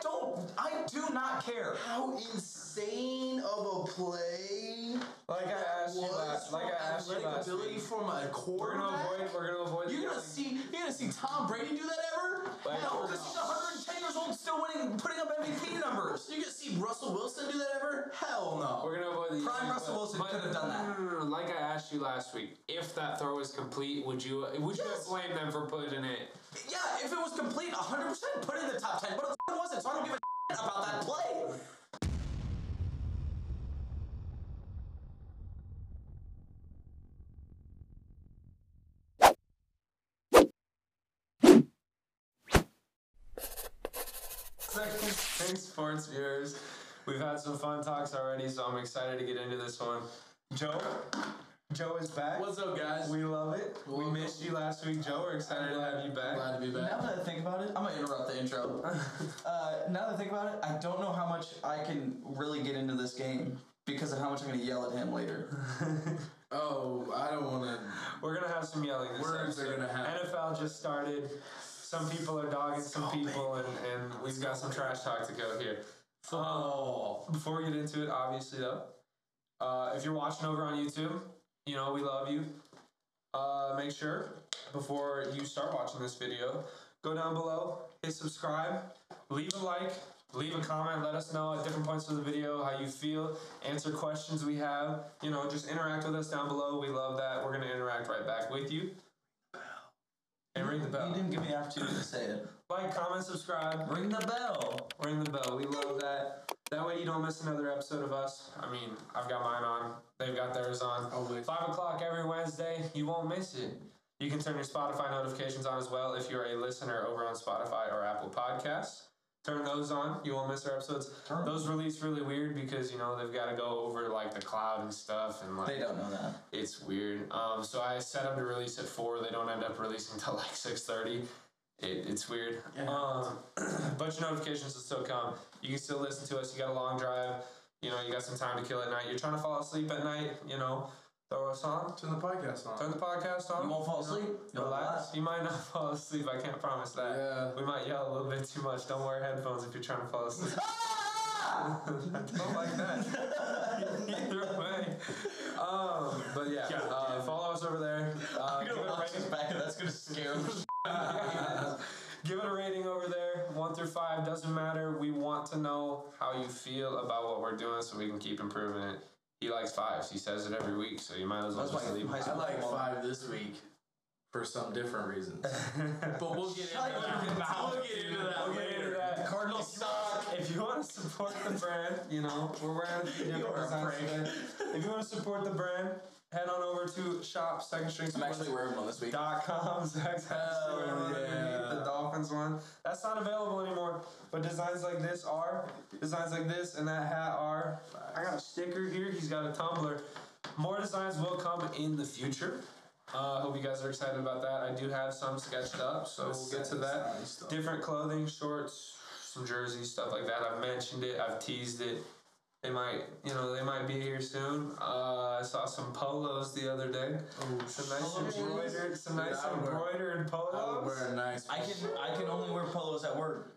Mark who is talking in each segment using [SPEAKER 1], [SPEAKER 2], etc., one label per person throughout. [SPEAKER 1] don't. I do not care.
[SPEAKER 2] How insane of a play!
[SPEAKER 1] Like I asked you
[SPEAKER 2] was
[SPEAKER 1] last. Like
[SPEAKER 2] from
[SPEAKER 1] I asked you
[SPEAKER 2] athletic
[SPEAKER 1] last
[SPEAKER 2] ability
[SPEAKER 1] week.
[SPEAKER 2] from a
[SPEAKER 1] We're
[SPEAKER 2] quarterback.
[SPEAKER 1] gonna avoid. We're gonna avoid. the
[SPEAKER 2] You're gonna
[SPEAKER 1] yelling.
[SPEAKER 2] see. You're gonna see Tom Brady do that ever?
[SPEAKER 1] Like,
[SPEAKER 2] Hell,
[SPEAKER 1] we're
[SPEAKER 2] because
[SPEAKER 1] not.
[SPEAKER 2] he's 110 years old, still winning, putting up MVP numbers. You're gonna see Russell Wilson do that ever? Hell no.
[SPEAKER 1] We're gonna avoid the
[SPEAKER 2] Prime
[SPEAKER 1] yelling,
[SPEAKER 2] Russell
[SPEAKER 1] but-
[SPEAKER 2] Wilson
[SPEAKER 1] but-
[SPEAKER 2] could have done that.
[SPEAKER 1] No, no, no, no, Like I asked you last week, if that throw is complete, would you would you have
[SPEAKER 2] Yes.
[SPEAKER 1] blamed them for putting it?
[SPEAKER 2] Yeah, if it was complete, 100 percent put it in the top 10. But it f***ing wasn't, so I don't give a shit about that play.
[SPEAKER 1] Thanks, sports viewers. We've had some fun talks already, so I'm excited to get into this one. Joe, Joe is back.
[SPEAKER 3] What's up, guys?
[SPEAKER 1] We love it. We
[SPEAKER 3] Welcome.
[SPEAKER 1] missed you last week, Joe. We're excited to have you back.
[SPEAKER 3] Glad to be
[SPEAKER 2] Now
[SPEAKER 3] back.
[SPEAKER 2] that I think about it, I'm gonna interrupt the intro. Uh, now that I think about it, I don't know how much I can really get into this game because of how much I'm gonna yell at him later.
[SPEAKER 3] Oh, I don't want to.
[SPEAKER 1] We're gonna have some yelling. This
[SPEAKER 3] Words are
[SPEAKER 1] episode.
[SPEAKER 3] gonna happen.
[SPEAKER 1] NFL just started. Some people are dogging some people, and, and we've got some trash talk to go here.
[SPEAKER 3] Oh,
[SPEAKER 1] Before we get into it, obviously though, uh, if you're watching over on YouTube, you know we love you. Uh, make sure before you start watching this video, go down below, hit subscribe, leave a like, leave a comment, let us know at different points of the video how you feel, answer questions we have. You know, just interact with us down below. We love that. We're gonna interact right back with you. And ring the
[SPEAKER 2] You
[SPEAKER 1] bell.
[SPEAKER 2] didn't give me the opportunity to say it.
[SPEAKER 1] Like, comment, subscribe.
[SPEAKER 2] Ring the bell.
[SPEAKER 1] Ring the bell. We love that. That way you don't miss another episode of us. I mean, I've got mine on. They've got theirs on.
[SPEAKER 2] Oh,
[SPEAKER 3] Always.
[SPEAKER 1] Five o'clock every Wednesday. You won't miss it. You can turn your Spotify notifications on as well if you're a listener over on Spotify or Apple Podcasts. Turn those on. You won't miss our episodes.
[SPEAKER 2] Turn 'em.
[SPEAKER 1] Those release really weird because you know they've got to go over like the cloud and stuff and like
[SPEAKER 2] They don't know that.
[SPEAKER 1] it's weird. Um, so I set them to release at four. They don't end up releasing till like six thirty. It, it's weird.
[SPEAKER 3] Yeah.
[SPEAKER 1] Um, bunch of notifications will still come. You can still listen to us. You got a long drive. You know, you got some time to kill at night. You're trying to fall asleep at night. You know, throw us on.
[SPEAKER 3] turn the podcast on.
[SPEAKER 1] Turn the podcast on.
[SPEAKER 2] You won't fall asleep. You'll
[SPEAKER 1] Relax.
[SPEAKER 2] laugh.
[SPEAKER 1] You might not fall asleep. I can't promise that.
[SPEAKER 3] Yeah.
[SPEAKER 1] We might yell a little bit too much. Don't wear headphones if you're trying to fall asleep.
[SPEAKER 2] Ah!
[SPEAKER 1] Don't like that. Either way. Um, but yeah, uh, follow us over there. Uh,
[SPEAKER 2] I'm
[SPEAKER 1] give, it
[SPEAKER 2] gonna
[SPEAKER 1] a
[SPEAKER 2] watch
[SPEAKER 1] rating,
[SPEAKER 2] this back and that's gonna scare the shit out of me.
[SPEAKER 1] give it a rating over there, one through five, doesn't matter. We want to know how you feel about what we're doing so we can keep improving it. He likes fives. He says it every week, so you might as well
[SPEAKER 2] That's
[SPEAKER 1] just
[SPEAKER 2] why
[SPEAKER 1] leave.
[SPEAKER 2] high
[SPEAKER 3] I
[SPEAKER 2] school
[SPEAKER 3] like
[SPEAKER 2] football-
[SPEAKER 3] five this week for some different reasons. But we'll get
[SPEAKER 2] Shut
[SPEAKER 3] into
[SPEAKER 2] your
[SPEAKER 3] that.
[SPEAKER 2] mouth,
[SPEAKER 3] We'll get into that
[SPEAKER 1] We'll get into
[SPEAKER 3] later.
[SPEAKER 1] that.
[SPEAKER 2] Cardinals suck.
[SPEAKER 1] If you want to support the brand, you know, we're wearing a few
[SPEAKER 2] You
[SPEAKER 1] different
[SPEAKER 2] are a
[SPEAKER 1] designs
[SPEAKER 2] prank.
[SPEAKER 1] today. If you want to support the brand, head on over to shop second string
[SPEAKER 2] I'm actually wearing one this week.
[SPEAKER 1] dot com Zach's
[SPEAKER 3] Hell yeah.
[SPEAKER 1] the Dolphins one. That's not available anymore. But designs like this are designs like this and that hat are. I got a sticker here. He's got a tumbler. More designs will come in the future. Uh, hope you guys are excited about that. I do have some sketched up, so we'll get to that. Different clothing, shorts, some jerseys, stuff like that. I've mentioned it. I've teased it. They might, you know, they might be here soon. Uh, I saw some polos the other day. Some nice
[SPEAKER 2] Polos?
[SPEAKER 1] embroidered, some nice
[SPEAKER 3] I would wear-
[SPEAKER 1] embroidered
[SPEAKER 3] I would wear
[SPEAKER 1] polos.
[SPEAKER 3] a nice.
[SPEAKER 2] I can I can only wear polos at work.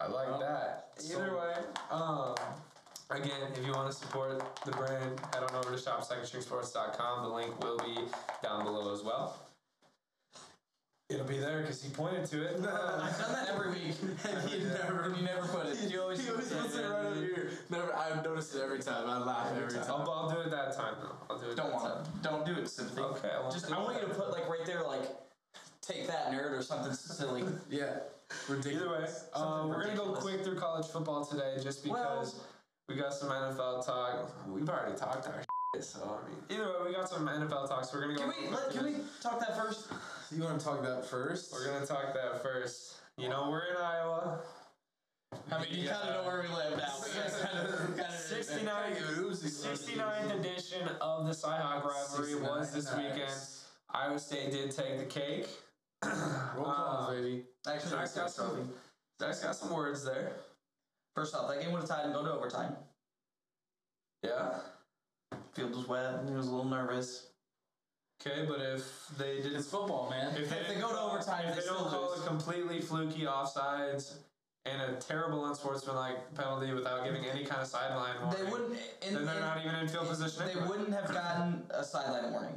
[SPEAKER 1] I like that. Um, Either way, um, again, if you want to support the brand, head on over to shopsecondstringsports.com. The link will be down below as well. It'll be there because he pointed to it.
[SPEAKER 2] I've done that every week. And you never you never put it. You always
[SPEAKER 3] He always puts it right up here. Never. I've noticed it every time. I laugh every time.
[SPEAKER 1] I'll, I'll do it that time though. I'll do it.
[SPEAKER 2] Don't
[SPEAKER 1] that time.
[SPEAKER 2] want to. Don't do it, Sympathy.
[SPEAKER 1] Okay, I won't
[SPEAKER 2] Just
[SPEAKER 1] do
[SPEAKER 2] I want
[SPEAKER 1] that.
[SPEAKER 2] you to put like right there like take that nerd or something silly.
[SPEAKER 3] Yeah.
[SPEAKER 1] Either way,
[SPEAKER 3] Ridiculous.
[SPEAKER 1] uh,
[SPEAKER 2] Something
[SPEAKER 1] we're gonna go
[SPEAKER 2] ridiculous.
[SPEAKER 1] quick through college football today, just because we got some NFL talk. We've already talked our shit, so I mean, either way, we got some NFL talks. we're gonna go.
[SPEAKER 2] Can we let, can we talk that first?
[SPEAKER 3] You want to talk that first?
[SPEAKER 1] We're gonna talk that first. You know, we're in Iowa.
[SPEAKER 2] I mean, you kind
[SPEAKER 1] uh,
[SPEAKER 2] of know where we live now. but you guys kinda- kinda-
[SPEAKER 1] 69, 69th edition of the Cyhawk rivalry was this weekend. Iowa State did take the cake.
[SPEAKER 3] Roll
[SPEAKER 1] Um,
[SPEAKER 3] calls, baby.
[SPEAKER 2] Actually,
[SPEAKER 1] Zach's got
[SPEAKER 2] that's
[SPEAKER 1] some. Zach's got some words there.
[SPEAKER 2] First off, that game would have tied and go to overtime.
[SPEAKER 1] Yeah.
[SPEAKER 2] Field was wet. He was a little nervous.
[SPEAKER 1] Okay, but if they didn't
[SPEAKER 3] It's football, man.
[SPEAKER 1] If
[SPEAKER 2] If
[SPEAKER 1] they,
[SPEAKER 2] they go to overtime,
[SPEAKER 1] if
[SPEAKER 2] they
[SPEAKER 1] they, don't
[SPEAKER 2] still
[SPEAKER 1] call
[SPEAKER 2] lose.
[SPEAKER 1] it completely fluky offsides and a terrible unsportsmanlike penalty without giving any kind of sideline warning.
[SPEAKER 2] They wouldn't. In,
[SPEAKER 1] Then they're
[SPEAKER 2] in-
[SPEAKER 1] not even in field
[SPEAKER 2] in-
[SPEAKER 1] position
[SPEAKER 2] They
[SPEAKER 1] anyway.
[SPEAKER 2] wouldn't have gotten a sideline warning.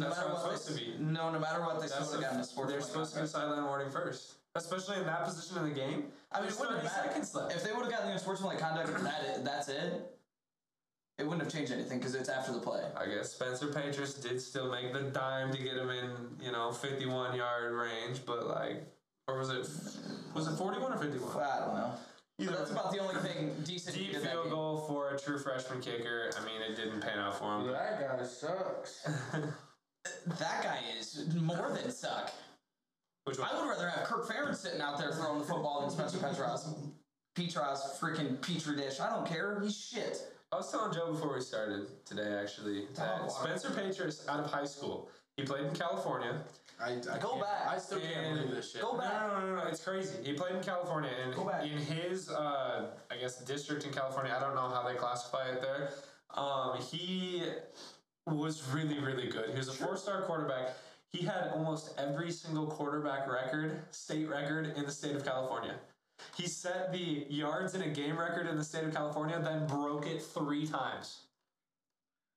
[SPEAKER 1] That's
[SPEAKER 2] matter
[SPEAKER 1] how it's
[SPEAKER 2] what
[SPEAKER 1] supposed
[SPEAKER 2] they-
[SPEAKER 1] to be.
[SPEAKER 2] No, no matter what, they still
[SPEAKER 1] That's
[SPEAKER 2] would have gotten a
[SPEAKER 1] the,
[SPEAKER 2] sports.
[SPEAKER 1] they're supposed to get a sideline warning first, especially in that position in the game.
[SPEAKER 2] I mean,
[SPEAKER 1] There's
[SPEAKER 2] it wouldn't
[SPEAKER 1] 30
[SPEAKER 2] have mattered.
[SPEAKER 1] seconds left.
[SPEAKER 2] If they would have gotten the unsportsmanlike conduct, that i- that's it. It wouldn't have changed anything because it's after the play.
[SPEAKER 1] I guess Spencer Patras did still make the dime to get him in, you know, 51 yard range, but like, or was it, was it 41 or 51?
[SPEAKER 2] I don't know.
[SPEAKER 1] Either
[SPEAKER 2] But that's
[SPEAKER 1] way.
[SPEAKER 2] about the only thing decent. he
[SPEAKER 1] Deep
[SPEAKER 2] did that
[SPEAKER 1] field
[SPEAKER 2] game.
[SPEAKER 1] goal for a true freshman kicker. I mean, it didn't pan out for him.
[SPEAKER 3] That guy sucks.
[SPEAKER 2] That guy is more than suck.
[SPEAKER 1] Which one?
[SPEAKER 2] I would rather have Kirk Ferentz sitting out there throwing the football than Spencer Petras. Petras, freaking Petri dish. I don't care. He's shit.
[SPEAKER 1] I was telling Joe before we started today, actually, that
[SPEAKER 2] Dog.
[SPEAKER 1] Spencer Patras out of high school. He played in California.
[SPEAKER 3] I, I
[SPEAKER 2] Go
[SPEAKER 3] can't-
[SPEAKER 2] back.
[SPEAKER 3] I still can't
[SPEAKER 1] And-
[SPEAKER 3] believe this shit.
[SPEAKER 2] Go
[SPEAKER 1] No,
[SPEAKER 2] back.
[SPEAKER 1] no, no, no, no, it's crazy. He played in California, and
[SPEAKER 2] Go back.
[SPEAKER 1] in his, uh, I guess, district in California, I don't know how they classify it there. Um, he was really, really good. He was a four-star quarterback. He had almost every single quarterback record, state record in the state of California. He set the yards in a game record in the state of California, then broke it three times.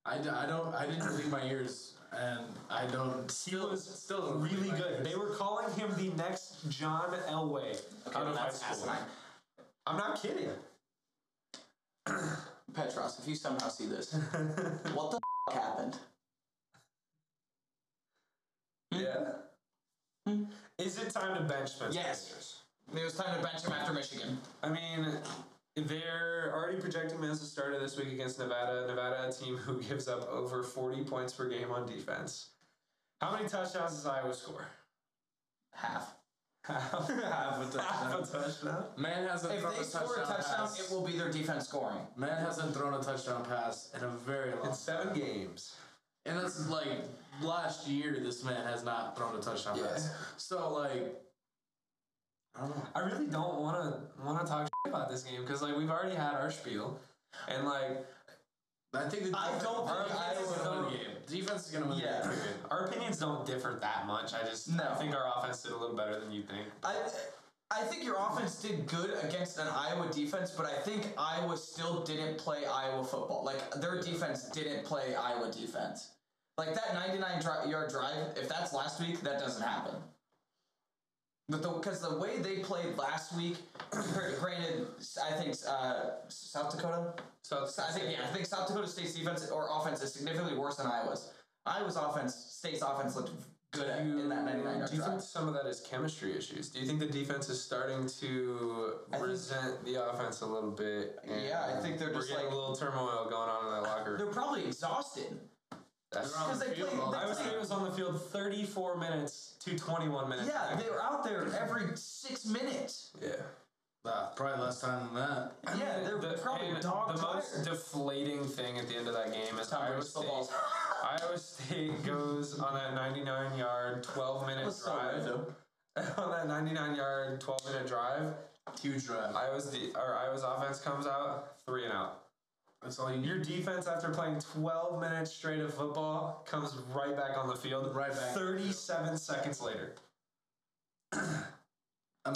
[SPEAKER 3] I, d- I don't. I didn't believe my ears, and I don't.
[SPEAKER 1] He
[SPEAKER 3] Still,
[SPEAKER 1] was
[SPEAKER 3] still don't believe
[SPEAKER 1] really
[SPEAKER 3] my
[SPEAKER 1] good.
[SPEAKER 3] ears.
[SPEAKER 1] They were calling him the next John Elway out of high
[SPEAKER 2] that's
[SPEAKER 1] school.
[SPEAKER 2] asinine.
[SPEAKER 1] I'm not kidding.
[SPEAKER 2] Petras, if you somehow see this, what the f- happened?
[SPEAKER 1] Yeah. Hmm. Is it time to bench Spencer?
[SPEAKER 2] Yes.
[SPEAKER 1] Sanders?
[SPEAKER 2] It was time to bench him after Michigan.
[SPEAKER 1] I mean, they're already projecting him as a starter this week against Nevada. Nevada, a team who gives up over 40 points per game on defense. How many touchdowns does Iowa score?
[SPEAKER 2] Half.
[SPEAKER 1] Half a
[SPEAKER 3] touchdown.
[SPEAKER 1] touchdown.
[SPEAKER 3] Man hasn't
[SPEAKER 2] If
[SPEAKER 3] thrown
[SPEAKER 2] they
[SPEAKER 3] a touchdown,
[SPEAKER 2] score a touchdown,
[SPEAKER 3] pass.
[SPEAKER 2] it will be their defense scoring.
[SPEAKER 3] Man hasn't thrown a touchdown pass in a very long.
[SPEAKER 1] In seven games.
[SPEAKER 3] And that's like last year. This man has not thrown a touchdown
[SPEAKER 1] Yeah.
[SPEAKER 3] pass. So like, I don't know.
[SPEAKER 1] I really don't want to want to talk about this game because like we've already had our spiel, and like
[SPEAKER 3] I think the
[SPEAKER 2] I don't
[SPEAKER 3] our
[SPEAKER 2] think
[SPEAKER 3] defense is
[SPEAKER 2] Iowa-
[SPEAKER 3] gonna win the game. Defense is gonna win
[SPEAKER 2] Yeah.
[SPEAKER 3] the game. period.
[SPEAKER 1] our opinions don't differ that much. I just I
[SPEAKER 2] No.
[SPEAKER 1] think our offense did a little better than you think.
[SPEAKER 2] I I think your offense did good against an Iowa defense, but I think Iowa still didn't play Iowa football. Like their defense didn't play Iowa defense. Like that 99 dri- yard drive, if that's last week, that doesn't happen. But because the, way they played last week, gr- granted, I think uh, South Dakota.
[SPEAKER 1] So
[SPEAKER 2] So I think yeah, I think South Dakota State's defense or offense is significantly worse than Iowa's. Iowa's offense, State's offense looked good at, in that 99 yard
[SPEAKER 1] do you
[SPEAKER 2] drive.
[SPEAKER 1] think some of that is chemistry issues? Do you think the defense is starting to
[SPEAKER 2] think-
[SPEAKER 1] resent the offense a little bit? and
[SPEAKER 2] Yeah, I think they're
[SPEAKER 1] we're
[SPEAKER 2] just
[SPEAKER 1] getting
[SPEAKER 2] like-
[SPEAKER 1] a little turmoil going on in that locker.
[SPEAKER 2] They're probably exhausted.
[SPEAKER 1] That's-
[SPEAKER 3] they're on-
[SPEAKER 2] Because they
[SPEAKER 3] Field
[SPEAKER 2] played.
[SPEAKER 3] goal.
[SPEAKER 2] They
[SPEAKER 1] Iowa State
[SPEAKER 2] played
[SPEAKER 1] was on the field 34 minutes to 21 minutes.
[SPEAKER 2] yeah, they were out there every six minutes.
[SPEAKER 1] yeah.
[SPEAKER 3] Nah, probably less time than that.
[SPEAKER 2] Yeah, they're
[SPEAKER 1] the,
[SPEAKER 2] probably
[SPEAKER 1] and
[SPEAKER 2] dog
[SPEAKER 1] The most
[SPEAKER 2] tired.
[SPEAKER 1] deflating thing at the end of that game is Iowa State.
[SPEAKER 2] footballs.
[SPEAKER 1] Iowa State goes on that 99 yard, 12 minute
[SPEAKER 2] Let's start
[SPEAKER 1] drive.
[SPEAKER 2] with them.
[SPEAKER 1] on that 99 yard, 12 minute drive,
[SPEAKER 3] Huge drive.
[SPEAKER 1] Iowa's de- or Iowa's offense comes out three and out.
[SPEAKER 3] That's all you need.
[SPEAKER 1] Your defense, after playing 12 minutes straight of football, comes right back on the field.
[SPEAKER 3] Right back.
[SPEAKER 1] 37 seconds later.
[SPEAKER 2] I mean,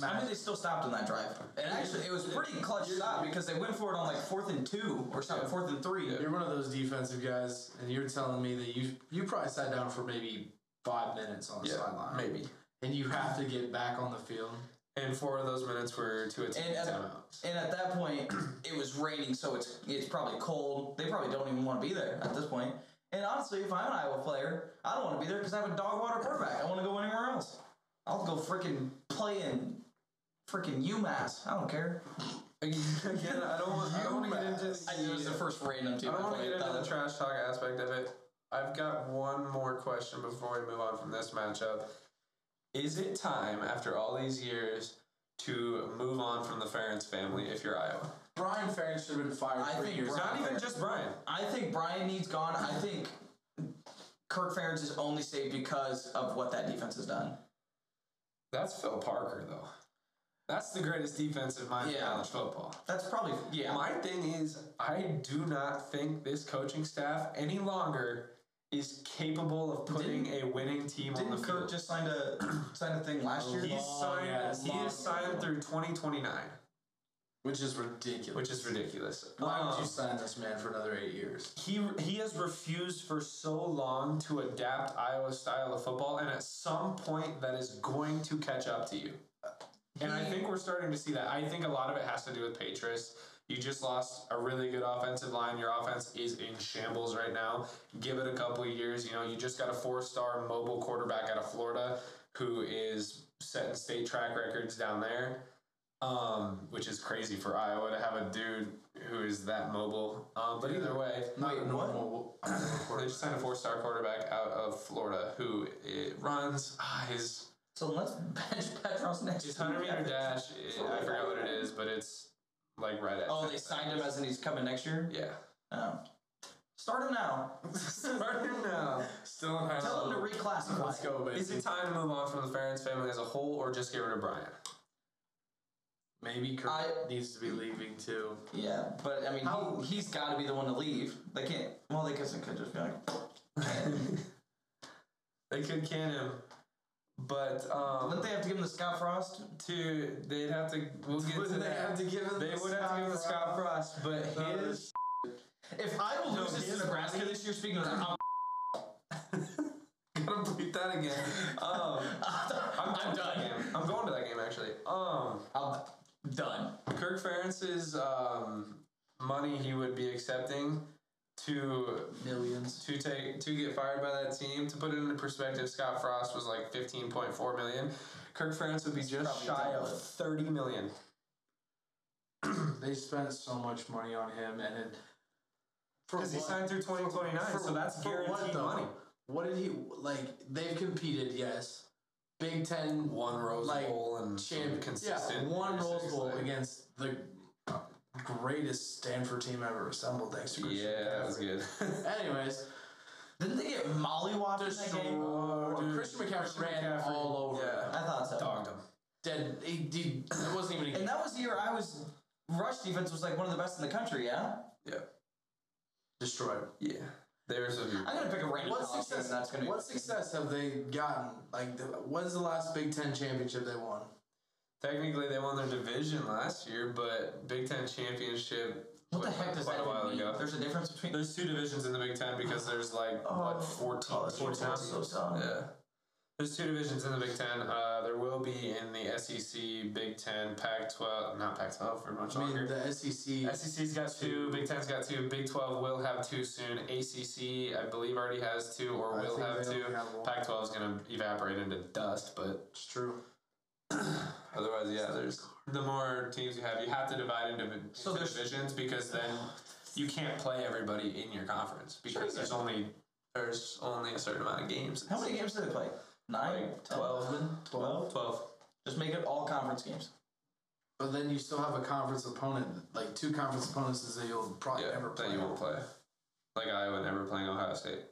[SPEAKER 3] Imagine.
[SPEAKER 2] they still stopped on that drive. And actually, it was a pretty clutch stop because they went for it on like fourth and two or something, fourth and three.
[SPEAKER 3] You're one of those defensive guys, and you're telling me that you you probably sat down for maybe five minutes on the sideline,
[SPEAKER 1] maybe.
[SPEAKER 3] and you have to get back on the field.
[SPEAKER 1] And four of those minutes were two attempts
[SPEAKER 2] And at,
[SPEAKER 1] timeouts.
[SPEAKER 2] and at that point, it was raining, so it's it's probably cold. They probably don't even want to be there at this point. And honestly, if I'm an Iowa player, I don't want to be there because I have a dog water quarterback. I want to go anywhere else. I'll go freaking play in freaking UMass. I don't care.
[SPEAKER 1] Again, again, I don't want, I don't want to get into
[SPEAKER 2] I knew it was the
[SPEAKER 1] the,
[SPEAKER 2] first random team.
[SPEAKER 1] I don't want to
[SPEAKER 2] played.
[SPEAKER 1] get into
[SPEAKER 2] Uh,
[SPEAKER 1] the trash talk aspect of it. I've got one more question before we move on from this matchup. Is it time, after all these years, to move on from the Ferentz family if you're Iowa?
[SPEAKER 3] Brian Ferentz should have been fired
[SPEAKER 2] I
[SPEAKER 3] three
[SPEAKER 2] think
[SPEAKER 3] years.
[SPEAKER 2] Brian-
[SPEAKER 1] Not even just Brian.
[SPEAKER 2] I think Brian needs gone. I think Kirk Ferentz is only saved because of what that defense has done.
[SPEAKER 1] That's Phil Parker, though. That's the greatest defensive mind in
[SPEAKER 2] Yeah.
[SPEAKER 1] college football.
[SPEAKER 2] That's probably yeah.
[SPEAKER 1] My thing is, I do not think this coaching staff any longer is capable of putting a winning team on the
[SPEAKER 2] Didn't Kirk
[SPEAKER 1] field.
[SPEAKER 2] just signed a signed a thing last year?
[SPEAKER 1] He's
[SPEAKER 3] Long
[SPEAKER 1] signed.
[SPEAKER 3] ass
[SPEAKER 1] he
[SPEAKER 3] long
[SPEAKER 1] is signed
[SPEAKER 3] ago.
[SPEAKER 1] through 2029,
[SPEAKER 3] which is ridiculous.
[SPEAKER 1] which is ridiculous.
[SPEAKER 3] Why would
[SPEAKER 1] Um,
[SPEAKER 3] you sign this man for another eight years?
[SPEAKER 1] he he has refused for so long to adapt Iowa's style of football, and at some point that is going to catch up to you. And I
[SPEAKER 2] He-
[SPEAKER 1] think we're starting to see that. I think a lot of it has to do with Patriots. You just lost a really good offensive line. Your offense is in shambles right now. Give it a couple of years. You know, you just got a four-star mobile quarterback out of Florida who is setting state track records down there, um, which is crazy for Iowa to have a dude who is that mobile. Um, but either way,
[SPEAKER 3] Not
[SPEAKER 2] Wait,
[SPEAKER 3] a
[SPEAKER 2] what?
[SPEAKER 3] normal. a normal
[SPEAKER 1] they
[SPEAKER 3] quarterback.
[SPEAKER 1] just signed a four-star quarterback out of Florida who it runs eyes.
[SPEAKER 2] So let's bench Petros next.
[SPEAKER 1] His hundred meter
[SPEAKER 2] year.
[SPEAKER 1] dash. It, I forgot what it is, but it's like right at.
[SPEAKER 2] Oh, they signed him as and he's coming next year.
[SPEAKER 1] Yeah.
[SPEAKER 2] Oh. Start him now.
[SPEAKER 3] uh,
[SPEAKER 1] now.
[SPEAKER 3] Still in high
[SPEAKER 2] Tell him to
[SPEAKER 3] school.
[SPEAKER 2] reclassify.
[SPEAKER 3] Let's go, baby.
[SPEAKER 1] Is it time to move on from the Ferentz family as a whole, or just get rid of Brian?
[SPEAKER 3] Maybe Kirk
[SPEAKER 2] I-
[SPEAKER 3] needs to be leaving too.
[SPEAKER 2] Yeah, but I mean,
[SPEAKER 3] How-
[SPEAKER 2] he, he's got to be the one to leave. They can't. Well, they guess it could just be like.
[SPEAKER 1] They could can him, but um,
[SPEAKER 2] Wouldn't they have to give him the Scott Frost?
[SPEAKER 1] to they'd have to. We'll get to
[SPEAKER 3] Wouldn't they
[SPEAKER 1] that.
[SPEAKER 3] have to give him
[SPEAKER 1] They
[SPEAKER 3] the
[SPEAKER 1] would have to
[SPEAKER 3] Scott
[SPEAKER 1] give him the Scott Frost, but
[SPEAKER 3] No,
[SPEAKER 1] his
[SPEAKER 2] If I will
[SPEAKER 1] No,
[SPEAKER 2] lose this
[SPEAKER 1] his
[SPEAKER 2] to Nebraska
[SPEAKER 1] body-
[SPEAKER 2] this year, speaking of that, I'm,
[SPEAKER 1] gotta bleep that again. Um, I'm,
[SPEAKER 2] I'm
[SPEAKER 1] going to that
[SPEAKER 2] done.
[SPEAKER 1] game. I'm going to that game actually. Um,
[SPEAKER 2] I'm done.
[SPEAKER 1] Kirk Ferentz's um, money he would be accepting to
[SPEAKER 2] Millions.
[SPEAKER 1] to take to get fired by that team. To put it into perspective, Scott Frost was like fifteen point four million. Kirk Ferentz would be just
[SPEAKER 2] probably
[SPEAKER 1] shy
[SPEAKER 2] double
[SPEAKER 1] of
[SPEAKER 2] it.
[SPEAKER 1] thirty million.
[SPEAKER 3] They spent so much money on him, and it for
[SPEAKER 1] Because he
[SPEAKER 3] what?
[SPEAKER 1] signed through twenty twenty nine,
[SPEAKER 3] For-
[SPEAKER 1] so that's
[SPEAKER 3] for what,
[SPEAKER 1] guaranteed
[SPEAKER 3] though?
[SPEAKER 1] money.
[SPEAKER 3] What did he like? They've competed, yes. Big Ten
[SPEAKER 1] One Rose
[SPEAKER 3] Like,
[SPEAKER 1] Bowl and
[SPEAKER 3] champ,
[SPEAKER 1] consistent.
[SPEAKER 3] yeah, one
[SPEAKER 1] years,
[SPEAKER 3] Rose Bowl
[SPEAKER 1] like-
[SPEAKER 3] against the greatest Stanford team ever assembled. Thanks to Christian
[SPEAKER 1] Yeah, that was
[SPEAKER 3] McCaffrey.
[SPEAKER 1] good.
[SPEAKER 3] Anyways,
[SPEAKER 2] Didn't they get mollywopped in that game?
[SPEAKER 3] so
[SPEAKER 1] Oh, dude.
[SPEAKER 3] Christian McCaffrey
[SPEAKER 1] Christian
[SPEAKER 3] ran
[SPEAKER 1] McCaffrey.
[SPEAKER 3] all over.
[SPEAKER 1] Yeah.
[SPEAKER 3] him.
[SPEAKER 2] I thought so.
[SPEAKER 1] Dogged him.
[SPEAKER 3] Dead. He, he, it wasn't even. A
[SPEAKER 2] And that was the year I was. Rush defense was like one of the best in the country, yeah?
[SPEAKER 1] Yeah.
[SPEAKER 3] destroyed.
[SPEAKER 1] Yeah. There's a
[SPEAKER 2] I'm going to pick a random
[SPEAKER 3] What
[SPEAKER 2] college
[SPEAKER 3] success?
[SPEAKER 2] team that's going to
[SPEAKER 3] what success have they gotten? Like, the, when's the last Big Ten championship they won?
[SPEAKER 1] Technically, they won their division last year, but Big Ten championship.
[SPEAKER 2] What the
[SPEAKER 1] was
[SPEAKER 2] heck does
[SPEAKER 1] quite
[SPEAKER 2] that
[SPEAKER 1] a while
[SPEAKER 2] even mean?
[SPEAKER 1] ago.
[SPEAKER 2] There's a difference between.
[SPEAKER 1] There's two divisions in the Big Ten because there's like
[SPEAKER 2] Oh,
[SPEAKER 1] what 14,
[SPEAKER 2] college
[SPEAKER 1] 14
[SPEAKER 2] football's so
[SPEAKER 1] teams?
[SPEAKER 2] dumb.
[SPEAKER 1] Yeah. There's two divisions in the Big Ten. Uh, there will be in the SEC, Big Ten, Pac-12, not Pac-12 for much
[SPEAKER 3] I mean,
[SPEAKER 1] longer.
[SPEAKER 3] the E SEC.
[SPEAKER 2] E
[SPEAKER 1] SEC's got two, Big Ten's got two, Big 12 will have two soon. ACC, I believe, already has two or
[SPEAKER 3] I
[SPEAKER 1] will
[SPEAKER 3] think
[SPEAKER 1] have
[SPEAKER 3] they
[SPEAKER 1] two.
[SPEAKER 3] only have one.
[SPEAKER 1] Pac 12 is going to evaporate into dust, but
[SPEAKER 3] It's true.
[SPEAKER 1] Otherwise, yeah, there's the more teams you have, you have to divide into, into
[SPEAKER 2] So there's-
[SPEAKER 1] divisions because then you can't play everybody in your conference because
[SPEAKER 2] Sure.
[SPEAKER 1] there's only there's only a certain amount of games.
[SPEAKER 2] How many games did they play? Nine?
[SPEAKER 1] Like
[SPEAKER 2] 10,
[SPEAKER 1] 12.
[SPEAKER 2] 11, 12?
[SPEAKER 1] Twelve.
[SPEAKER 2] Just make it all conference games.
[SPEAKER 3] But then you still have a conference opponent, like two conference opponents that you'll probably
[SPEAKER 1] Yeah,
[SPEAKER 3] never play.
[SPEAKER 1] that you won't play. Like Iowa never playing Ohio State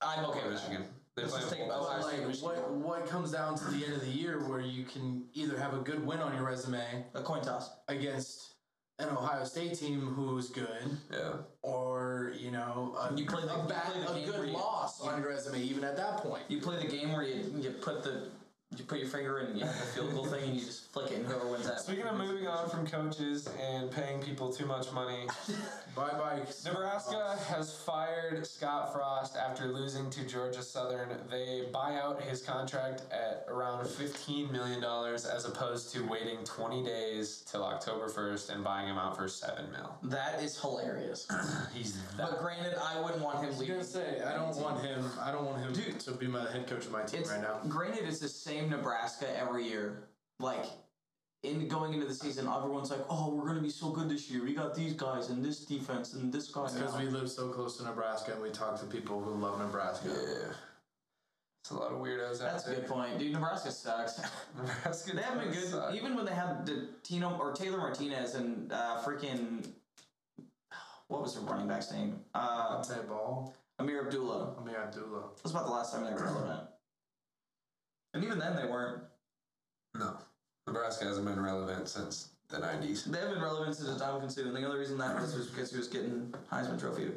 [SPEAKER 2] I'm okay
[SPEAKER 1] or
[SPEAKER 2] with
[SPEAKER 1] Michigan.
[SPEAKER 2] that.
[SPEAKER 1] They
[SPEAKER 2] Let's
[SPEAKER 1] play
[SPEAKER 2] just
[SPEAKER 1] them
[SPEAKER 2] take
[SPEAKER 1] both.
[SPEAKER 2] Ohio
[SPEAKER 3] But
[SPEAKER 2] State.
[SPEAKER 3] like, what what comes down to the end of the year where you can either have a good win on your resume
[SPEAKER 2] A coin toss.
[SPEAKER 3] against an Ohio State team who's good,
[SPEAKER 1] Yeah.
[SPEAKER 3] or you know, a,
[SPEAKER 2] You play the-
[SPEAKER 3] a,
[SPEAKER 2] you
[SPEAKER 3] bad,
[SPEAKER 2] play the game
[SPEAKER 3] a
[SPEAKER 2] where
[SPEAKER 3] good
[SPEAKER 2] you-
[SPEAKER 3] loss on your resume, even at that point.
[SPEAKER 2] You play the game where you, you put the you put your finger in you have the field goal thing and you just flick it and whoever wins that.
[SPEAKER 1] Speaking of moving on from coaches and paying people too much money,
[SPEAKER 3] Bye bye.
[SPEAKER 1] Nebraska has fired Scott Frost after losing to Georgia Southern. They buy out his contract at around $15 million as opposed to waiting 20 days till October 1st and buying him out for 7 mil.
[SPEAKER 2] that is hilarious.
[SPEAKER 1] He's
[SPEAKER 2] but granted, I wouldn't want him
[SPEAKER 3] I was
[SPEAKER 2] leaving.
[SPEAKER 3] gonna say I don't want him. I don't want him
[SPEAKER 2] Dude.
[SPEAKER 3] to be my head coach of my team
[SPEAKER 2] It's
[SPEAKER 3] right now.
[SPEAKER 2] granted it's the same Nebraska every year. Like in going into the season, everyone's like, "Oh, we're gonna be so good this year. We got these guys and this defense and this guy."
[SPEAKER 3] Because
[SPEAKER 2] now."
[SPEAKER 3] we live so close to Nebraska and we talk to people who love Nebraska.
[SPEAKER 1] It's a lot of weirdos out
[SPEAKER 2] That's a
[SPEAKER 1] there.
[SPEAKER 2] good point, dude. Nebraska sucks.
[SPEAKER 1] Nebraska
[SPEAKER 2] they haven't been
[SPEAKER 1] does
[SPEAKER 2] good
[SPEAKER 1] suck.
[SPEAKER 2] even when they had the Tino or Taylor Martinez and uh, freaking what was their running back's name? Uh,
[SPEAKER 3] I'd say ball.
[SPEAKER 2] Amir Abdullah.
[SPEAKER 3] I mean Abdullah.
[SPEAKER 2] That's about the last time they were relevant. And even then, they weren't.
[SPEAKER 1] No. Nebraska hasn't been relevant since the 90s.
[SPEAKER 2] They have been relevant since the time of consume. The only reason that was was because he was getting Heisman Trophy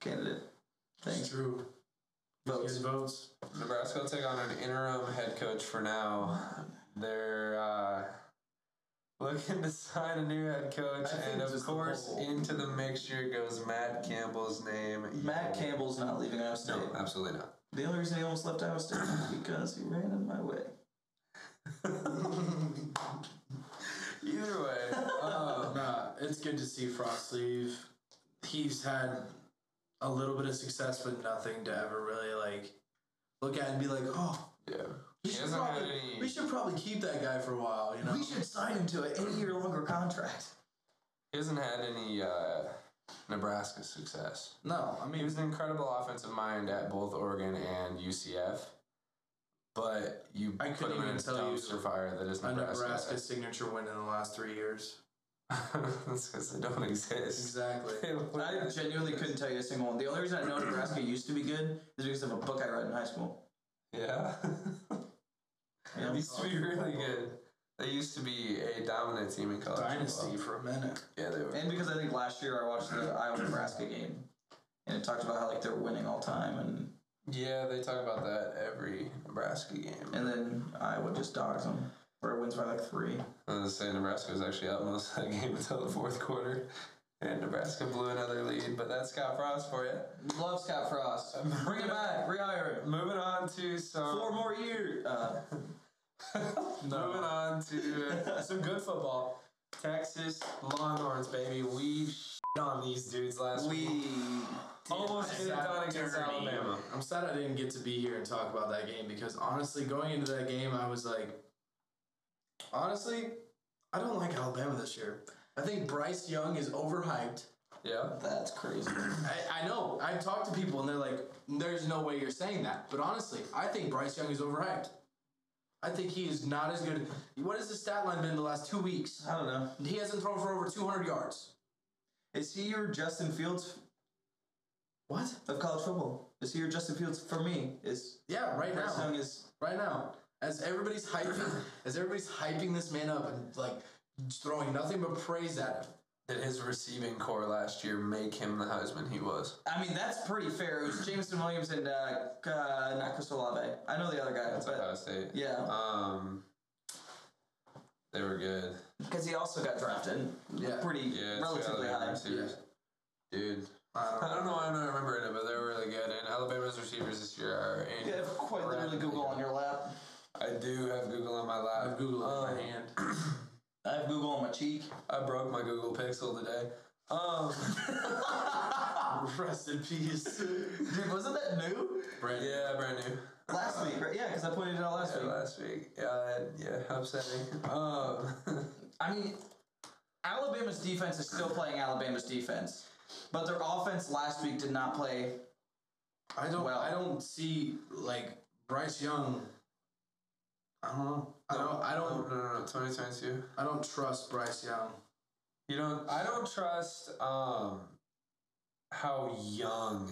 [SPEAKER 2] candidate.
[SPEAKER 3] It's
[SPEAKER 2] Thanks.
[SPEAKER 3] true. Votes. votes.
[SPEAKER 1] Nebraska will take on an interim head coach for now. They're uh, looking to sign a new head coach,
[SPEAKER 2] I think
[SPEAKER 1] and of
[SPEAKER 2] just the
[SPEAKER 1] course,
[SPEAKER 2] local.
[SPEAKER 1] into the mixture goes Matt Campbell's name.
[SPEAKER 2] Matt
[SPEAKER 1] Yeah.
[SPEAKER 2] Campbell's not leaving Iowa State.
[SPEAKER 1] No, absolutely not.
[SPEAKER 2] The only reason he almost left Iowa State was because he ran in my way.
[SPEAKER 1] Either way, um,
[SPEAKER 3] Nah, it's good to see Frost leave. He's had a little bit of success, but nothing to ever really like look at and be like, oh,
[SPEAKER 1] yeah,
[SPEAKER 3] we
[SPEAKER 1] He
[SPEAKER 3] should,
[SPEAKER 1] hasn't had
[SPEAKER 3] probably,
[SPEAKER 1] any-
[SPEAKER 3] we should probably keep that guy for a while. You know,
[SPEAKER 2] We should sign him to an eight-year longer contract.
[SPEAKER 1] he hasn't had any uh, Nebraska success.
[SPEAKER 3] no, I
[SPEAKER 1] He
[SPEAKER 3] mean,
[SPEAKER 1] was an incredible offensive mind at both Oregon and UCF, but you
[SPEAKER 3] I
[SPEAKER 1] put
[SPEAKER 3] couldn't
[SPEAKER 1] him in
[SPEAKER 3] even
[SPEAKER 1] a
[SPEAKER 3] tell you
[SPEAKER 1] dumpster fire that is
[SPEAKER 3] a
[SPEAKER 1] Nebraska.
[SPEAKER 3] Nebraska signature win in the last three years.
[SPEAKER 1] That's because they don't exist.
[SPEAKER 3] Exactly.
[SPEAKER 2] I genuinely couldn't tell you a single one. The only reason I know Nebraska used to be good is because of a book I read in high school.
[SPEAKER 1] Yeah.
[SPEAKER 2] Yeah.
[SPEAKER 1] it used to be really good. They used to be a dominant team in college.
[SPEAKER 3] Dynasty
[SPEAKER 1] football.
[SPEAKER 3] for a minute.
[SPEAKER 1] Yeah, they were.
[SPEAKER 2] And because I think last year I watched the Iowa Nebraska game and it talked about how like they're winning all time and,
[SPEAKER 1] yeah, they talk about that every Nebraska game.
[SPEAKER 2] and then Iowa just dogs them. Or wins by like three.
[SPEAKER 1] I was gonna say Nebraska was actually up most of that game until the fourth quarter. And Nebraska blew another lead, but that's Scott Frost for you.
[SPEAKER 2] Love Scott Frost. Bring it back. Rehire him.
[SPEAKER 1] Moving on to some.
[SPEAKER 2] Four more years. Uh,
[SPEAKER 1] Moving on to some good football. Texas Longhorns, baby. We shit on these dudes last
[SPEAKER 2] we.
[SPEAKER 1] week. Almost
[SPEAKER 3] I'm
[SPEAKER 1] did it
[SPEAKER 3] sad
[SPEAKER 1] done against
[SPEAKER 3] dirty.
[SPEAKER 1] Alabama.
[SPEAKER 3] I'm sad I didn't get to be here and talk about that game because honestly, going into that game, I was like, honestly, I don't like Alabama this year. I think Bryce Young is overhyped.
[SPEAKER 1] Yeah.
[SPEAKER 2] That's crazy.
[SPEAKER 3] I, I know. I've talked to people and they're like, there's no way you're saying that. But honestly, I think Bryce Young is overhyped. I think he is not as good. What has his stat line been the last two weeks?
[SPEAKER 2] I don't know.
[SPEAKER 3] He hasn't thrown for over 200 yards.
[SPEAKER 2] Is he your Justin Fields
[SPEAKER 3] What?
[SPEAKER 2] of college football? Is he your Justin Fields for me? Is
[SPEAKER 3] Yeah, right now.
[SPEAKER 2] Bryce Young is
[SPEAKER 3] right now. As everybody's hyping, as everybody's hyping this man up and like throwing nothing but praise at him.
[SPEAKER 1] Did his receiving core last year make him the Heisman he was?
[SPEAKER 2] I mean, that's pretty fair. It was Jameson Williams and uh, uh, not Chris Olave. I know the other guy,
[SPEAKER 3] Uh,
[SPEAKER 1] That's
[SPEAKER 2] but
[SPEAKER 1] Ohio State.
[SPEAKER 2] yeah,
[SPEAKER 1] Um, they were good.
[SPEAKER 2] because he also got drafted
[SPEAKER 3] Yeah.
[SPEAKER 2] pretty
[SPEAKER 1] Yeah, two
[SPEAKER 2] relatively
[SPEAKER 1] Alabama
[SPEAKER 2] high.
[SPEAKER 1] receivers. Dude,
[SPEAKER 3] I don't
[SPEAKER 1] I
[SPEAKER 3] know.
[SPEAKER 1] don't know why I'm not remembering it, but they were really good. And Alabama's receivers this year are.
[SPEAKER 2] You have quite literally Google on your lap.
[SPEAKER 1] I do have Google on my lap.
[SPEAKER 3] I have Google in
[SPEAKER 1] Um,
[SPEAKER 3] my hand.
[SPEAKER 2] I have Google on my cheek.
[SPEAKER 1] I broke my Google Pixel today. Um,
[SPEAKER 3] Rest in peace.
[SPEAKER 2] Dude, wasn't that new?
[SPEAKER 3] Brand new.
[SPEAKER 1] yeah, brand new.
[SPEAKER 2] Last week, right? Yeah, because I pointed it out last
[SPEAKER 1] Yeah,
[SPEAKER 2] week.
[SPEAKER 1] last week. Yeah, I- yeah, upsetting. Um,
[SPEAKER 2] I mean, Alabama's defense is still playing Alabama's defense, but their offense last week did not play.
[SPEAKER 3] I don't.
[SPEAKER 2] Well-
[SPEAKER 3] I don't see like Bryce Young. I don't know. I don't. I
[SPEAKER 1] no, no,
[SPEAKER 3] don't.
[SPEAKER 1] no, no, 2022.
[SPEAKER 3] I don't trust Bryce Young.
[SPEAKER 1] You don't. I don't trust um how young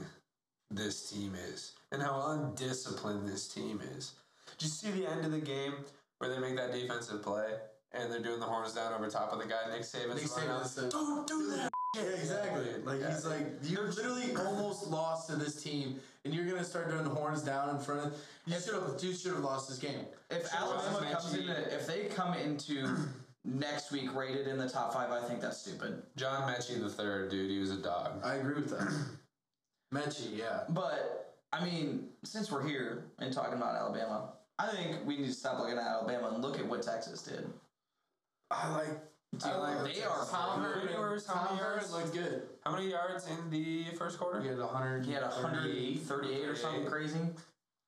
[SPEAKER 1] this team is and how undisciplined this team is. Do you see the end of the game where they make that defensive play and they're doing the horns down over top of the guy Nick Saban's
[SPEAKER 3] Nick
[SPEAKER 1] running out?
[SPEAKER 3] Saban's the-
[SPEAKER 1] Don't do that.
[SPEAKER 3] Yeah, exactly. Like he's like you're literally almost lost to this team, and you're gonna start doing horns down in front of. You should have. You should have lost this game.
[SPEAKER 2] If
[SPEAKER 1] Travis
[SPEAKER 2] Alabama comes
[SPEAKER 1] Mancini-
[SPEAKER 2] into, if they come into next week rated in the top five, I think that's stupid.
[SPEAKER 1] John Mechie the third, dude. He was a dog.
[SPEAKER 3] I agree with that. Mechie, yeah.
[SPEAKER 2] But I mean, since we're here and talking about Alabama, I think we need to stop looking at Alabama and look at what Texas did.
[SPEAKER 3] I like. I like
[SPEAKER 2] they are
[SPEAKER 3] Tom
[SPEAKER 2] power.
[SPEAKER 3] Herman.
[SPEAKER 1] Herman- Tom
[SPEAKER 3] Tom Herman
[SPEAKER 1] Herman
[SPEAKER 3] looked good.
[SPEAKER 1] How many yards in the first quarter?
[SPEAKER 3] He had 100.
[SPEAKER 2] He had 138 or something crazy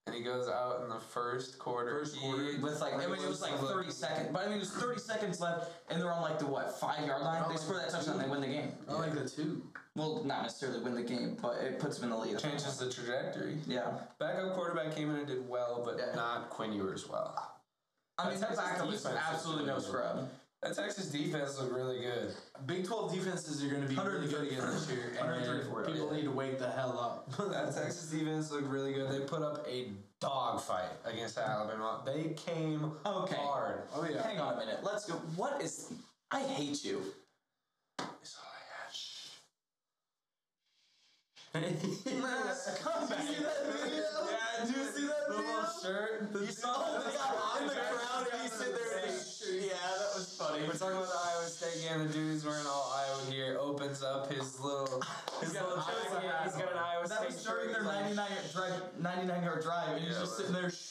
[SPEAKER 1] And he goes out in the first quarter.
[SPEAKER 3] First quarter.
[SPEAKER 1] He-
[SPEAKER 2] with like I mean it was like 30 seconds, but I mean it was 30 seconds left, and they're on like the what five yard line. They score that touchdown, they win the game.
[SPEAKER 3] I like the two.
[SPEAKER 2] Well, not necessarily win the game, but it puts them in the lead.
[SPEAKER 1] changes the trajectory.
[SPEAKER 2] Yeah,
[SPEAKER 1] Backup quarterback came in and did well, but
[SPEAKER 2] Yeah.
[SPEAKER 1] not Quinn Ewers well.
[SPEAKER 2] I mean that
[SPEAKER 1] Texas
[SPEAKER 2] backup is
[SPEAKER 1] defense is
[SPEAKER 2] absolutely no
[SPEAKER 1] really good.
[SPEAKER 2] scrub.
[SPEAKER 1] That Texas defense looked really good.
[SPEAKER 3] Big 12 defenses are going to be really good again this year, and
[SPEAKER 2] 134,
[SPEAKER 3] people need to wake the hell up.
[SPEAKER 1] That Texas defense looked really good. They put up a dog fight against Alabama. They came
[SPEAKER 2] Okay.
[SPEAKER 1] hard.
[SPEAKER 3] Oh yeah.
[SPEAKER 2] Hang on a minute. Let's go. What is? I hate you.
[SPEAKER 1] That's all I had. yeah, dude,
[SPEAKER 2] You see that video? You see that
[SPEAKER 1] the
[SPEAKER 2] video?
[SPEAKER 1] little shirt. The
[SPEAKER 2] You saw oh, they got in the crowd and he's sitting there in his shirt. Yeah, that was funny.
[SPEAKER 1] We're talking about the Iowa State game. The dude's wearing all Iowa gear. Opens up his little, his
[SPEAKER 3] got
[SPEAKER 1] little.
[SPEAKER 3] an Iowa
[SPEAKER 1] jacket.
[SPEAKER 3] hat
[SPEAKER 1] He's got an Iowa
[SPEAKER 2] That
[SPEAKER 1] State
[SPEAKER 2] was
[SPEAKER 1] shirt.
[SPEAKER 2] during their
[SPEAKER 1] He's like,
[SPEAKER 2] 99 yard drive, 99 yard drive, and he's
[SPEAKER 3] Yeah,
[SPEAKER 2] just
[SPEAKER 3] it
[SPEAKER 2] sitting there. Shh.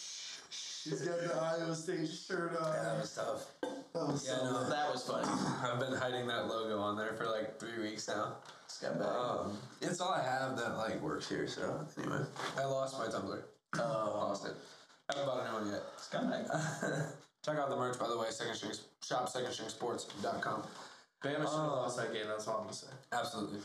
[SPEAKER 3] He's got the Iowa State shirt on.
[SPEAKER 1] Yeah, that was tough.
[SPEAKER 3] That was
[SPEAKER 1] Yeah, no.
[SPEAKER 2] That was funny.
[SPEAKER 1] I've been hiding that logo on there for like three weeks now.
[SPEAKER 2] Scumbag.
[SPEAKER 1] Um, it's all I have that like works here. So anyway, I lost my Tumblr.
[SPEAKER 2] Oh,
[SPEAKER 1] Lost it. Haven't bought a new one yet.
[SPEAKER 2] scumbag.
[SPEAKER 1] Check out the merch by the way. Second string shop secondstringsports.com.
[SPEAKER 3] Bama should have
[SPEAKER 1] Oh.
[SPEAKER 3] lost that game. That's all I'm gonna say.
[SPEAKER 1] Absolutely.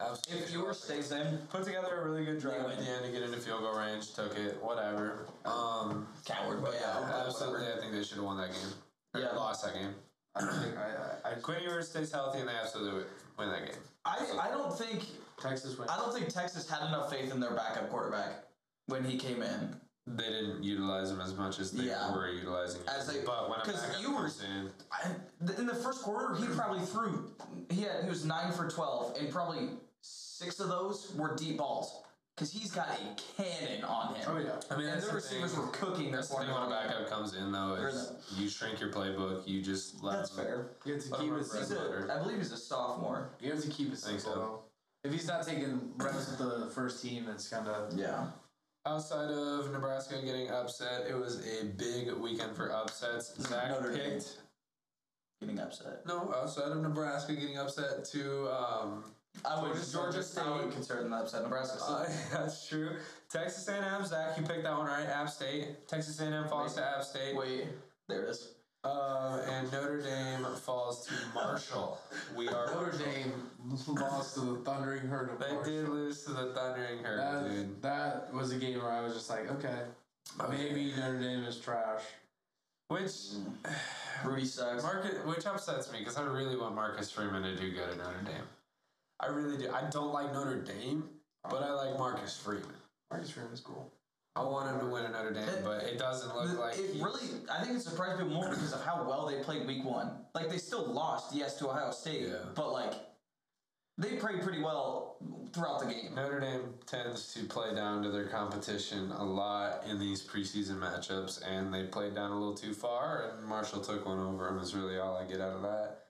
[SPEAKER 1] Absolutely.
[SPEAKER 2] If yours stays in,
[SPEAKER 1] put together a really good drive
[SPEAKER 2] They
[SPEAKER 1] at
[SPEAKER 2] win.
[SPEAKER 1] the end to get into field goal range, took it, whatever. Um,
[SPEAKER 2] coward, but yeah,
[SPEAKER 1] yeah,
[SPEAKER 2] whatever.
[SPEAKER 1] absolutely. I think they should have won that game. Or
[SPEAKER 2] Yeah.
[SPEAKER 1] lost that game.
[SPEAKER 3] I think I, I, I
[SPEAKER 1] Quinn Ewers stays healthy and they absolutely win that game.
[SPEAKER 2] I, I don't think
[SPEAKER 3] Texas went.
[SPEAKER 2] I don't think Texas had enough faith in their backup quarterback when he came in.
[SPEAKER 1] They didn't utilize him as much as they
[SPEAKER 2] Yeah.
[SPEAKER 1] were utilizing him.
[SPEAKER 2] As they-
[SPEAKER 1] but when a
[SPEAKER 2] 'cause
[SPEAKER 1] backup
[SPEAKER 2] Ewers-
[SPEAKER 1] comes in,
[SPEAKER 2] I, th- in the first quarter, he probably threw. He had he was nine for twelve, and probably six of those were deep balls because he's got a cannon on him.
[SPEAKER 3] Oh yeah.
[SPEAKER 1] I mean,
[SPEAKER 2] And
[SPEAKER 1] that's
[SPEAKER 2] the
[SPEAKER 1] the
[SPEAKER 2] receivers
[SPEAKER 1] thing.
[SPEAKER 2] were cooking their
[SPEAKER 1] That's the thing when a
[SPEAKER 2] quarterback.
[SPEAKER 1] backup comes in, though, is
[SPEAKER 2] Or
[SPEAKER 1] you shrink your playbook. You just let
[SPEAKER 2] That's
[SPEAKER 1] them-
[SPEAKER 2] fair.
[SPEAKER 3] You have to
[SPEAKER 1] Let
[SPEAKER 3] keep
[SPEAKER 1] him
[SPEAKER 3] it.
[SPEAKER 1] run
[SPEAKER 2] He's
[SPEAKER 1] Bread
[SPEAKER 2] a,
[SPEAKER 1] butter.
[SPEAKER 2] I believe he's a sophomore.
[SPEAKER 3] You have to keep it
[SPEAKER 1] Think
[SPEAKER 3] simple.
[SPEAKER 1] so.
[SPEAKER 3] though. If he's not taking reps with the first team, it's kind of
[SPEAKER 2] Yeah.
[SPEAKER 1] Outside of Nebraska getting upset, it was a big weekend for upsets. Zach
[SPEAKER 2] Mm, Notre Dame.
[SPEAKER 1] picked.
[SPEAKER 2] Getting upset.
[SPEAKER 1] No, outside of Nebraska getting upset to um,
[SPEAKER 2] I would
[SPEAKER 1] Georgia- Georgia
[SPEAKER 2] Georgia
[SPEAKER 1] State.
[SPEAKER 2] State. I would consider them upset. Nebraska. State.
[SPEAKER 1] Uh, that's true. Texas A&M, Zach, you picked that one right. App State. Texas A&M falls to App State.
[SPEAKER 2] Wait, there it is.
[SPEAKER 1] Uh, and Notre Dame falls to Marshall. We are.
[SPEAKER 3] Notre Dame lost to the Thundering Herd of
[SPEAKER 1] They did lose to the Thundering Herd, dude.
[SPEAKER 3] That, that was a game where I was just like, okay, maybe Notre Dame is trash.
[SPEAKER 1] Which
[SPEAKER 2] Rudy sucks.
[SPEAKER 1] Marcus, which upsets me because I really want Marcus Freeman to do good at Notre Dame. I really do. I don't like Notre Dame, but I like Marcus Freeman.
[SPEAKER 3] Marcus Freeman is cool.
[SPEAKER 1] I want him to win at Notre Dame, but it doesn't look like
[SPEAKER 2] it
[SPEAKER 1] he-
[SPEAKER 2] really, I think it surprised people more because of how well they played Week One. Like they still lost, yes, to Ohio State,
[SPEAKER 1] Yeah.
[SPEAKER 2] but like they played pretty well throughout the game.
[SPEAKER 1] Notre Dame tends to play down to their competition a lot in these preseason matchups, and they played down a little too far, and Marshall took one over him. Is really all I get out of that.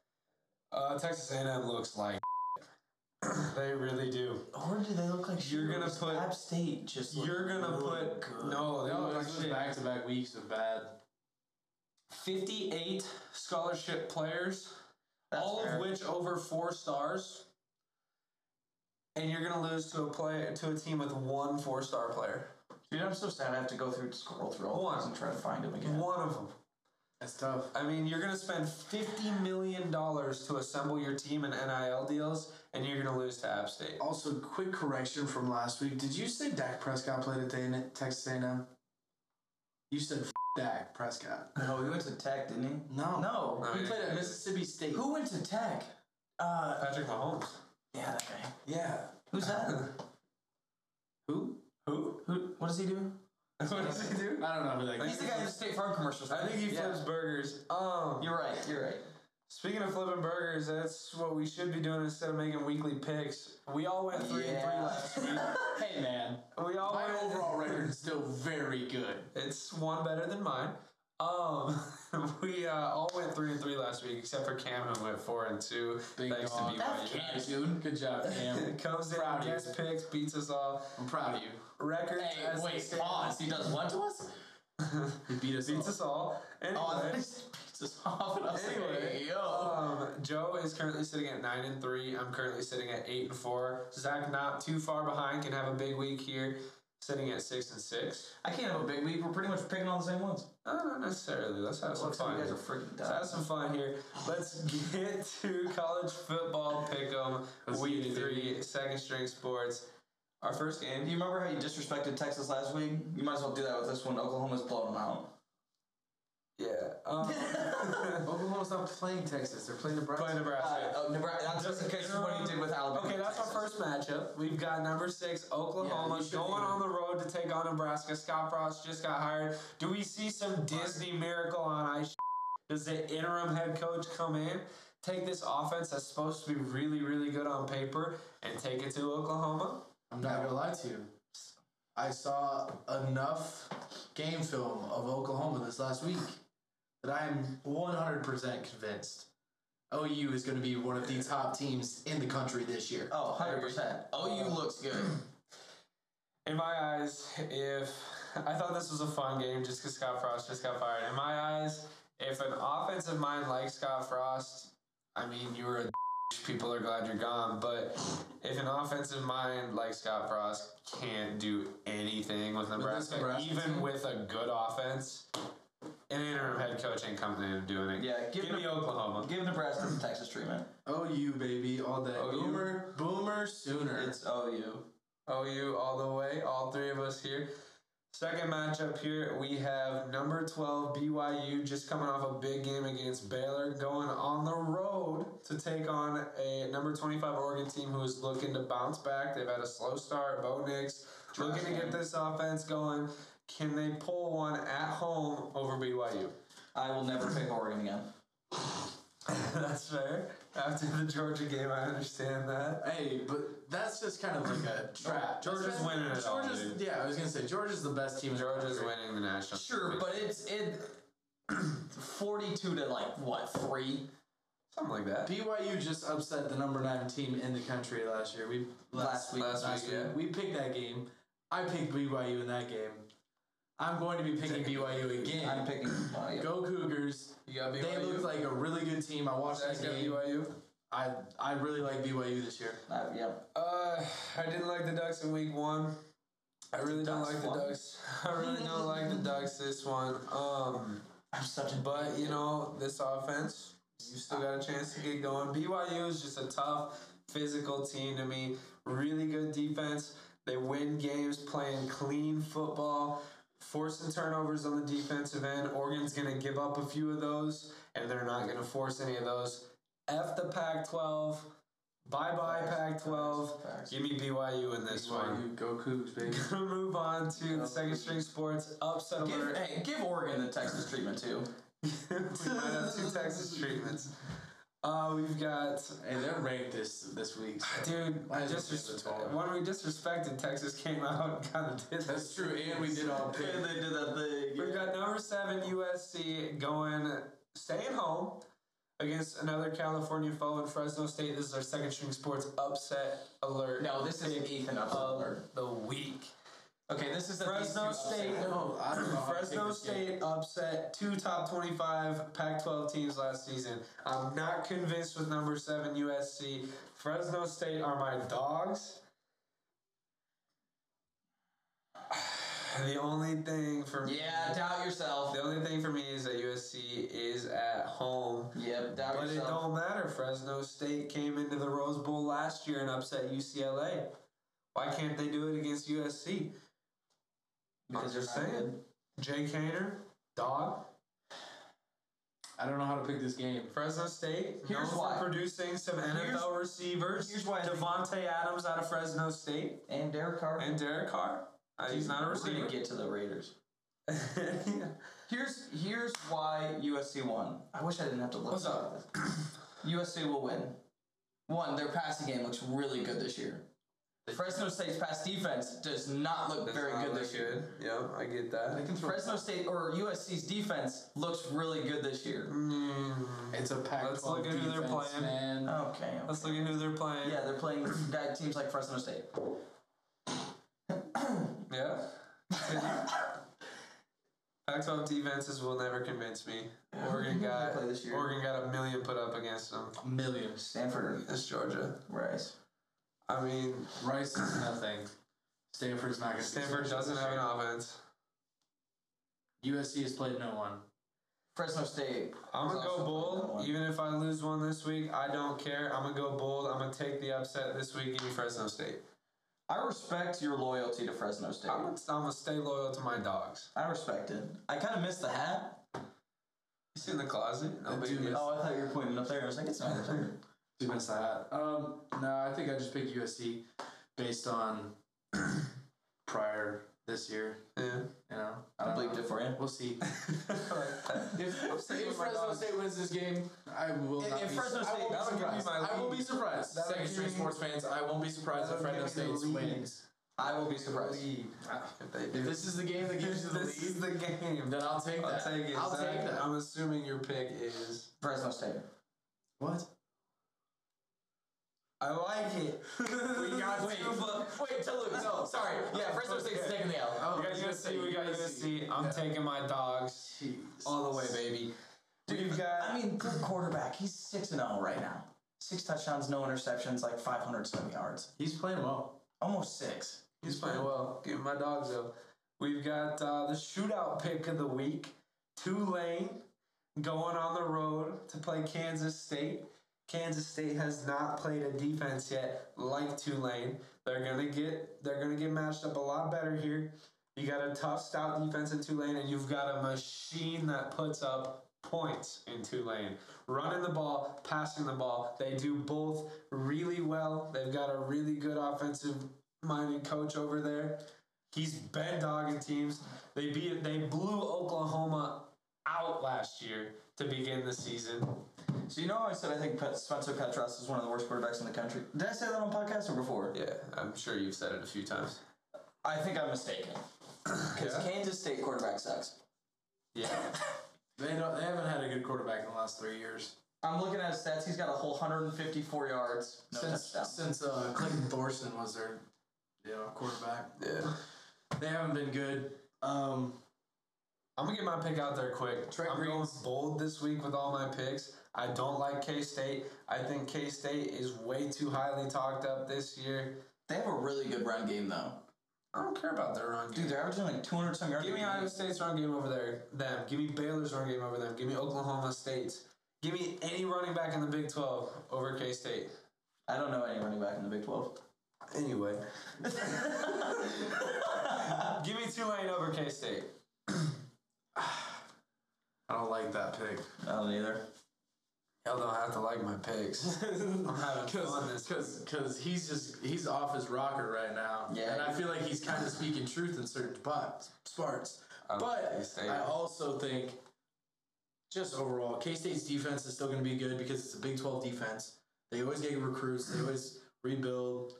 [SPEAKER 1] Uh, Texas A&M looks like they really do.
[SPEAKER 2] Or do they look like
[SPEAKER 1] You're gonna
[SPEAKER 2] shooters?
[SPEAKER 1] put-
[SPEAKER 2] App State just? looked
[SPEAKER 1] You're gonna
[SPEAKER 2] really
[SPEAKER 1] put
[SPEAKER 2] good.
[SPEAKER 1] no, they
[SPEAKER 3] No,
[SPEAKER 1] Oh, look
[SPEAKER 3] Oh, it
[SPEAKER 1] like
[SPEAKER 3] was
[SPEAKER 1] shit.
[SPEAKER 3] back to back weeks of bad.
[SPEAKER 1] 58 scholarship players,
[SPEAKER 2] That's
[SPEAKER 1] all
[SPEAKER 2] fair.
[SPEAKER 1] of which over four stars. And you're gonna lose to a play to a team with one four star player.
[SPEAKER 2] Dude, I'm so sad. I have to go through scroll through all
[SPEAKER 1] One.
[SPEAKER 2] these and try to find him again.
[SPEAKER 1] One of them.
[SPEAKER 3] That's tough.
[SPEAKER 1] I mean, you're gonna spend fifty million dollars to assemble your team in NIL deals, and you're gonna lose to App State.
[SPEAKER 3] Also, quick correction from last week. Did you say Dak Prescott played at A&M Texas A&M? You said F- Dak Prescott.
[SPEAKER 2] No, he went to Tech, didn't he?
[SPEAKER 3] No.
[SPEAKER 2] No.
[SPEAKER 1] No,
[SPEAKER 3] He
[SPEAKER 1] he
[SPEAKER 3] played at
[SPEAKER 1] didn't.
[SPEAKER 3] Mississippi State.
[SPEAKER 2] Who went to Tech? Uh,
[SPEAKER 1] Patrick Mahomes.
[SPEAKER 2] yeah, that guy.
[SPEAKER 3] Yeah.
[SPEAKER 2] Who's that?
[SPEAKER 3] Who?
[SPEAKER 1] Who?
[SPEAKER 2] Who? What does he do?
[SPEAKER 1] what does he do?
[SPEAKER 3] I don't know who that
[SPEAKER 2] He's the guy who State Farm commercials.
[SPEAKER 1] I think he
[SPEAKER 3] Yeah.
[SPEAKER 1] flips burgers. Um,
[SPEAKER 2] You're right. You're right.
[SPEAKER 1] Speaking of flipping burgers, that's what we should be doing instead of making weekly picks. We all went three and three
[SPEAKER 2] Yeah.
[SPEAKER 1] last week.
[SPEAKER 3] Hey man,
[SPEAKER 1] We all
[SPEAKER 3] my
[SPEAKER 1] went,
[SPEAKER 3] overall record is still very good.
[SPEAKER 1] It's one better than mine. Um, we uh, all went three and three last week, except for Cam who went four and two.
[SPEAKER 3] Big
[SPEAKER 1] thanks
[SPEAKER 3] dog.
[SPEAKER 1] to
[SPEAKER 2] That's
[SPEAKER 1] BYU.
[SPEAKER 2] Cam, dude.
[SPEAKER 3] Good job, Cam.
[SPEAKER 1] Comes in,
[SPEAKER 3] Proud of you.
[SPEAKER 1] gets picks, beats us all.
[SPEAKER 3] I'm proud of you.
[SPEAKER 1] Record.
[SPEAKER 2] Hey,
[SPEAKER 1] as they
[SPEAKER 2] wait,
[SPEAKER 1] stand.
[SPEAKER 2] pause. He does what to us?
[SPEAKER 3] He beat us.
[SPEAKER 1] Beats
[SPEAKER 3] up.
[SPEAKER 1] us all. Anyway,
[SPEAKER 2] Oh, I thought he just beats us off, and I was like,
[SPEAKER 1] Anyway,
[SPEAKER 2] hey, yo.
[SPEAKER 1] um, Joe is currently sitting at nine and three. I'm currently sitting at eight and four. Zach, not too far behind, can have a big week here, sitting at six and six.
[SPEAKER 2] I can't have a big week. We're pretty much picking all the same ones.
[SPEAKER 1] Uh, not necessarily. Let's have some
[SPEAKER 2] Looks like
[SPEAKER 1] fun.
[SPEAKER 2] you guys are
[SPEAKER 1] here.
[SPEAKER 2] freaking
[SPEAKER 1] Let's have
[SPEAKER 2] dumb.
[SPEAKER 1] some fun here. Let's get to college football pick'em
[SPEAKER 3] Let's get
[SPEAKER 1] week
[SPEAKER 3] it,
[SPEAKER 1] three,
[SPEAKER 3] baby.
[SPEAKER 1] second string sports. Our first
[SPEAKER 2] Do
[SPEAKER 1] game.
[SPEAKER 2] you remember how you disrespected Texas last week? You might as well do that with this one. Oklahoma's blowing them out.
[SPEAKER 1] Yeah. Um,
[SPEAKER 3] Oklahoma's not playing Texas. They're playing
[SPEAKER 1] by
[SPEAKER 3] Nebraska.
[SPEAKER 1] Nebraska.
[SPEAKER 2] Uh, oh, Nebraska. That's
[SPEAKER 1] Just-
[SPEAKER 2] just because of what he did with Alabama.
[SPEAKER 1] Okay, that's our first matchup. We've got number six, Oklahoma,
[SPEAKER 3] Yeah, you should
[SPEAKER 1] going
[SPEAKER 3] be-
[SPEAKER 1] on the road to take on Nebraska. Scott Frost just got hired. Do we see some Disney miracle on ice? Does the interim head coach come in? take this offense that's supposed to be really, really good on paper and take it to Oklahoma?
[SPEAKER 3] I'm not gonna lie to you. I saw enough game film of Oklahoma this last week that I am 100% convinced OU is going to be one of the top teams in the country this year.
[SPEAKER 2] Oh, 100%. OU looks good.
[SPEAKER 1] In my eyes, if I thought this was a fun game just because Scott Frost just got fired, in my eyes, if an offensive mind like Scott Frost, I mean, you were a people are glad you're gone, but if an offensive mind like Scott Frost can't do anything with Nebraska,
[SPEAKER 3] Nebraska
[SPEAKER 1] even
[SPEAKER 3] team?
[SPEAKER 1] with a good offense, an interim head coach ain't coming in and doing it.
[SPEAKER 2] Yeah, give
[SPEAKER 1] give, me Oklahoma.
[SPEAKER 2] Give Nebraska some Texas treatment.
[SPEAKER 3] OU, baby, all day.
[SPEAKER 1] OU?
[SPEAKER 3] Boomer, boomer sooner.
[SPEAKER 2] It's OU.
[SPEAKER 1] OU all the way, all three of us here. Second matchup here, we have number 12 BYU just coming off a big game against Baylor, going on the road to take on a number 25 Oregon team who is looking to bounce back. They've had a slow start, Bo Nix, looking to get this offense going. Can they pull one at home over BYU?
[SPEAKER 2] I will never pick Oregon again.
[SPEAKER 1] That's fair. After the Georgia game, I understand that.
[SPEAKER 3] hey, but that's just kind of like a trap.
[SPEAKER 1] Georgia's
[SPEAKER 3] That's-
[SPEAKER 1] winning it all,
[SPEAKER 3] Georgia's,
[SPEAKER 1] dude.
[SPEAKER 3] Yeah, I was going to say, Georgia's the best team in the
[SPEAKER 1] Georgia's
[SPEAKER 3] country.
[SPEAKER 1] winning the national.
[SPEAKER 2] Sure, but it's it 42 to like what, 3?
[SPEAKER 1] something like that.
[SPEAKER 3] BYU just upset the number nine team in the country last year. We
[SPEAKER 2] Last week.
[SPEAKER 1] Last
[SPEAKER 3] last
[SPEAKER 1] week,
[SPEAKER 3] week.
[SPEAKER 1] yeah.
[SPEAKER 3] We picked that game. I picked BYU in that game. I'm going to be picking BYU again.
[SPEAKER 2] I'm picking uh, BYU.
[SPEAKER 3] Go Cougars.
[SPEAKER 1] You got BYU.
[SPEAKER 3] They looked like a really good team. I watched that
[SPEAKER 1] Zach's got
[SPEAKER 3] game.
[SPEAKER 1] BYU.
[SPEAKER 3] I I really like BYU this year.
[SPEAKER 2] Uh, yeah.
[SPEAKER 1] Uh, I didn't like the Ducks in week one. I really don't
[SPEAKER 2] Ducks
[SPEAKER 1] like the
[SPEAKER 2] won.
[SPEAKER 1] Ducks. I really don't like the Ducks this one. Um,
[SPEAKER 2] I'm such a
[SPEAKER 1] but you know this offense, you still got a chance to get going. BYU is just a tough, physical team to me. Really good defense. They win games playing clean football, forcing turnovers on the defensive end. Oregon's gonna give up a few of those, and they're not gonna force any of those. F the Pac-12. Bye bye Pac-12.
[SPEAKER 2] Facts.
[SPEAKER 1] Give me BYU in this one.
[SPEAKER 3] Go Cougs, baby.
[SPEAKER 1] Gonna move on to the second string sports upset
[SPEAKER 2] Give,
[SPEAKER 1] alert.
[SPEAKER 2] hey, give Oregon the Texas treatment too.
[SPEAKER 1] we might have two Texas treatments. Uh, we've got
[SPEAKER 3] hey, they're ranked this this week. so-
[SPEAKER 1] dude.
[SPEAKER 3] Might as well give it
[SPEAKER 1] Disres-
[SPEAKER 3] to all.
[SPEAKER 1] when we disrespected Texas, came out and kind of did that.
[SPEAKER 3] That's true, and we did all pick.
[SPEAKER 2] they did that thing.
[SPEAKER 1] We've got number seven USC going, staying home against another California foe in Fresno State. This is our second string sports upset alert.
[SPEAKER 2] No, oh, this is
[SPEAKER 1] pick
[SPEAKER 2] Ethan up.
[SPEAKER 1] of the week.
[SPEAKER 2] Okay, this is the
[SPEAKER 1] Fresno
[SPEAKER 2] these two upset.
[SPEAKER 1] State.
[SPEAKER 3] No, I don't know how to
[SPEAKER 1] Fresno
[SPEAKER 3] pick this game.
[SPEAKER 1] State upset two top 25 Pac 12 teams last season. I'm not convinced with number seven USC. Fresno State are my dogs. The only thing for me,
[SPEAKER 2] Yeah, doubt yourself.
[SPEAKER 1] the only thing for me is that USC is at home.
[SPEAKER 2] Yep, doubt
[SPEAKER 1] But it
[SPEAKER 2] yourself.
[SPEAKER 1] don't matter. Fresno State came into the Rose Bowl last year and upset UCLA. Why can't they do it against USC?
[SPEAKER 2] Because
[SPEAKER 1] I'm just
[SPEAKER 2] you're not
[SPEAKER 1] saying. Jake Hayner, dog.
[SPEAKER 3] I don't know how to pick this game.
[SPEAKER 1] Fresno State,
[SPEAKER 2] Here's
[SPEAKER 1] known for
[SPEAKER 2] why.
[SPEAKER 1] producing some NFL receivers.
[SPEAKER 2] here's why I think-
[SPEAKER 1] Devontae Adams out of Fresno State
[SPEAKER 2] And Derek Carr.
[SPEAKER 1] and Derek Carr. Uh, he's not a
[SPEAKER 2] We're
[SPEAKER 1] receiver.
[SPEAKER 2] gonna get to the Raiders.
[SPEAKER 1] yeah.
[SPEAKER 2] Here's here's why USC won. I wish I didn't have to look
[SPEAKER 1] What's
[SPEAKER 2] at
[SPEAKER 1] up?
[SPEAKER 2] this. USC will win. One, their passing game looks really good this year. Fresno State's pass defense does not look
[SPEAKER 1] Does
[SPEAKER 2] very
[SPEAKER 1] not
[SPEAKER 2] good
[SPEAKER 1] look
[SPEAKER 2] this year.
[SPEAKER 1] Yeah, I get that.
[SPEAKER 2] Fresno State or USC's defense looks really good this year.
[SPEAKER 1] Mm,
[SPEAKER 3] It's a pack.
[SPEAKER 1] Let's look at who they're playing.
[SPEAKER 3] Man.
[SPEAKER 2] Okay.
[SPEAKER 1] let's look at who they're playing.
[SPEAKER 2] Yeah, they're playing guy teams like Fresno State.
[SPEAKER 1] Yeah. Pac-12 defenses will never convince me. Oregon
[SPEAKER 2] Who do they
[SPEAKER 1] got
[SPEAKER 2] play this year?
[SPEAKER 1] Oregon got a million put up against them.
[SPEAKER 3] Millions.
[SPEAKER 2] Stanford
[SPEAKER 1] It's Georgia.
[SPEAKER 2] Rice.
[SPEAKER 1] I mean,
[SPEAKER 3] Rice is nothing. Stanford's not going to.
[SPEAKER 1] Stanford doesn't have an offense.
[SPEAKER 3] USC has played no one.
[SPEAKER 2] Fresno State.
[SPEAKER 1] I'm
[SPEAKER 2] is
[SPEAKER 1] gonna go
[SPEAKER 2] also playing that
[SPEAKER 1] bold.
[SPEAKER 2] one.
[SPEAKER 1] Even if I lose one this week, I don't care. I'm gonna go bold. I'm gonna take the upset this week. Give me Fresno State.
[SPEAKER 2] I respect your loyalty to Fresno State.
[SPEAKER 1] I'm gonna, I'm gonna stay loyal to my dogs.
[SPEAKER 2] I respect it. I kind of missed the hat.
[SPEAKER 1] He's in the closet. No
[SPEAKER 3] I
[SPEAKER 1] big
[SPEAKER 3] do
[SPEAKER 1] deal.
[SPEAKER 3] miss-
[SPEAKER 2] Oh, I thought you were pointing up there. I was like, it's not up there.
[SPEAKER 3] Two minutes that. Um, no, I think I just picked USC based on prior this year.
[SPEAKER 1] Yeah.
[SPEAKER 3] You know, I
[SPEAKER 2] I
[SPEAKER 3] don't
[SPEAKER 2] believed
[SPEAKER 3] know.
[SPEAKER 2] it for you.
[SPEAKER 3] We'll see.
[SPEAKER 1] if,
[SPEAKER 3] If Fresno State wins this game, I will
[SPEAKER 2] If-
[SPEAKER 3] not
[SPEAKER 2] if
[SPEAKER 3] be
[SPEAKER 2] Fresno
[SPEAKER 3] surprised.
[SPEAKER 2] State-
[SPEAKER 3] I
[SPEAKER 1] that'll
[SPEAKER 3] will be
[SPEAKER 1] give me
[SPEAKER 3] surprised.
[SPEAKER 1] my
[SPEAKER 3] I will
[SPEAKER 1] lead.
[SPEAKER 3] be surprised.
[SPEAKER 1] That'll
[SPEAKER 3] Second
[SPEAKER 1] give
[SPEAKER 3] string
[SPEAKER 1] me-
[SPEAKER 3] sports fans, I won't be surprised if
[SPEAKER 1] that'll give me
[SPEAKER 3] Fresno
[SPEAKER 1] the
[SPEAKER 3] State's
[SPEAKER 1] lead.
[SPEAKER 3] wins.
[SPEAKER 2] I will be surprised.
[SPEAKER 1] they
[SPEAKER 3] If this is the game that gives you the
[SPEAKER 1] this is
[SPEAKER 3] lead,
[SPEAKER 1] the game.
[SPEAKER 3] then I'll take
[SPEAKER 1] I'll
[SPEAKER 3] that.
[SPEAKER 1] take it.
[SPEAKER 3] I'll
[SPEAKER 1] Zach.
[SPEAKER 3] take that.
[SPEAKER 1] I'm assuming your pick is.
[SPEAKER 2] Fresno State.
[SPEAKER 3] What?
[SPEAKER 1] I like it. we got
[SPEAKER 2] Wait,
[SPEAKER 1] two, but
[SPEAKER 2] wait, to lose. No, sorry. Yeah, Fresno State's
[SPEAKER 1] Okay.
[SPEAKER 2] taking the L.
[SPEAKER 3] Oh,
[SPEAKER 1] we got USC. We got USC. I'm
[SPEAKER 3] Yeah.
[SPEAKER 1] taking my dogs
[SPEAKER 3] Jeez.
[SPEAKER 1] all the way, baby.
[SPEAKER 2] Dude,
[SPEAKER 1] We've got.
[SPEAKER 2] I mean, good quarterback. He's six and zero right now. Six touchdowns, no interceptions, like 570 yards,
[SPEAKER 3] He's playing well.
[SPEAKER 2] almost six.
[SPEAKER 1] He's playing well. Give him my dogs though. We've got uh, the shootout pick of the week. Tulane going on the road to play Kansas State. Kansas State has not played a defense yet, like Tulane. They're gonna get they're gonna get matched up a lot better here. You got a tough, stout defense in Tulane, and you've got a machine that puts up points in Tulane. Running the ball, passing the ball, they do both really well. They've got a really good offensive-minded coach over there. He's been dogging teams. They beat they blew Oklahoma out last year to begin the season.
[SPEAKER 2] So you know how I said I think Pet- Spencer Petras is one of the worst quarterbacks in the country. Did I say that on podcast or before?
[SPEAKER 1] Yeah, I'm sure you've said it a few times.
[SPEAKER 2] I think I'm mistaken. Because
[SPEAKER 1] Yeah?
[SPEAKER 2] Kansas State quarterback sucks.
[SPEAKER 1] Yeah.
[SPEAKER 3] They don't. They haven't had a good quarterback in the last three years
[SPEAKER 2] I'm looking at his stats. He's got a whole 154 yards, no
[SPEAKER 3] since
[SPEAKER 2] touchdowns.
[SPEAKER 3] since uh, Clayton Thorson was their you know quarterback.
[SPEAKER 1] yeah.
[SPEAKER 3] They haven't been good. Um,
[SPEAKER 1] I'm gonna get my pick out there quick.
[SPEAKER 3] Trent
[SPEAKER 1] I'm
[SPEAKER 3] Green's-
[SPEAKER 1] going bold this week with all my picks. I don't like K State. I think K State is way too highly talked up this year.
[SPEAKER 2] They have a really good run game though.
[SPEAKER 1] I don't care about their run game.
[SPEAKER 2] Dude, they're averaging like 200 some yards.
[SPEAKER 1] Give me Iowa State's run game over there, them. Give me Baylor's run game over them. Give me Oklahoma State's. Give me any running back in the Big 12 over K State.
[SPEAKER 2] I don't know any running back in the Big 12.
[SPEAKER 1] Anyway, give me Tulane over K State.
[SPEAKER 3] I don't like that pick.
[SPEAKER 2] I don't either.
[SPEAKER 1] Y'all don't have to like my picks. I'm having fun this
[SPEAKER 3] Because he's just he's off his rocker right now.
[SPEAKER 2] Yeah.
[SPEAKER 3] And I feel like he's kind of speaking truth in certain spots. Parts.
[SPEAKER 1] I like
[SPEAKER 3] But
[SPEAKER 1] K-State.
[SPEAKER 3] I also think just overall, K State's defense is still going to be good because it's a Big 12 defense. They always get recruits, they always rebuild.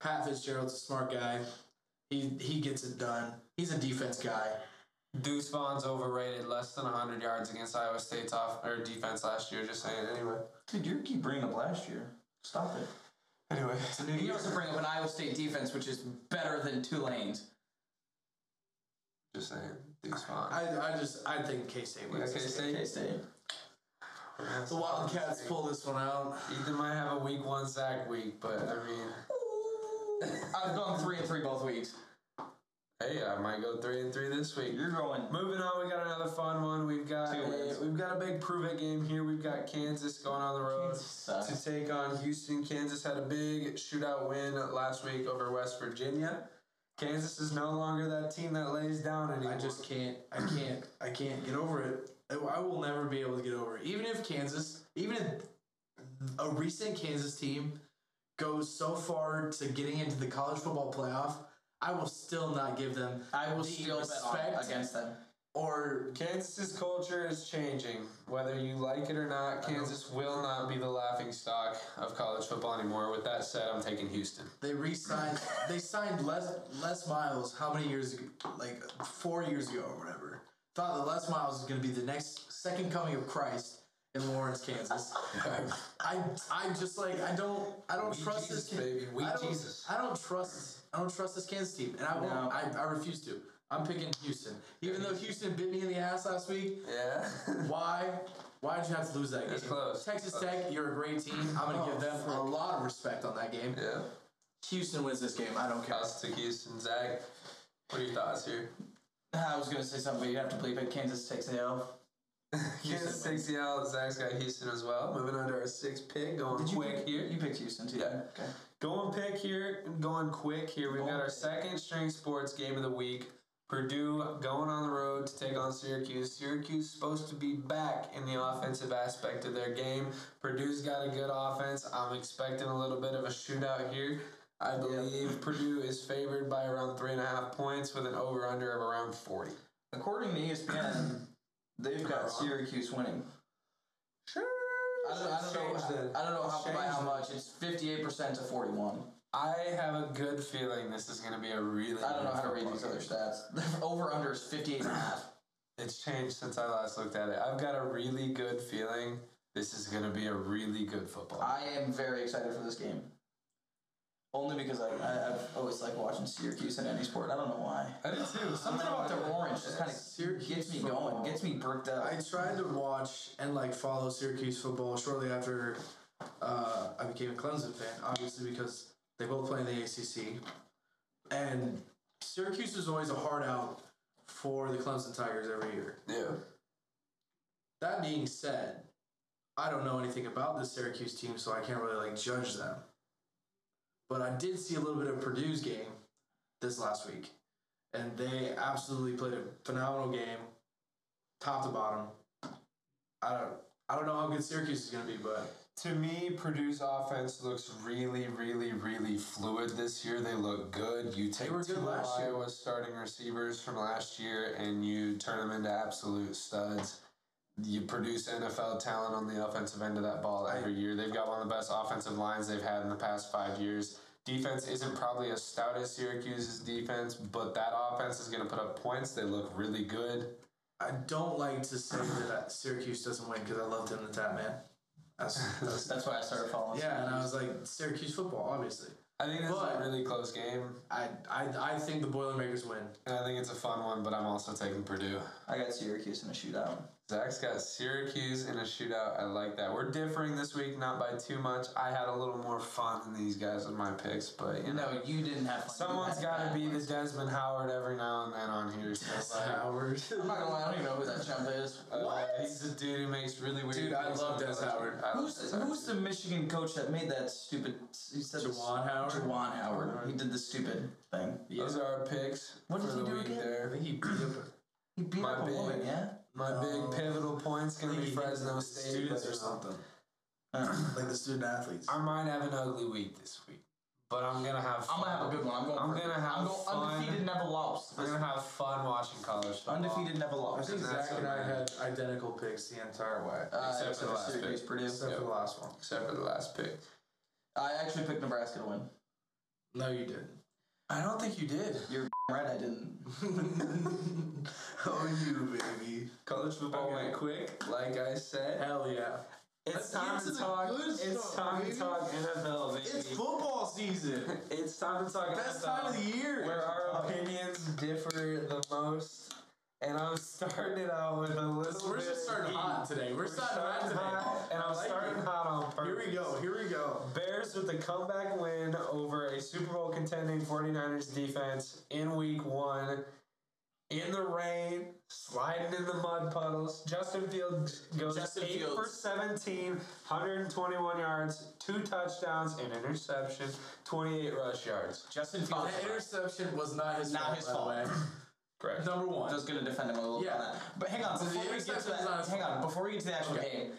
[SPEAKER 3] Pat Fitzgerald's a smart guy. He, he gets it done. He's a defense guy.
[SPEAKER 1] Deuce Vaughn's overrated, less than 100 yards against Iowa State's off or defense last year. Just saying. Anyway.
[SPEAKER 2] Dude, you keep bringing up last year. Stop it.
[SPEAKER 1] Anyway.
[SPEAKER 2] You also bring up an Iowa State defense, which is better than Tulane's.
[SPEAKER 1] Just saying. Deuce Vaughn.
[SPEAKER 3] I, I just I think K State
[SPEAKER 1] You got
[SPEAKER 3] wins.
[SPEAKER 1] K State.
[SPEAKER 2] State.
[SPEAKER 3] The Wildcats pull this one out.
[SPEAKER 1] Ethan might have a week one sack week, but I mean.
[SPEAKER 2] I've gone three and three both weeks.
[SPEAKER 1] Hey, I might go three and three this week.
[SPEAKER 2] You're going.
[SPEAKER 1] Moving on, we got another fun one. We've got
[SPEAKER 2] Two
[SPEAKER 1] a,
[SPEAKER 2] wins.
[SPEAKER 1] we've got a big prove it game here. We've got Kansas going on the road
[SPEAKER 2] Kansas sucks.
[SPEAKER 1] to take on Houston. Kansas had a big shootout win last week over West Virginia. Kansas is no longer that team that lays down anymore.
[SPEAKER 3] I just can't. I can't. I can't get over it. I I will never be able to get over it. Even if Kansas, even if a recent Kansas team goes so far to getting into the college football playoff, I will still not give them
[SPEAKER 2] I will
[SPEAKER 3] the
[SPEAKER 2] still bet on against them.
[SPEAKER 3] or
[SPEAKER 1] Kansas's culture is changing. Whether you like it or not, Kansas will not be the laughing stock of college football anymore. With that said, I'm taking Houston.
[SPEAKER 3] they re-signed. they signed Les Les Miles. How many years? ago? Like four years ago or whatever. Thought that Les Miles was going to be the next second coming of Christ in Lawrence, Kansas. I I just like I don't I don't
[SPEAKER 1] We
[SPEAKER 3] trust
[SPEAKER 1] Jesus,
[SPEAKER 3] this
[SPEAKER 1] baby. We
[SPEAKER 3] I don't,
[SPEAKER 1] Jesus.
[SPEAKER 3] I don't trust I don't trust this Kansas team, and I won't.
[SPEAKER 2] No.
[SPEAKER 3] I, I refuse to. I'm picking Houston, even though Houston bit me in the ass last week.
[SPEAKER 1] Yeah.
[SPEAKER 3] Why? Why did you have to lose that game?
[SPEAKER 1] It's close. Oh.
[SPEAKER 3] Texas Tech, you're a great team. I'm gonna give them a lot of respect on that game.
[SPEAKER 1] yeah.
[SPEAKER 3] Houston wins this game. I don't care.
[SPEAKER 1] Us to Houston, Zach. What are your thoughts here?
[SPEAKER 2] I was going to say something, but you have to believe it. Kansas takes the L.
[SPEAKER 1] Kansas takes the L. Zach's got Houston as well. Moving on to our sixth pick, going
[SPEAKER 2] Did you
[SPEAKER 1] quick
[SPEAKER 2] pick,
[SPEAKER 1] here.
[SPEAKER 2] You picked Houston too.
[SPEAKER 1] Yeah.
[SPEAKER 2] Okay.
[SPEAKER 1] Going pick here, going quick here. We've got our second string sports game of the week. Purdue going on the road to take on Syracuse. Syracuse supposed to be back in the offensive aspect of their game. Purdue's got a good offense. I'm expecting a little bit of a shootout here. I believe Purdue is favored by around three and a half points with an over under of around 40.
[SPEAKER 2] According to E ESPN, they've got Syracuse winning.
[SPEAKER 1] Sure.
[SPEAKER 2] I don't, I don't know. I don't know how, by how much. It's fifty-eight percent to forty-one.
[SPEAKER 1] I have a good feeling this is going to be a really.
[SPEAKER 2] I don't know
[SPEAKER 1] good
[SPEAKER 2] how to read
[SPEAKER 1] football
[SPEAKER 2] these
[SPEAKER 1] game.
[SPEAKER 2] other stats. Over under is fifty-eight and a half.
[SPEAKER 1] It's changed since I last looked at it. I've got a really good feeling this is going to be a really good football. game.
[SPEAKER 2] I am very excited for this game. Only because I, I I've always like watching Syracuse in any sport. I don't know why.
[SPEAKER 1] I, did too.
[SPEAKER 2] Something about their orange just kind of
[SPEAKER 3] Syracuse
[SPEAKER 2] gets me
[SPEAKER 3] football.
[SPEAKER 2] going, gets me bricked up.
[SPEAKER 3] I tried to watch and like follow Syracuse football shortly after uh, I became a Clemson fan, obviously because they both play in the ACC, and Syracuse is always a hard out for the Clemson Tigers every year.
[SPEAKER 1] Yeah.
[SPEAKER 3] That being said, I don't know anything about the Syracuse team, so I can't really like judge them. But I did see a little bit of Purdue's game this last week, and they absolutely played a phenomenal game, top to bottom. I don't, I don't know how good Syracuse is going to be, but
[SPEAKER 1] To me, Purdue's offense looks really, really, really fluid this year. They look good. You take
[SPEAKER 3] were
[SPEAKER 1] two
[SPEAKER 3] good
[SPEAKER 1] of
[SPEAKER 3] last year.
[SPEAKER 1] Iowa's starting receivers from last year and you turn them into absolute studs. You produce NFL talent on the offensive end of that ball every year. They've got one of the best offensive lines they've had in the past five years. Defense isn't probably as stout as Syracuse's defense, but that offense is going to put up points. They look really good.
[SPEAKER 3] I don't like to say that Syracuse doesn't win because I loved him the Tap Man. That's, that's,
[SPEAKER 2] That's why I started following.
[SPEAKER 3] yeah, and I was like Syracuse football, obviously.
[SPEAKER 1] I think this
[SPEAKER 3] But-
[SPEAKER 1] is a really close game,
[SPEAKER 3] I, I, I think the Boilermakers win.
[SPEAKER 1] and I think it's a fun one, but I'm also taking Purdue.
[SPEAKER 2] I got Syracuse in a shootout.
[SPEAKER 1] Zach's got Syracuse in a shootout. I like that. We're differing this week, not by too much. I had a little more fun than these guys with my picks, but you know,
[SPEAKER 2] No, you didn't have. fun. You
[SPEAKER 1] someone's
[SPEAKER 2] had
[SPEAKER 1] got to
[SPEAKER 2] bad
[SPEAKER 1] be the
[SPEAKER 2] ones.
[SPEAKER 1] Desmond Howard every now and then on here. So like,
[SPEAKER 3] Howard.
[SPEAKER 2] I'm not gonna lie. I don't even know who that chump is.
[SPEAKER 1] uh,
[SPEAKER 3] What?
[SPEAKER 1] he's a dude who makes really weird.
[SPEAKER 3] Dude, I
[SPEAKER 1] things.
[SPEAKER 3] love Des Howard.
[SPEAKER 1] I love Des
[SPEAKER 2] Who's
[SPEAKER 1] Howard.
[SPEAKER 2] who's the Michigan coach that made that stupid? He said the-
[SPEAKER 3] Juwan Howard?
[SPEAKER 2] Juwan Howard. He did the stupid thing.
[SPEAKER 1] Those are our picks
[SPEAKER 2] What did
[SPEAKER 1] for
[SPEAKER 2] he
[SPEAKER 1] the
[SPEAKER 2] do
[SPEAKER 1] week
[SPEAKER 2] again?
[SPEAKER 3] I
[SPEAKER 1] there.
[SPEAKER 3] think he beat up.
[SPEAKER 2] He beat
[SPEAKER 1] My
[SPEAKER 2] up a
[SPEAKER 1] big-
[SPEAKER 2] woman. Yeah.
[SPEAKER 1] My
[SPEAKER 2] Oh.
[SPEAKER 3] No.
[SPEAKER 1] big pivotal point's
[SPEAKER 3] I
[SPEAKER 1] gonna
[SPEAKER 3] think
[SPEAKER 1] be
[SPEAKER 3] he beat
[SPEAKER 1] Fresno
[SPEAKER 3] the
[SPEAKER 1] State.
[SPEAKER 3] students
[SPEAKER 1] but
[SPEAKER 3] or something,
[SPEAKER 2] Uh,
[SPEAKER 3] like the student athletes.
[SPEAKER 1] I might have an ugly week this week, but I'm gonna have.
[SPEAKER 2] I'm gonna have a good one. I'm going.
[SPEAKER 1] I'm
[SPEAKER 2] for it.
[SPEAKER 1] gonna have
[SPEAKER 2] I'm going
[SPEAKER 1] fun.
[SPEAKER 2] undefeated, never lost.
[SPEAKER 1] We're gonna have fun watching college football.
[SPEAKER 2] Undefeated, never
[SPEAKER 3] I
[SPEAKER 2] lost.
[SPEAKER 3] think
[SPEAKER 1] That's
[SPEAKER 3] Zach and I
[SPEAKER 1] okay.
[SPEAKER 3] had identical picks the entire way,
[SPEAKER 2] Uh,
[SPEAKER 1] Except for the last
[SPEAKER 2] Syracuse,
[SPEAKER 1] pick.
[SPEAKER 2] Purdue.
[SPEAKER 3] except for the last one.
[SPEAKER 1] except for the last pick.
[SPEAKER 2] I actually picked Nebraska to win.
[SPEAKER 3] No, you didn't.
[SPEAKER 1] I don't think you did.
[SPEAKER 2] You're right. I didn't.
[SPEAKER 3] oh, you baby!
[SPEAKER 1] College football
[SPEAKER 3] Okay.
[SPEAKER 1] went quick, like I said.
[SPEAKER 3] Hell yeah!
[SPEAKER 1] It's
[SPEAKER 3] Let's
[SPEAKER 1] time
[SPEAKER 3] get to
[SPEAKER 1] to
[SPEAKER 3] the
[SPEAKER 1] talk.
[SPEAKER 3] good
[SPEAKER 1] It's
[SPEAKER 3] stuff,
[SPEAKER 1] time to
[SPEAKER 3] baby.
[SPEAKER 1] talk NFL, baby.
[SPEAKER 3] It's football season.
[SPEAKER 1] It's time to talk
[SPEAKER 3] Best
[SPEAKER 1] NFL.
[SPEAKER 3] time of the year.
[SPEAKER 1] Where our opinions differ the most, and I'm starting it out with a little.
[SPEAKER 3] We're
[SPEAKER 1] bit
[SPEAKER 3] just
[SPEAKER 1] of
[SPEAKER 3] starting
[SPEAKER 1] heat.
[SPEAKER 3] hot today. We're,
[SPEAKER 1] We're
[SPEAKER 3] starting hot
[SPEAKER 1] starting
[SPEAKER 3] today,
[SPEAKER 1] hot, and
[SPEAKER 3] I
[SPEAKER 1] I'm
[SPEAKER 3] like
[SPEAKER 1] starting hot on
[SPEAKER 3] it.
[SPEAKER 1] purpose.
[SPEAKER 3] Here we go. Here we go.
[SPEAKER 1] Bears with a comeback win over a Super Bowl contending 49ers defense in week one. In the rain, sliding in the mud puddles. Justin Fields goes
[SPEAKER 2] Justin
[SPEAKER 1] 8 for
[SPEAKER 2] Fields.
[SPEAKER 1] 17, 121 yards, two touchdowns, an interception, 28 rush yards.
[SPEAKER 2] Justin Fields.
[SPEAKER 3] That interception was not his
[SPEAKER 2] Not
[SPEAKER 3] fault.
[SPEAKER 2] his
[SPEAKER 3] by the
[SPEAKER 2] fault.
[SPEAKER 3] way.
[SPEAKER 1] Correct.
[SPEAKER 3] Number
[SPEAKER 2] I
[SPEAKER 3] one.
[SPEAKER 2] was gonna defend him a little
[SPEAKER 3] Yeah.
[SPEAKER 2] on that. But hang on,
[SPEAKER 3] So the
[SPEAKER 2] before we get to
[SPEAKER 3] interception is
[SPEAKER 2] that,
[SPEAKER 3] not his
[SPEAKER 2] hang on,
[SPEAKER 3] fault.
[SPEAKER 2] before we get to the actual
[SPEAKER 3] Okay.
[SPEAKER 2] game,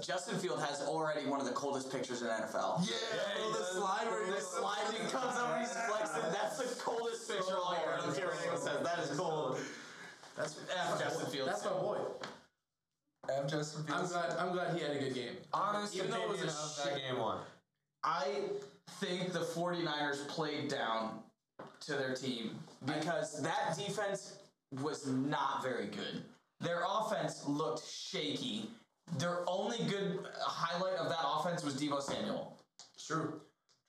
[SPEAKER 2] Justin Field has already one of the coldest pictures in NFL.
[SPEAKER 3] Yeah,
[SPEAKER 1] Yeah,
[SPEAKER 3] bro, the
[SPEAKER 1] yeah.
[SPEAKER 3] slide where he
[SPEAKER 2] The
[SPEAKER 3] was
[SPEAKER 2] slide that comes up and he's flexing, that's the coldest picture all year. Oh, I don't care what anyone says, that is cold.
[SPEAKER 3] That's
[SPEAKER 2] F Justin Fields.
[SPEAKER 3] That's my boy.
[SPEAKER 1] Have Justin
[SPEAKER 3] I'm
[SPEAKER 1] Fields.
[SPEAKER 3] glad. I'm glad he had a good game.
[SPEAKER 1] Honest
[SPEAKER 3] Even though it
[SPEAKER 1] opinion
[SPEAKER 3] was a
[SPEAKER 1] of that
[SPEAKER 3] shit-
[SPEAKER 1] game one.
[SPEAKER 2] I think the 49ers played down to their team because that defense was not very good. Their offense looked shaky. Their only good highlight of that offense was Debo Samuel.
[SPEAKER 3] True.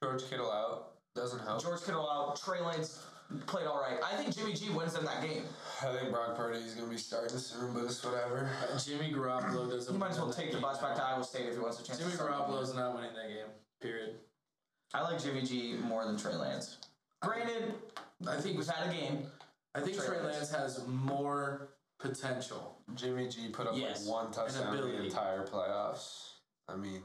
[SPEAKER 1] George Kittle out. Doesn't help.
[SPEAKER 2] George Kittle out. Trey Lance played all right. I think Jimmy G wins in that game.
[SPEAKER 1] I think Brock Purdy is going to be starting soon, but it's whatever.
[SPEAKER 3] Jimmy Garoppolo doesn't.
[SPEAKER 2] He might as well take the bus back to Iowa State if he wants a chance.
[SPEAKER 3] Jimmy
[SPEAKER 2] to start.
[SPEAKER 3] Garoppolo's not winning that game. Period.
[SPEAKER 2] I like Jimmy G more than Trey Lance. Granted,
[SPEAKER 3] I think.
[SPEAKER 2] we've had a game.
[SPEAKER 3] I think
[SPEAKER 2] Trey
[SPEAKER 3] Trey
[SPEAKER 2] Lance.
[SPEAKER 3] Lance has more potential.
[SPEAKER 1] Jimmy G put up
[SPEAKER 2] Yes.
[SPEAKER 1] like one touchdown in the
[SPEAKER 3] ability.
[SPEAKER 1] entire playoffs. I mean,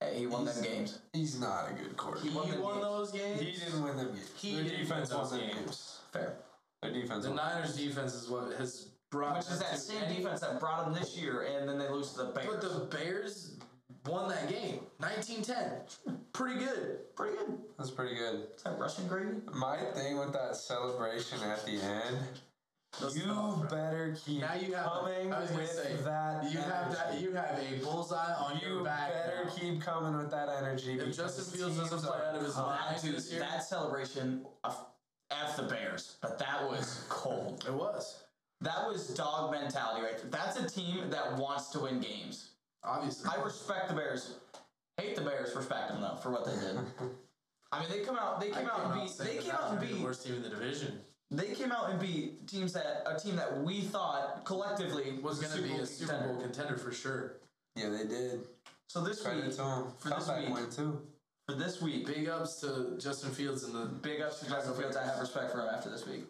[SPEAKER 2] Hey, he won them
[SPEAKER 1] He's-
[SPEAKER 2] games.
[SPEAKER 1] he's not a good
[SPEAKER 3] He
[SPEAKER 1] quarterback.
[SPEAKER 2] won
[SPEAKER 3] won,
[SPEAKER 2] them games.
[SPEAKER 3] those
[SPEAKER 1] He,
[SPEAKER 3] games.
[SPEAKER 1] didn't win them games.
[SPEAKER 3] He
[SPEAKER 1] Their
[SPEAKER 3] didn't
[SPEAKER 1] defense
[SPEAKER 3] win
[SPEAKER 1] won them
[SPEAKER 3] those
[SPEAKER 1] games.
[SPEAKER 3] games.
[SPEAKER 2] Fair.
[SPEAKER 1] Their defense
[SPEAKER 3] The
[SPEAKER 1] won.
[SPEAKER 3] Niners defense is what has brought.
[SPEAKER 2] Which is
[SPEAKER 3] them
[SPEAKER 2] that
[SPEAKER 3] to
[SPEAKER 2] same
[SPEAKER 3] any-
[SPEAKER 2] defense that brought him this year, and then they lose to the Bears.
[SPEAKER 3] But the Bears won that game. 1910. Pretty good.
[SPEAKER 2] Pretty good.
[SPEAKER 1] That's pretty good.
[SPEAKER 2] Is that Russian gravy?
[SPEAKER 1] My thing with that celebration at the end, you better keep
[SPEAKER 3] Now you have
[SPEAKER 1] coming
[SPEAKER 3] I was gonna
[SPEAKER 1] with
[SPEAKER 3] say
[SPEAKER 1] that.
[SPEAKER 3] you have that
[SPEAKER 1] energy.
[SPEAKER 3] you have a bullseye on
[SPEAKER 1] You
[SPEAKER 3] your back.
[SPEAKER 1] better
[SPEAKER 3] now.
[SPEAKER 1] keep coming with that energy.
[SPEAKER 3] If
[SPEAKER 1] because
[SPEAKER 3] Justin Fields doesn't
[SPEAKER 1] teams
[SPEAKER 3] play
[SPEAKER 1] are
[SPEAKER 3] out of his
[SPEAKER 1] coming.
[SPEAKER 3] mind
[SPEAKER 2] That, dude,
[SPEAKER 3] this year,
[SPEAKER 2] that celebration, of F the Bears, but that was cold.
[SPEAKER 3] it was
[SPEAKER 2] That was dog mentality right there. That's a team that wants to win games.
[SPEAKER 3] obviously.
[SPEAKER 2] I respect the Bears. Hate the Bears. Respect them though for what they did. I mean, they come out. They
[SPEAKER 3] I
[SPEAKER 2] came out and
[SPEAKER 3] cannot
[SPEAKER 2] beat.
[SPEAKER 3] say
[SPEAKER 2] They
[SPEAKER 3] that
[SPEAKER 2] came
[SPEAKER 3] that
[SPEAKER 2] out and
[SPEAKER 3] should be the
[SPEAKER 2] beat.
[SPEAKER 3] worst team in the division.
[SPEAKER 2] They came out and beat teams that a team that we thought collectively
[SPEAKER 3] Was going to be a Super
[SPEAKER 2] contender.
[SPEAKER 3] Bowl contender for sure.
[SPEAKER 1] Yeah, they did.
[SPEAKER 2] So this
[SPEAKER 1] Credit
[SPEAKER 2] week,
[SPEAKER 1] to them.
[SPEAKER 2] for this
[SPEAKER 1] Comeback
[SPEAKER 2] week-
[SPEAKER 1] win too.
[SPEAKER 2] for this week,
[SPEAKER 3] Big ups to Justin Fields and the
[SPEAKER 2] big ups to Justin Fields. I have respect for him after this week.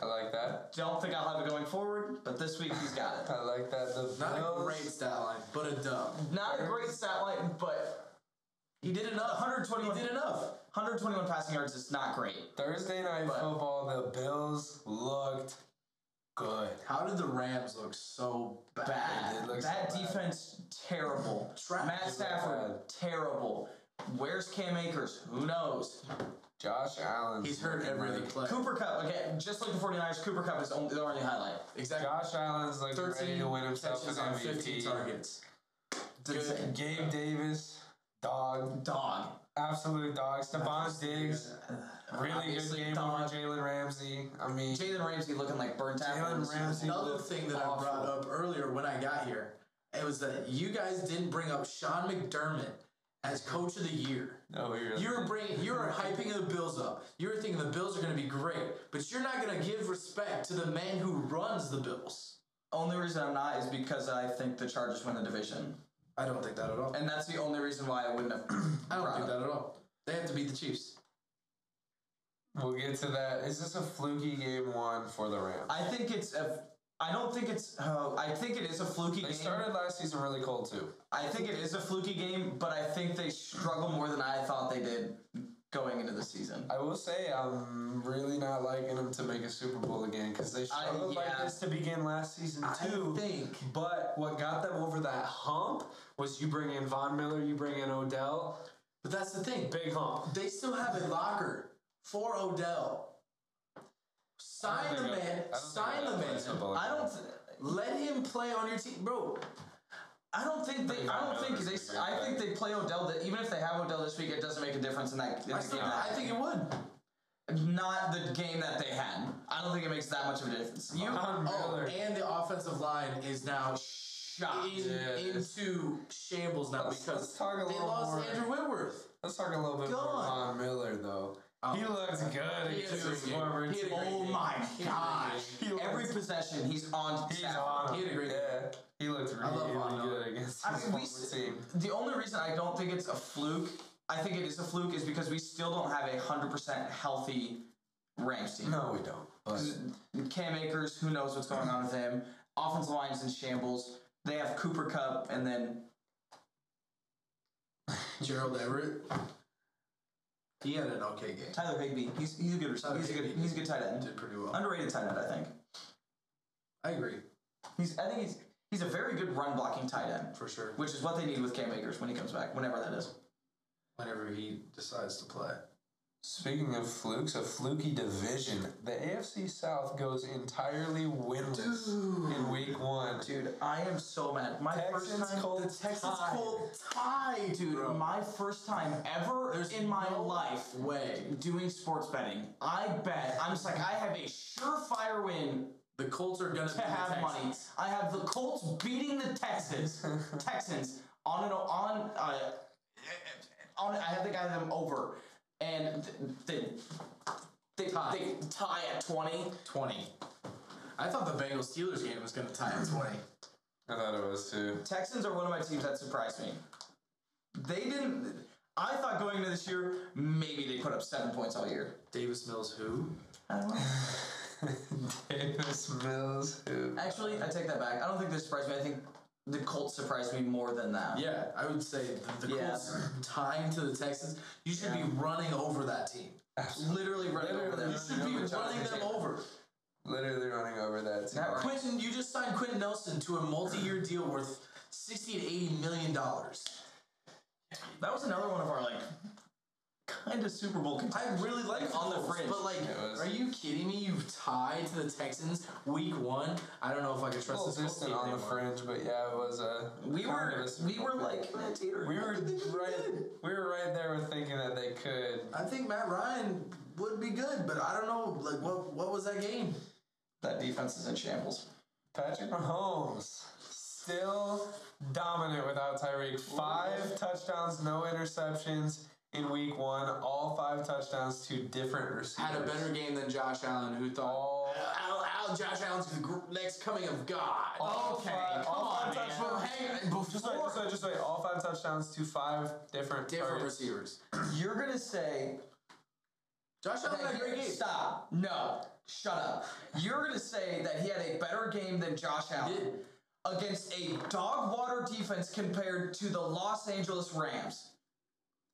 [SPEAKER 1] I like that.
[SPEAKER 2] Don't think I'll have it going forward, but this week he's got it.
[SPEAKER 1] I like that. The
[SPEAKER 3] not a
[SPEAKER 1] Bills-
[SPEAKER 3] great stat line, but a dub.
[SPEAKER 2] Not a great stat line, but
[SPEAKER 3] He did enough.
[SPEAKER 2] 121
[SPEAKER 3] He did enough.
[SPEAKER 2] 121 passing yards is not great.
[SPEAKER 1] Thursday night
[SPEAKER 2] But-
[SPEAKER 1] football. The Bills looked good.
[SPEAKER 3] How did the Rams look so bad?
[SPEAKER 1] It
[SPEAKER 2] bad.
[SPEAKER 1] looks
[SPEAKER 2] That
[SPEAKER 1] bad.
[SPEAKER 2] defense terrible.
[SPEAKER 3] Trash.
[SPEAKER 2] Matt Stafford
[SPEAKER 1] Bad.
[SPEAKER 2] terrible. Where's Cam Akers? Who knows?
[SPEAKER 1] Josh Allen.
[SPEAKER 3] He's hurt every other play.
[SPEAKER 2] Cooper Cup again, just like the 49ers, Cooper Cup is only, the only highlight.
[SPEAKER 3] Exactly.
[SPEAKER 1] Josh Allen's like ready to win himself an
[SPEAKER 3] catches on 15
[SPEAKER 1] MVP.
[SPEAKER 3] targets.
[SPEAKER 1] Good. Gabe Davis, dog,
[SPEAKER 2] Dog.
[SPEAKER 1] absolute dog. Stephon Diggs, really good
[SPEAKER 2] Obviously
[SPEAKER 1] game
[SPEAKER 2] dog.
[SPEAKER 1] over Jalen Ramsey. I mean,
[SPEAKER 2] Jalen Ramsey looking like burnt out.
[SPEAKER 1] Jalen Ramsey.
[SPEAKER 3] Another
[SPEAKER 1] looked
[SPEAKER 3] thing that I
[SPEAKER 1] awful.
[SPEAKER 3] brought up earlier when I got here, it was that you guys didn't bring up Sean McDermott as coach of the year.
[SPEAKER 1] No, we really.
[SPEAKER 3] You were bringing, you were hyping the Bills up. You were thinking the Bills are going to be great, but you're not going to give respect to the man who runs the Bills.
[SPEAKER 2] Only reason I'm not is because I think the Chargers win the division.
[SPEAKER 3] I don't think that at all.
[SPEAKER 2] And that's the only reason why I wouldn't have.
[SPEAKER 3] I don't
[SPEAKER 2] brought
[SPEAKER 3] think
[SPEAKER 2] it up.
[SPEAKER 3] that at all. They have to beat the Chiefs.
[SPEAKER 1] We'll get to that. Is this a fluky game one for the Rams?
[SPEAKER 2] I think it's a. I don't think it's. Uh, I think it is a fluky
[SPEAKER 1] They
[SPEAKER 2] game.
[SPEAKER 1] started last season really cold too.
[SPEAKER 2] I think it is a fluky game, but I think they struggle more than I thought they did going into the season.
[SPEAKER 1] I will say I'm really not liking them to make a Super Bowl again because they struggled like
[SPEAKER 2] yeah.
[SPEAKER 1] this to begin last season too.
[SPEAKER 3] think.
[SPEAKER 1] But what got them over that hump was you bring in Von Miller, you bring in Odell,
[SPEAKER 3] But that's the thing.
[SPEAKER 1] big hump.
[SPEAKER 3] They still have a locker for Odell. Sign the man. Sign the man.
[SPEAKER 2] I don't. Th-
[SPEAKER 3] Let him play on your team, bro.
[SPEAKER 2] I don't think they. I don't think
[SPEAKER 1] Miller's
[SPEAKER 2] they.
[SPEAKER 1] a great
[SPEAKER 2] I think
[SPEAKER 1] guy.
[SPEAKER 2] they play Odell. That even if they have Odell this week, it doesn't make a difference in that. In
[SPEAKER 3] I,
[SPEAKER 2] the
[SPEAKER 3] still,
[SPEAKER 2] game.
[SPEAKER 3] I think it would.
[SPEAKER 2] Not the game that they had. I don't think it makes that much of a difference. You
[SPEAKER 1] Von
[SPEAKER 3] Oh,
[SPEAKER 1] Miller.
[SPEAKER 3] and the offensive line is now
[SPEAKER 2] shot.
[SPEAKER 3] in, into shambles now
[SPEAKER 1] Let's-
[SPEAKER 3] because
[SPEAKER 1] let's talk a
[SPEAKER 3] they
[SPEAKER 1] little
[SPEAKER 3] lost
[SPEAKER 1] more.
[SPEAKER 3] Andrew Whitworth.
[SPEAKER 1] Let's talk a little bit more
[SPEAKER 3] God. Oh,
[SPEAKER 1] Von Miller though. he looked good
[SPEAKER 3] He had a
[SPEAKER 1] against
[SPEAKER 3] great
[SPEAKER 1] his
[SPEAKER 3] game.
[SPEAKER 1] former
[SPEAKER 3] He had a
[SPEAKER 1] team.
[SPEAKER 3] great
[SPEAKER 2] Oh
[SPEAKER 3] game.
[SPEAKER 2] my
[SPEAKER 3] He had a great
[SPEAKER 2] gosh!
[SPEAKER 3] game.
[SPEAKER 1] He looked-
[SPEAKER 2] Every possession, he's on.
[SPEAKER 1] He's
[SPEAKER 2] Stafford.
[SPEAKER 1] on.
[SPEAKER 3] He had a great game.
[SPEAKER 1] yeah, he looked really,
[SPEAKER 3] love Von Miller.
[SPEAKER 1] good against
[SPEAKER 2] I
[SPEAKER 1] his
[SPEAKER 2] mean, we
[SPEAKER 1] former
[SPEAKER 2] s-
[SPEAKER 1] team.
[SPEAKER 2] The only reason I don't think it's a fluke, I think it is a fluke, is because we still don't have a hundred percent healthy Rams team.
[SPEAKER 1] No, we don't. But
[SPEAKER 2] Cam Akers, who knows what's going on with him? Offensive line's in shambles. They have Cooper Cup, and then
[SPEAKER 3] Gerald Everett. He had an okay game.
[SPEAKER 2] Tyler Higby. He's he's a good
[SPEAKER 3] Tyler
[SPEAKER 2] he's a good
[SPEAKER 3] Higbee
[SPEAKER 2] he's a good tight end.
[SPEAKER 3] Did pretty well.
[SPEAKER 2] Underrated tight end, I think.
[SPEAKER 3] I agree
[SPEAKER 2] He's I think he's he's a very good run blocking tight end,
[SPEAKER 3] for sure.
[SPEAKER 2] which is what they need with Cam Akers when he comes back, whenever that is.
[SPEAKER 3] Whenever he decides to play,
[SPEAKER 1] Speaking of flukes, a fluky division. The AFC South goes entirely winless in week one.
[SPEAKER 2] Dude, I am so mad. My
[SPEAKER 1] Texans,
[SPEAKER 2] first time
[SPEAKER 1] Colts, tie.
[SPEAKER 3] tie,
[SPEAKER 2] Dude, my first time ever in my
[SPEAKER 3] no
[SPEAKER 2] life
[SPEAKER 3] Way
[SPEAKER 2] doing sports betting. I bet. I'm just like, I have a surefire win
[SPEAKER 3] the Colts are gonna
[SPEAKER 2] to have money.
[SPEAKER 3] Texans.
[SPEAKER 2] I have the Colts beating the Texans, Texans on and on. Uh, on, I have the guy them over, and they they, they
[SPEAKER 3] Tie.
[SPEAKER 2] they tie at twenty.
[SPEAKER 3] Twenty. I thought the Bengals Steelers game was gonna tie at twenty.
[SPEAKER 1] I thought it was too.
[SPEAKER 2] Texans are one of my teams that surprised me. They didn't. I thought going into this year, maybe they put up seven points all year.
[SPEAKER 3] Davis Mills, who?
[SPEAKER 2] I don't know.
[SPEAKER 1] Davis Mills. who-
[SPEAKER 2] Actually, I take that back. I don't think this surprised me. I think the Colts surprised me more than that.
[SPEAKER 3] Yeah, I would say the, the
[SPEAKER 2] Yeah.
[SPEAKER 3] Colts tying to the Texans. You should be running over that team.
[SPEAKER 2] Literally running over
[SPEAKER 1] Literally,
[SPEAKER 2] them.
[SPEAKER 3] You should be
[SPEAKER 2] Over
[SPEAKER 3] running
[SPEAKER 2] Jonathan
[SPEAKER 3] them
[SPEAKER 2] Taylor.
[SPEAKER 3] over.
[SPEAKER 1] Literally running over that team.
[SPEAKER 2] Not right.
[SPEAKER 3] Quentin, you just signed Quentin Nelson to a multi-year deal worth 60 to 80 million dollars.
[SPEAKER 2] That was another one of our like kind of Super Bowl
[SPEAKER 3] I
[SPEAKER 2] contenders.
[SPEAKER 3] really like
[SPEAKER 2] Like, on the
[SPEAKER 3] Foles,
[SPEAKER 2] fringe.
[SPEAKER 3] But like,
[SPEAKER 1] It was-
[SPEAKER 3] are you kidding me? You tied to the Texans week one. I don't know if I can trust
[SPEAKER 1] Well,
[SPEAKER 3] this Colts
[SPEAKER 1] distant
[SPEAKER 3] team
[SPEAKER 1] on the
[SPEAKER 3] anymore.
[SPEAKER 1] fringe, but yeah, it was a.
[SPEAKER 2] we
[SPEAKER 1] kind of
[SPEAKER 2] were
[SPEAKER 1] a Super
[SPEAKER 2] we
[SPEAKER 1] Bowl
[SPEAKER 2] were
[SPEAKER 1] thing.
[SPEAKER 2] like
[SPEAKER 1] We were right. We were right there with thinking that they could.
[SPEAKER 3] I think Matt Ryan would be good, but I don't know. Like, what what was that game?
[SPEAKER 2] that defense is in shambles.
[SPEAKER 1] Patrick Mahomes still dominant without Tyreek. Five touchdowns, no interceptions in week one. All five touchdowns to different receivers.
[SPEAKER 3] Had a better game than Josh Allen, who thought,
[SPEAKER 1] All,
[SPEAKER 3] "Al, Al Josh Allen's the gr- next coming of God."
[SPEAKER 1] all
[SPEAKER 2] Okay,
[SPEAKER 3] Oh,
[SPEAKER 1] five, all
[SPEAKER 2] come
[SPEAKER 1] five
[SPEAKER 2] on, man.
[SPEAKER 1] touchdowns.
[SPEAKER 3] Hang on,
[SPEAKER 1] Just wait, just wait, just wait. All five touchdowns to five different
[SPEAKER 3] different
[SPEAKER 1] targets.
[SPEAKER 3] receivers.
[SPEAKER 2] You're gonna say
[SPEAKER 3] Josh Allen had a great game.
[SPEAKER 2] Stop. No. Shut up. You're going to say that he had a better game than Josh Allen
[SPEAKER 3] did.
[SPEAKER 2] against a dog water defense compared to the Los Angeles Rams.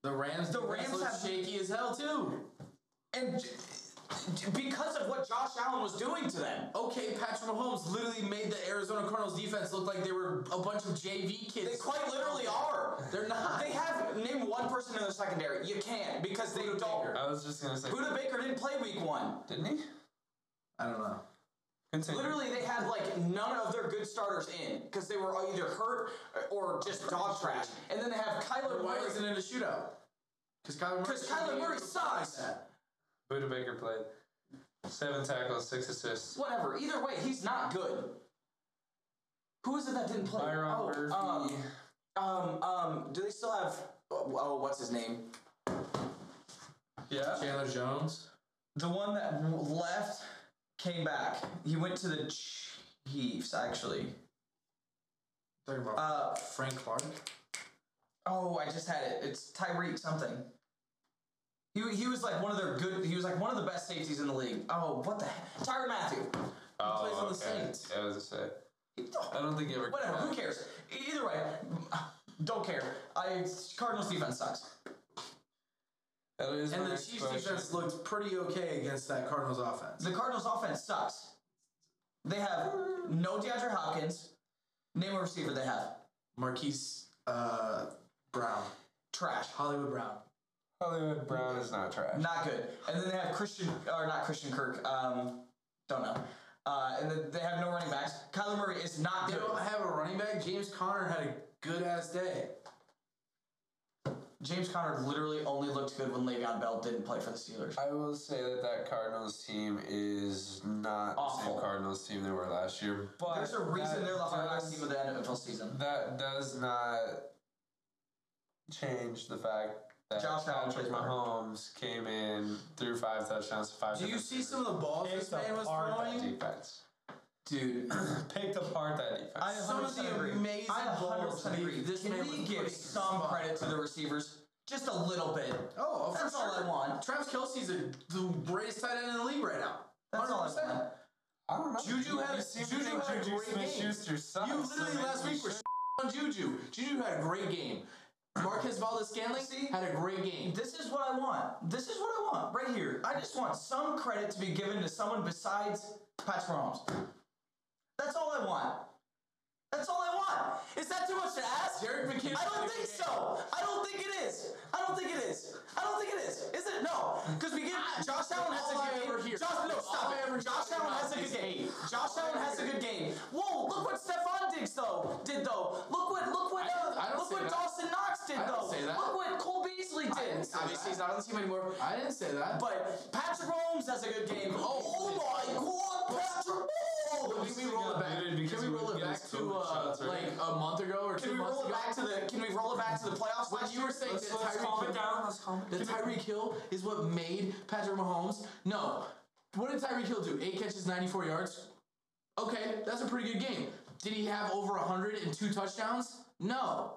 [SPEAKER 3] The Rams.
[SPEAKER 2] The Rams
[SPEAKER 3] looked
[SPEAKER 2] have-
[SPEAKER 3] shaky as hell too.
[SPEAKER 2] And j- j- because of what Josh Allen was doing to them.
[SPEAKER 3] Okay, Patrick Mahomes literally made the Arizona Cardinals defense look like they were a bunch of JV kids.
[SPEAKER 2] They quite literally are.
[SPEAKER 3] They're not.
[SPEAKER 2] They have name one person in their secondary. You can't because they don't.
[SPEAKER 1] I was just gonna say,
[SPEAKER 2] Buda Baker didn't play week one.
[SPEAKER 1] didn't he?
[SPEAKER 3] I don't know.
[SPEAKER 1] Continue.
[SPEAKER 2] Literally, they had like none of their good starters in because they were either hurt or just dog trash. And then they have Kyler
[SPEAKER 3] Why
[SPEAKER 2] Murray.
[SPEAKER 3] isn't it a shootout? Because Kyler Murray.
[SPEAKER 2] Because Kyler Murray sucks.
[SPEAKER 1] Buda Baker played seven tackles, six assists.
[SPEAKER 2] Whatever. Either way, he's not good. Who is it that didn't play?
[SPEAKER 1] Byron
[SPEAKER 2] oh,
[SPEAKER 1] Murphy.
[SPEAKER 2] Um, um, um, do they still have? Oh, oh, what's his name?
[SPEAKER 1] yeah.
[SPEAKER 3] Chandler Jones.
[SPEAKER 2] The one that w- left came back. He went to the Chiefs, actually.
[SPEAKER 3] Talking about
[SPEAKER 2] Uh,
[SPEAKER 3] Frank Clark.
[SPEAKER 2] oh, I just had it. It's Tyreek something. He, he was like one of their good. He was like one of the best safeties in the league. Oh, what the heck? Tyron Matthew.
[SPEAKER 1] Oh,
[SPEAKER 2] plays on the
[SPEAKER 1] okay.
[SPEAKER 2] Saints.
[SPEAKER 1] Yeah, I was gonna say. I don't think he ever.
[SPEAKER 2] Whatever. Who cares? E- Either way, don't care. I Cardinals defense sucks.
[SPEAKER 1] That is
[SPEAKER 3] And
[SPEAKER 1] my
[SPEAKER 3] the
[SPEAKER 1] next
[SPEAKER 3] Chiefs
[SPEAKER 1] question.
[SPEAKER 3] defense looked pretty okay against that Cardinals offense.
[SPEAKER 2] The Cardinals' offense sucks. They have no DeAndre Hopkins. Name a receiver they have.
[SPEAKER 3] Marquise uh, Brown.
[SPEAKER 2] Trash.
[SPEAKER 3] Hollywood Brown.
[SPEAKER 1] Hollywood Brown is not trash.
[SPEAKER 2] Not good. And then they have Christian, or not Christian Kirk. Um, don't know. Uh, and then they have no running backs. Kyler Murray is not
[SPEAKER 3] They
[SPEAKER 2] good.
[SPEAKER 3] don't have a running back. James Conner had a good ass day.
[SPEAKER 2] James Conner literally only looked good when Le'Veon Bell didn't play for the Steelers.
[SPEAKER 1] I will say that that Cardinals team is not the
[SPEAKER 2] Awful.
[SPEAKER 1] same Cardinals team they were last year. But
[SPEAKER 2] There's a reason
[SPEAKER 1] that
[SPEAKER 2] they're the hard knocks
[SPEAKER 1] does-
[SPEAKER 2] team of the NFL season.
[SPEAKER 1] That does not change the fact that
[SPEAKER 2] Josh Allen
[SPEAKER 1] Patrick
[SPEAKER 2] plays better.
[SPEAKER 1] Mahomes came in through five touchdowns to five.
[SPEAKER 3] Do you
[SPEAKER 1] different
[SPEAKER 3] see some of the balls
[SPEAKER 1] receivers.
[SPEAKER 3] this man was
[SPEAKER 1] that
[SPEAKER 3] throwing?
[SPEAKER 1] defense.
[SPEAKER 2] Dude,
[SPEAKER 1] Picked apart that defense.
[SPEAKER 2] I
[SPEAKER 3] Some of the
[SPEAKER 2] 100% agree.
[SPEAKER 3] amazing
[SPEAKER 2] I 100%
[SPEAKER 3] balls that he-
[SPEAKER 2] agree.
[SPEAKER 3] this
[SPEAKER 2] Can
[SPEAKER 3] man
[SPEAKER 2] we
[SPEAKER 3] was
[SPEAKER 2] give
[SPEAKER 3] putting-
[SPEAKER 2] some credit to the receivers? Just a little bit.
[SPEAKER 3] Oh,
[SPEAKER 2] That's all I want.
[SPEAKER 3] Travis Kelsey's a, the greatest tight end in the league right now.
[SPEAKER 2] That's all I
[SPEAKER 3] 100%.
[SPEAKER 2] want.
[SPEAKER 1] I don't know.
[SPEAKER 3] Juju had a-
[SPEAKER 1] You seem to
[SPEAKER 3] Juju
[SPEAKER 1] think
[SPEAKER 3] had a
[SPEAKER 1] Juju
[SPEAKER 3] great game.
[SPEAKER 1] Smith-Schuster sucks,
[SPEAKER 3] You
[SPEAKER 1] so
[SPEAKER 3] literally
[SPEAKER 1] maybe
[SPEAKER 3] last
[SPEAKER 1] we
[SPEAKER 3] week were
[SPEAKER 1] should-
[SPEAKER 3] on Juju. Juju had a great game. Marquez Valdez Scantling had a great game.
[SPEAKER 2] This is what I want. This is what I want right here. I just want some credit to be given to someone besides Patrick Mahomes. That's all I want. That's all I want. Is that too much to ask?
[SPEAKER 3] Derek McKinnon-
[SPEAKER 2] I don't think so. I don't think it is. I don't think it is. I don't think it is. Is it? No. Because we get Josh Allen has a
[SPEAKER 3] Ah, All I
[SPEAKER 2] good
[SPEAKER 3] ever
[SPEAKER 2] game.
[SPEAKER 3] hear-
[SPEAKER 2] Josh, no,
[SPEAKER 3] all
[SPEAKER 2] stop
[SPEAKER 3] I
[SPEAKER 2] it.
[SPEAKER 3] ever
[SPEAKER 2] Josh
[SPEAKER 3] hear
[SPEAKER 2] Allen
[SPEAKER 3] about
[SPEAKER 2] has a
[SPEAKER 3] is
[SPEAKER 2] good game.
[SPEAKER 3] hate.
[SPEAKER 2] Josh
[SPEAKER 3] All I
[SPEAKER 2] Allen has a
[SPEAKER 3] hear-
[SPEAKER 2] good game. Whoa! Look what Stephon Diggs though did though. Look what look what
[SPEAKER 3] I didn't- I
[SPEAKER 2] uh,
[SPEAKER 3] don't
[SPEAKER 2] look what
[SPEAKER 3] say that.
[SPEAKER 2] Dawson Knox did
[SPEAKER 3] I didn't
[SPEAKER 2] though.
[SPEAKER 3] say that.
[SPEAKER 2] Look what Cole Beasley did.
[SPEAKER 3] didn't say
[SPEAKER 2] Obviously,
[SPEAKER 3] that.
[SPEAKER 2] he's not on the team anymore.
[SPEAKER 3] I didn't say that.
[SPEAKER 2] But Patrick Mahomes has a good game. Oh, my God, Patrick Mahomes!
[SPEAKER 3] can we roll it back?
[SPEAKER 1] muted because
[SPEAKER 3] Can we
[SPEAKER 1] we
[SPEAKER 3] roll
[SPEAKER 1] were
[SPEAKER 3] it
[SPEAKER 1] getting
[SPEAKER 3] back to
[SPEAKER 1] COVID
[SPEAKER 3] uh,
[SPEAKER 1] shots
[SPEAKER 3] like
[SPEAKER 1] already.
[SPEAKER 3] a month ago or
[SPEAKER 2] Can
[SPEAKER 3] two
[SPEAKER 2] we
[SPEAKER 3] months
[SPEAKER 2] roll it
[SPEAKER 3] ago?
[SPEAKER 2] back to the? Can we roll it back to the playoffs?
[SPEAKER 3] When
[SPEAKER 2] last
[SPEAKER 3] you were
[SPEAKER 2] year?
[SPEAKER 3] saying that
[SPEAKER 1] Let's, let's calm it
[SPEAKER 3] Tyreek
[SPEAKER 1] down. Let's calm it
[SPEAKER 3] Hill,
[SPEAKER 1] down.
[SPEAKER 3] that Tyreek Hill is what made Patrick Mahomes. No, what did Tyreek Hill do? Eight catches, ninety-four yards. Okay, that's a pretty good game. Did he have over hundred and two touchdowns? No.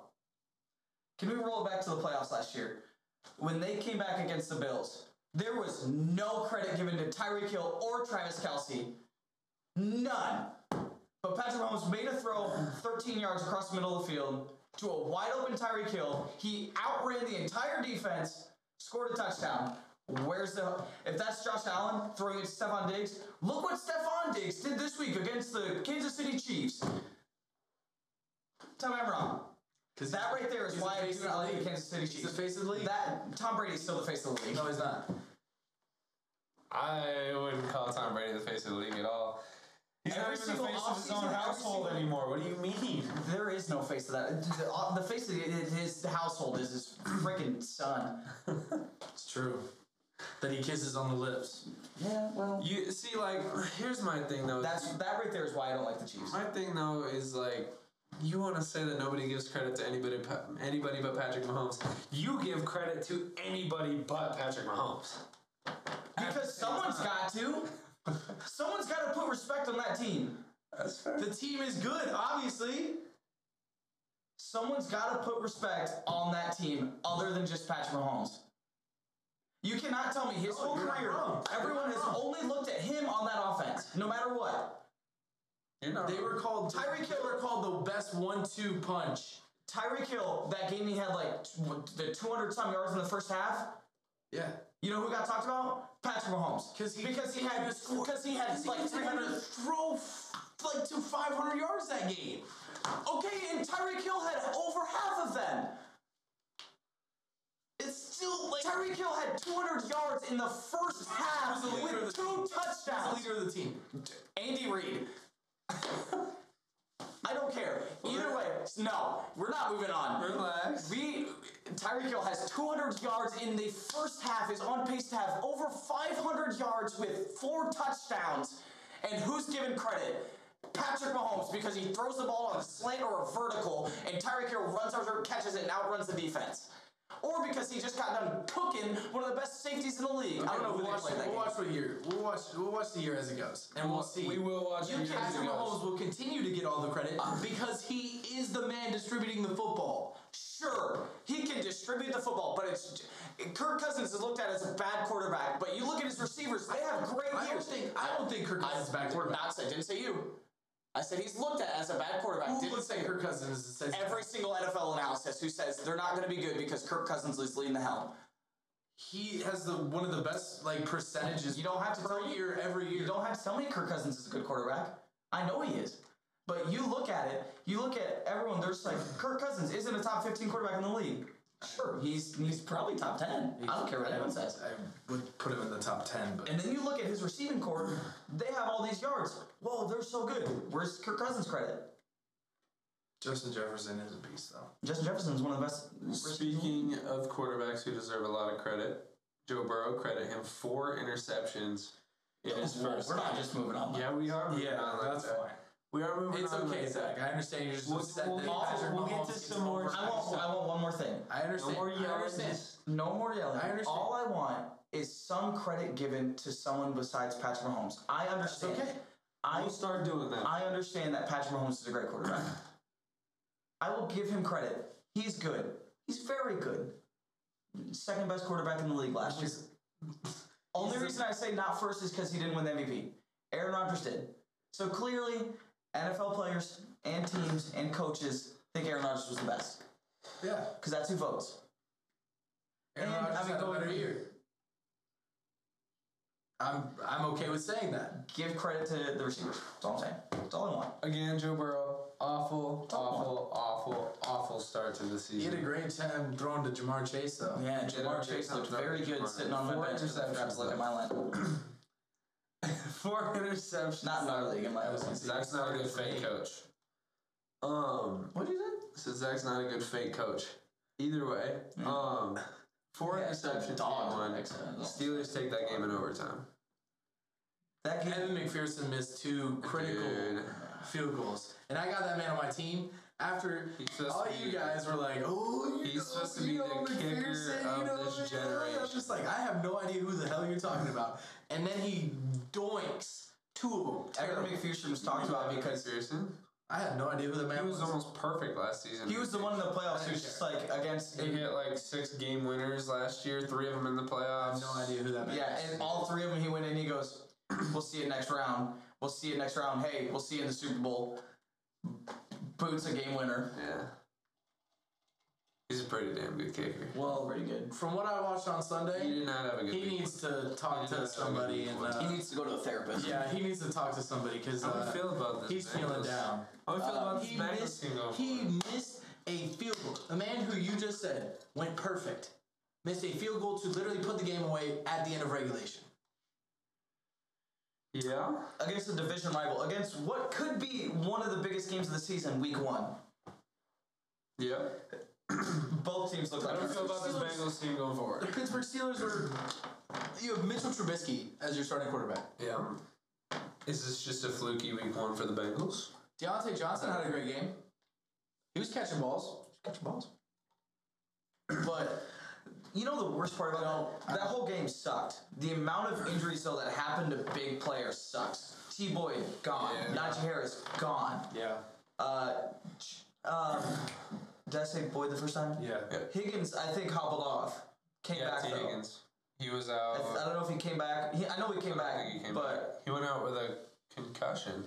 [SPEAKER 2] Can we roll it back to the playoffs last year? When they came back against the Bills, there was no credit given to Tyreek Hill or Travis Kelsey. None. But Patrick Mahomes made a throw 13 yards across the middle of the field to a wide open Tyreek Hill. He outran the entire defense, scored a touchdown. Where's the if that's Josh Allen throwing it to Stephon Diggs? Look what Stephon Diggs did this week against the Kansas City Chiefs. Tell me I'm wrong.
[SPEAKER 3] Because
[SPEAKER 2] That right there is
[SPEAKER 3] He's the
[SPEAKER 2] why I
[SPEAKER 3] face
[SPEAKER 2] do
[SPEAKER 3] of
[SPEAKER 2] not
[SPEAKER 3] the
[SPEAKER 2] like the
[SPEAKER 3] league.
[SPEAKER 2] Kansas City
[SPEAKER 3] he's the
[SPEAKER 2] Chiefs.
[SPEAKER 3] face of the league.
[SPEAKER 2] That Tom Brady's still the face of the league.
[SPEAKER 3] no, he's not.
[SPEAKER 1] I wouldn't call Tom Brady the face of the league at all. He's
[SPEAKER 2] Every
[SPEAKER 1] not even
[SPEAKER 2] single
[SPEAKER 1] the face of his
[SPEAKER 2] offseason,
[SPEAKER 1] own
[SPEAKER 2] every
[SPEAKER 1] household
[SPEAKER 2] single-
[SPEAKER 1] anymore. What do you mean?
[SPEAKER 2] There is no face of that. The, uh, the face of his household is his freaking son.
[SPEAKER 3] It's true. That he kisses on the lips.
[SPEAKER 2] Yeah, well,
[SPEAKER 1] You see, like, here's my thing though.
[SPEAKER 2] that's that right there is why I don't like the Chiefs.
[SPEAKER 1] my thing though is like, you want to say that nobody gives credit to anybody, pa- anybody but Patrick Mahomes. You give credit to anybody but Patrick Mahomes.
[SPEAKER 2] Because someone's got to. Someone's got to put respect on that team.
[SPEAKER 1] That's fair.
[SPEAKER 2] The team is good, obviously. Someone's got to put respect on that team other than just Patrick Mahomes. You cannot tell me his whole
[SPEAKER 3] you're not
[SPEAKER 2] career,
[SPEAKER 3] wrong. You're
[SPEAKER 2] everyone
[SPEAKER 3] not
[SPEAKER 2] has
[SPEAKER 3] wrong.
[SPEAKER 2] only looked at him on that offense, no matter what.
[SPEAKER 1] You're not.
[SPEAKER 3] They were called Tyreek Hill were called the best one-two punch.
[SPEAKER 2] Tyreek Hill, that game he had like t- the 200 some yards in the first half.
[SPEAKER 3] Yeah.
[SPEAKER 2] You know who got talked about? Patrick Mahomes.
[SPEAKER 3] 'Cause he-
[SPEAKER 2] because he had because he had like 300
[SPEAKER 3] throw like to 500 yards that game.
[SPEAKER 2] Okay, and Tyreek Hill had over half of them. It's still like Tyreek Hill had 200 yards in the first half
[SPEAKER 3] Who's the leader
[SPEAKER 2] with
[SPEAKER 3] of the
[SPEAKER 2] two
[SPEAKER 3] team?
[SPEAKER 2] touchdowns.
[SPEAKER 3] He's the leader of the team.
[SPEAKER 2] Andy Reid. I don't care. Either way, no, we're not moving on.
[SPEAKER 1] Relax.
[SPEAKER 2] We Tyreek Hill has 200 yards in the first half. Is on pace to have over 500 yards with four touchdowns. And who's given credit? Patrick Mahomes because he throws the ball on a slant or a vertical, and Tyreek Hill runs over, catches it, and outruns the defense. Or because he just got done cooking one of the best safeties in the league. I don't know who
[SPEAKER 3] we'll
[SPEAKER 2] they
[SPEAKER 3] watch,
[SPEAKER 2] played that game.
[SPEAKER 3] we'll watch what year. We'll watch. We'll watch the year as it goes, and we'll see.
[SPEAKER 1] We will watch
[SPEAKER 3] You
[SPEAKER 1] it as it
[SPEAKER 3] Patrick
[SPEAKER 1] goes.
[SPEAKER 3] Mahomes will continue to get all the credit because he is the man distributing the football.
[SPEAKER 2] Sure, he can distribute the football, but it's Kirk Cousins is looked at as a bad quarterback. But you look at his receivers; they have great
[SPEAKER 3] I don't
[SPEAKER 2] years.
[SPEAKER 3] think. I don't think Kirk Cousins is a bad quarterback.
[SPEAKER 2] Not said, didn't say you. I said he's looked at as a bad quarterback.
[SPEAKER 3] Who
[SPEAKER 2] didn't
[SPEAKER 3] would say Kirk Cousins is says
[SPEAKER 2] every single NFL analysis who says they're not going to be good because Kirk Cousins is leading the helm.
[SPEAKER 3] he has the one of the best like percentages.
[SPEAKER 2] You don't have to
[SPEAKER 3] per
[SPEAKER 2] tell me-
[SPEAKER 3] year every year.
[SPEAKER 2] You don't have to tell me Kirk Cousins is a good quarterback. I know he is. But you look at it, you look at everyone, there's like Kirk Cousins isn't a top 15 quarterback in the league. Sure, he's he's probably top 10. I don't care what anyone says.
[SPEAKER 3] I would put him in the top ten, but
[SPEAKER 2] And then you look at his receiving core, they have all these yards. Whoa, they're so good. Where's Kirk Cousins' credit?
[SPEAKER 3] Justin Jefferson is a beast though.
[SPEAKER 2] Justin Jefferson's one of the best.
[SPEAKER 1] Speaking of quarterbacks who deserve a lot of credit, Joe Burrow credit him four interceptions in his
[SPEAKER 2] Whoa,
[SPEAKER 1] first.
[SPEAKER 2] we're not just moving on.
[SPEAKER 1] Yeah, we are. moving on like that. We are moving
[SPEAKER 3] It's
[SPEAKER 1] on.
[SPEAKER 3] okay,
[SPEAKER 1] like
[SPEAKER 3] Zach. I understand you're just
[SPEAKER 1] We'll-
[SPEAKER 3] upset
[SPEAKER 1] we'll
[SPEAKER 3] that
[SPEAKER 1] get to-
[SPEAKER 3] Patrick
[SPEAKER 1] we'll get
[SPEAKER 3] Mahomes
[SPEAKER 1] to
[SPEAKER 3] gets
[SPEAKER 1] some more-
[SPEAKER 3] overhyped.
[SPEAKER 2] I want, I want one more thing.
[SPEAKER 3] I understand.
[SPEAKER 1] No more
[SPEAKER 3] I
[SPEAKER 1] yelling.
[SPEAKER 3] understand.
[SPEAKER 2] No more yelling.
[SPEAKER 3] I understand.
[SPEAKER 2] All I want is some credit given to someone besides Patrick Mahomes. I understand.
[SPEAKER 3] okay.
[SPEAKER 2] I
[SPEAKER 1] We'll start doing that.
[SPEAKER 2] I understand that Patrick Mahomes is a great quarterback. I will give him credit. He's good. He's very good. Second best quarterback in the league last year. Only reason I say not first is because he didn't win the MVP. Aaron Rodgers did. So clearly, NFL players and teams and coaches think Aaron Rodgers was the best
[SPEAKER 3] Yeah.
[SPEAKER 2] because that's who votes.
[SPEAKER 3] Aaron
[SPEAKER 2] And,
[SPEAKER 3] Rodgers
[SPEAKER 2] I mean,
[SPEAKER 3] had a
[SPEAKER 2] go
[SPEAKER 3] better
[SPEAKER 2] ahead.
[SPEAKER 3] year. I'm I'm okay with saying that.
[SPEAKER 2] Give credit to the receivers. That's all I'm saying. That's all I want.
[SPEAKER 1] Again, Joe Burrow, awful, awful, awful, awful start to the
[SPEAKER 3] He had a
[SPEAKER 1] season.
[SPEAKER 3] great time throwing to Jamar Chase though.
[SPEAKER 2] Yeah,
[SPEAKER 1] Jamar
[SPEAKER 2] Jamar
[SPEAKER 1] Chase
[SPEAKER 2] Chase looked
[SPEAKER 1] comes up
[SPEAKER 2] very
[SPEAKER 1] with
[SPEAKER 2] good
[SPEAKER 1] Jamar.
[SPEAKER 2] sitting on my
[SPEAKER 1] Four
[SPEAKER 2] bench. as I tried to look at my lineup.
[SPEAKER 1] Four interceptions.
[SPEAKER 2] Not in our league, in my league.
[SPEAKER 1] Zach's not a good fake coach. Um,
[SPEAKER 2] What is it?
[SPEAKER 1] so Zach's not a good fake coach. Either way, um, four
[SPEAKER 2] Yeah, it's a
[SPEAKER 1] interceptions.
[SPEAKER 2] dog.
[SPEAKER 1] game one.
[SPEAKER 2] Excellent.
[SPEAKER 1] Steelers take that game in overtime.
[SPEAKER 2] That game.
[SPEAKER 3] Evan McPherson missed two critical
[SPEAKER 1] Dude.
[SPEAKER 3] field goals, and I got that man on my team. After
[SPEAKER 1] He's supposed
[SPEAKER 3] all
[SPEAKER 1] to be-
[SPEAKER 3] you guys were like, "Oh, you
[SPEAKER 1] He's
[SPEAKER 3] know,
[SPEAKER 1] supposed to
[SPEAKER 3] you
[SPEAKER 1] be
[SPEAKER 3] know,
[SPEAKER 1] the kicker
[SPEAKER 3] McPherson,
[SPEAKER 1] of
[SPEAKER 3] you know,
[SPEAKER 1] this
[SPEAKER 3] you know." I'm
[SPEAKER 1] generation.
[SPEAKER 3] just like, I have no idea who the hell you're talking about. And then he doinks two of them.
[SPEAKER 2] Evan
[SPEAKER 3] Terrible.
[SPEAKER 2] McPherson was talked about because
[SPEAKER 1] McPherson.
[SPEAKER 3] I had no idea who the
[SPEAKER 1] He
[SPEAKER 3] man was.
[SPEAKER 1] was almost perfect last season.
[SPEAKER 2] he was the one in the playoffs who was just like against.
[SPEAKER 1] He hit like six game winners last year. Three of them in the
[SPEAKER 3] I
[SPEAKER 1] playoffs.
[SPEAKER 3] have no idea who that man.
[SPEAKER 2] Yeah,
[SPEAKER 3] was.
[SPEAKER 2] and all three of them, he went in. He goes, "We'll see you next round. We'll see you next round. Hey, we'll see you in the Super Bowl." Boots a game winner.
[SPEAKER 1] Yeah. He's a pretty damn good kicker.
[SPEAKER 2] Well, pretty good.
[SPEAKER 3] from what I watched
[SPEAKER 1] He
[SPEAKER 3] on Sunday,
[SPEAKER 1] did not have a good.
[SPEAKER 3] he
[SPEAKER 1] week.
[SPEAKER 3] needs to talk
[SPEAKER 1] Yeah,
[SPEAKER 3] to somebody and
[SPEAKER 2] He
[SPEAKER 3] uh,
[SPEAKER 2] needs to go to a therapist.
[SPEAKER 3] yeah, he needs to talk to somebody because
[SPEAKER 1] How do you
[SPEAKER 3] uh,
[SPEAKER 1] feel about this?
[SPEAKER 3] he's feeling
[SPEAKER 1] Bengals?
[SPEAKER 3] down.
[SPEAKER 1] How do you feel
[SPEAKER 2] Uh,
[SPEAKER 1] about
[SPEAKER 3] He
[SPEAKER 1] this Bengals
[SPEAKER 3] missed
[SPEAKER 1] can go.
[SPEAKER 3] He missed a field goal. The man who you just said went perfect missed a field goal to literally put the game away at the end of regulation.
[SPEAKER 1] Yeah.
[SPEAKER 2] against a division rival, against what could be one of the biggest games of the season, Week One.
[SPEAKER 1] Yeah.
[SPEAKER 2] Both teams look
[SPEAKER 1] I
[SPEAKER 2] like
[SPEAKER 1] don't feel about this Bengals team going
[SPEAKER 3] The
[SPEAKER 1] forward.
[SPEAKER 3] Pittsburgh Steelers were. You have Mitchell Trubisky as your starting quarterback.
[SPEAKER 1] Yeah. Is this just a fluky week one for the Bengals?
[SPEAKER 3] Deontay Johnson had a great game. He was catching balls. Catching balls. But
[SPEAKER 2] You know the worst part about that? That whole game sucked. The amount of injuries though that happened to big players sucks. T Boyd gone.
[SPEAKER 1] Yeah.
[SPEAKER 2] Najee Harris gone.
[SPEAKER 3] yeah,
[SPEAKER 2] Uh, Ch- um, did I say Boyd the first time?
[SPEAKER 3] yeah.
[SPEAKER 2] Higgins, I think hobbled off. Came
[SPEAKER 1] Yeah,
[SPEAKER 2] back
[SPEAKER 1] T.
[SPEAKER 2] though.
[SPEAKER 1] Higgins. He was
[SPEAKER 2] I,
[SPEAKER 1] out.
[SPEAKER 2] th- I don't know if he came back. He, I know he came
[SPEAKER 1] I
[SPEAKER 2] back,
[SPEAKER 1] think he came
[SPEAKER 2] but
[SPEAKER 1] back. He went out with a concussion.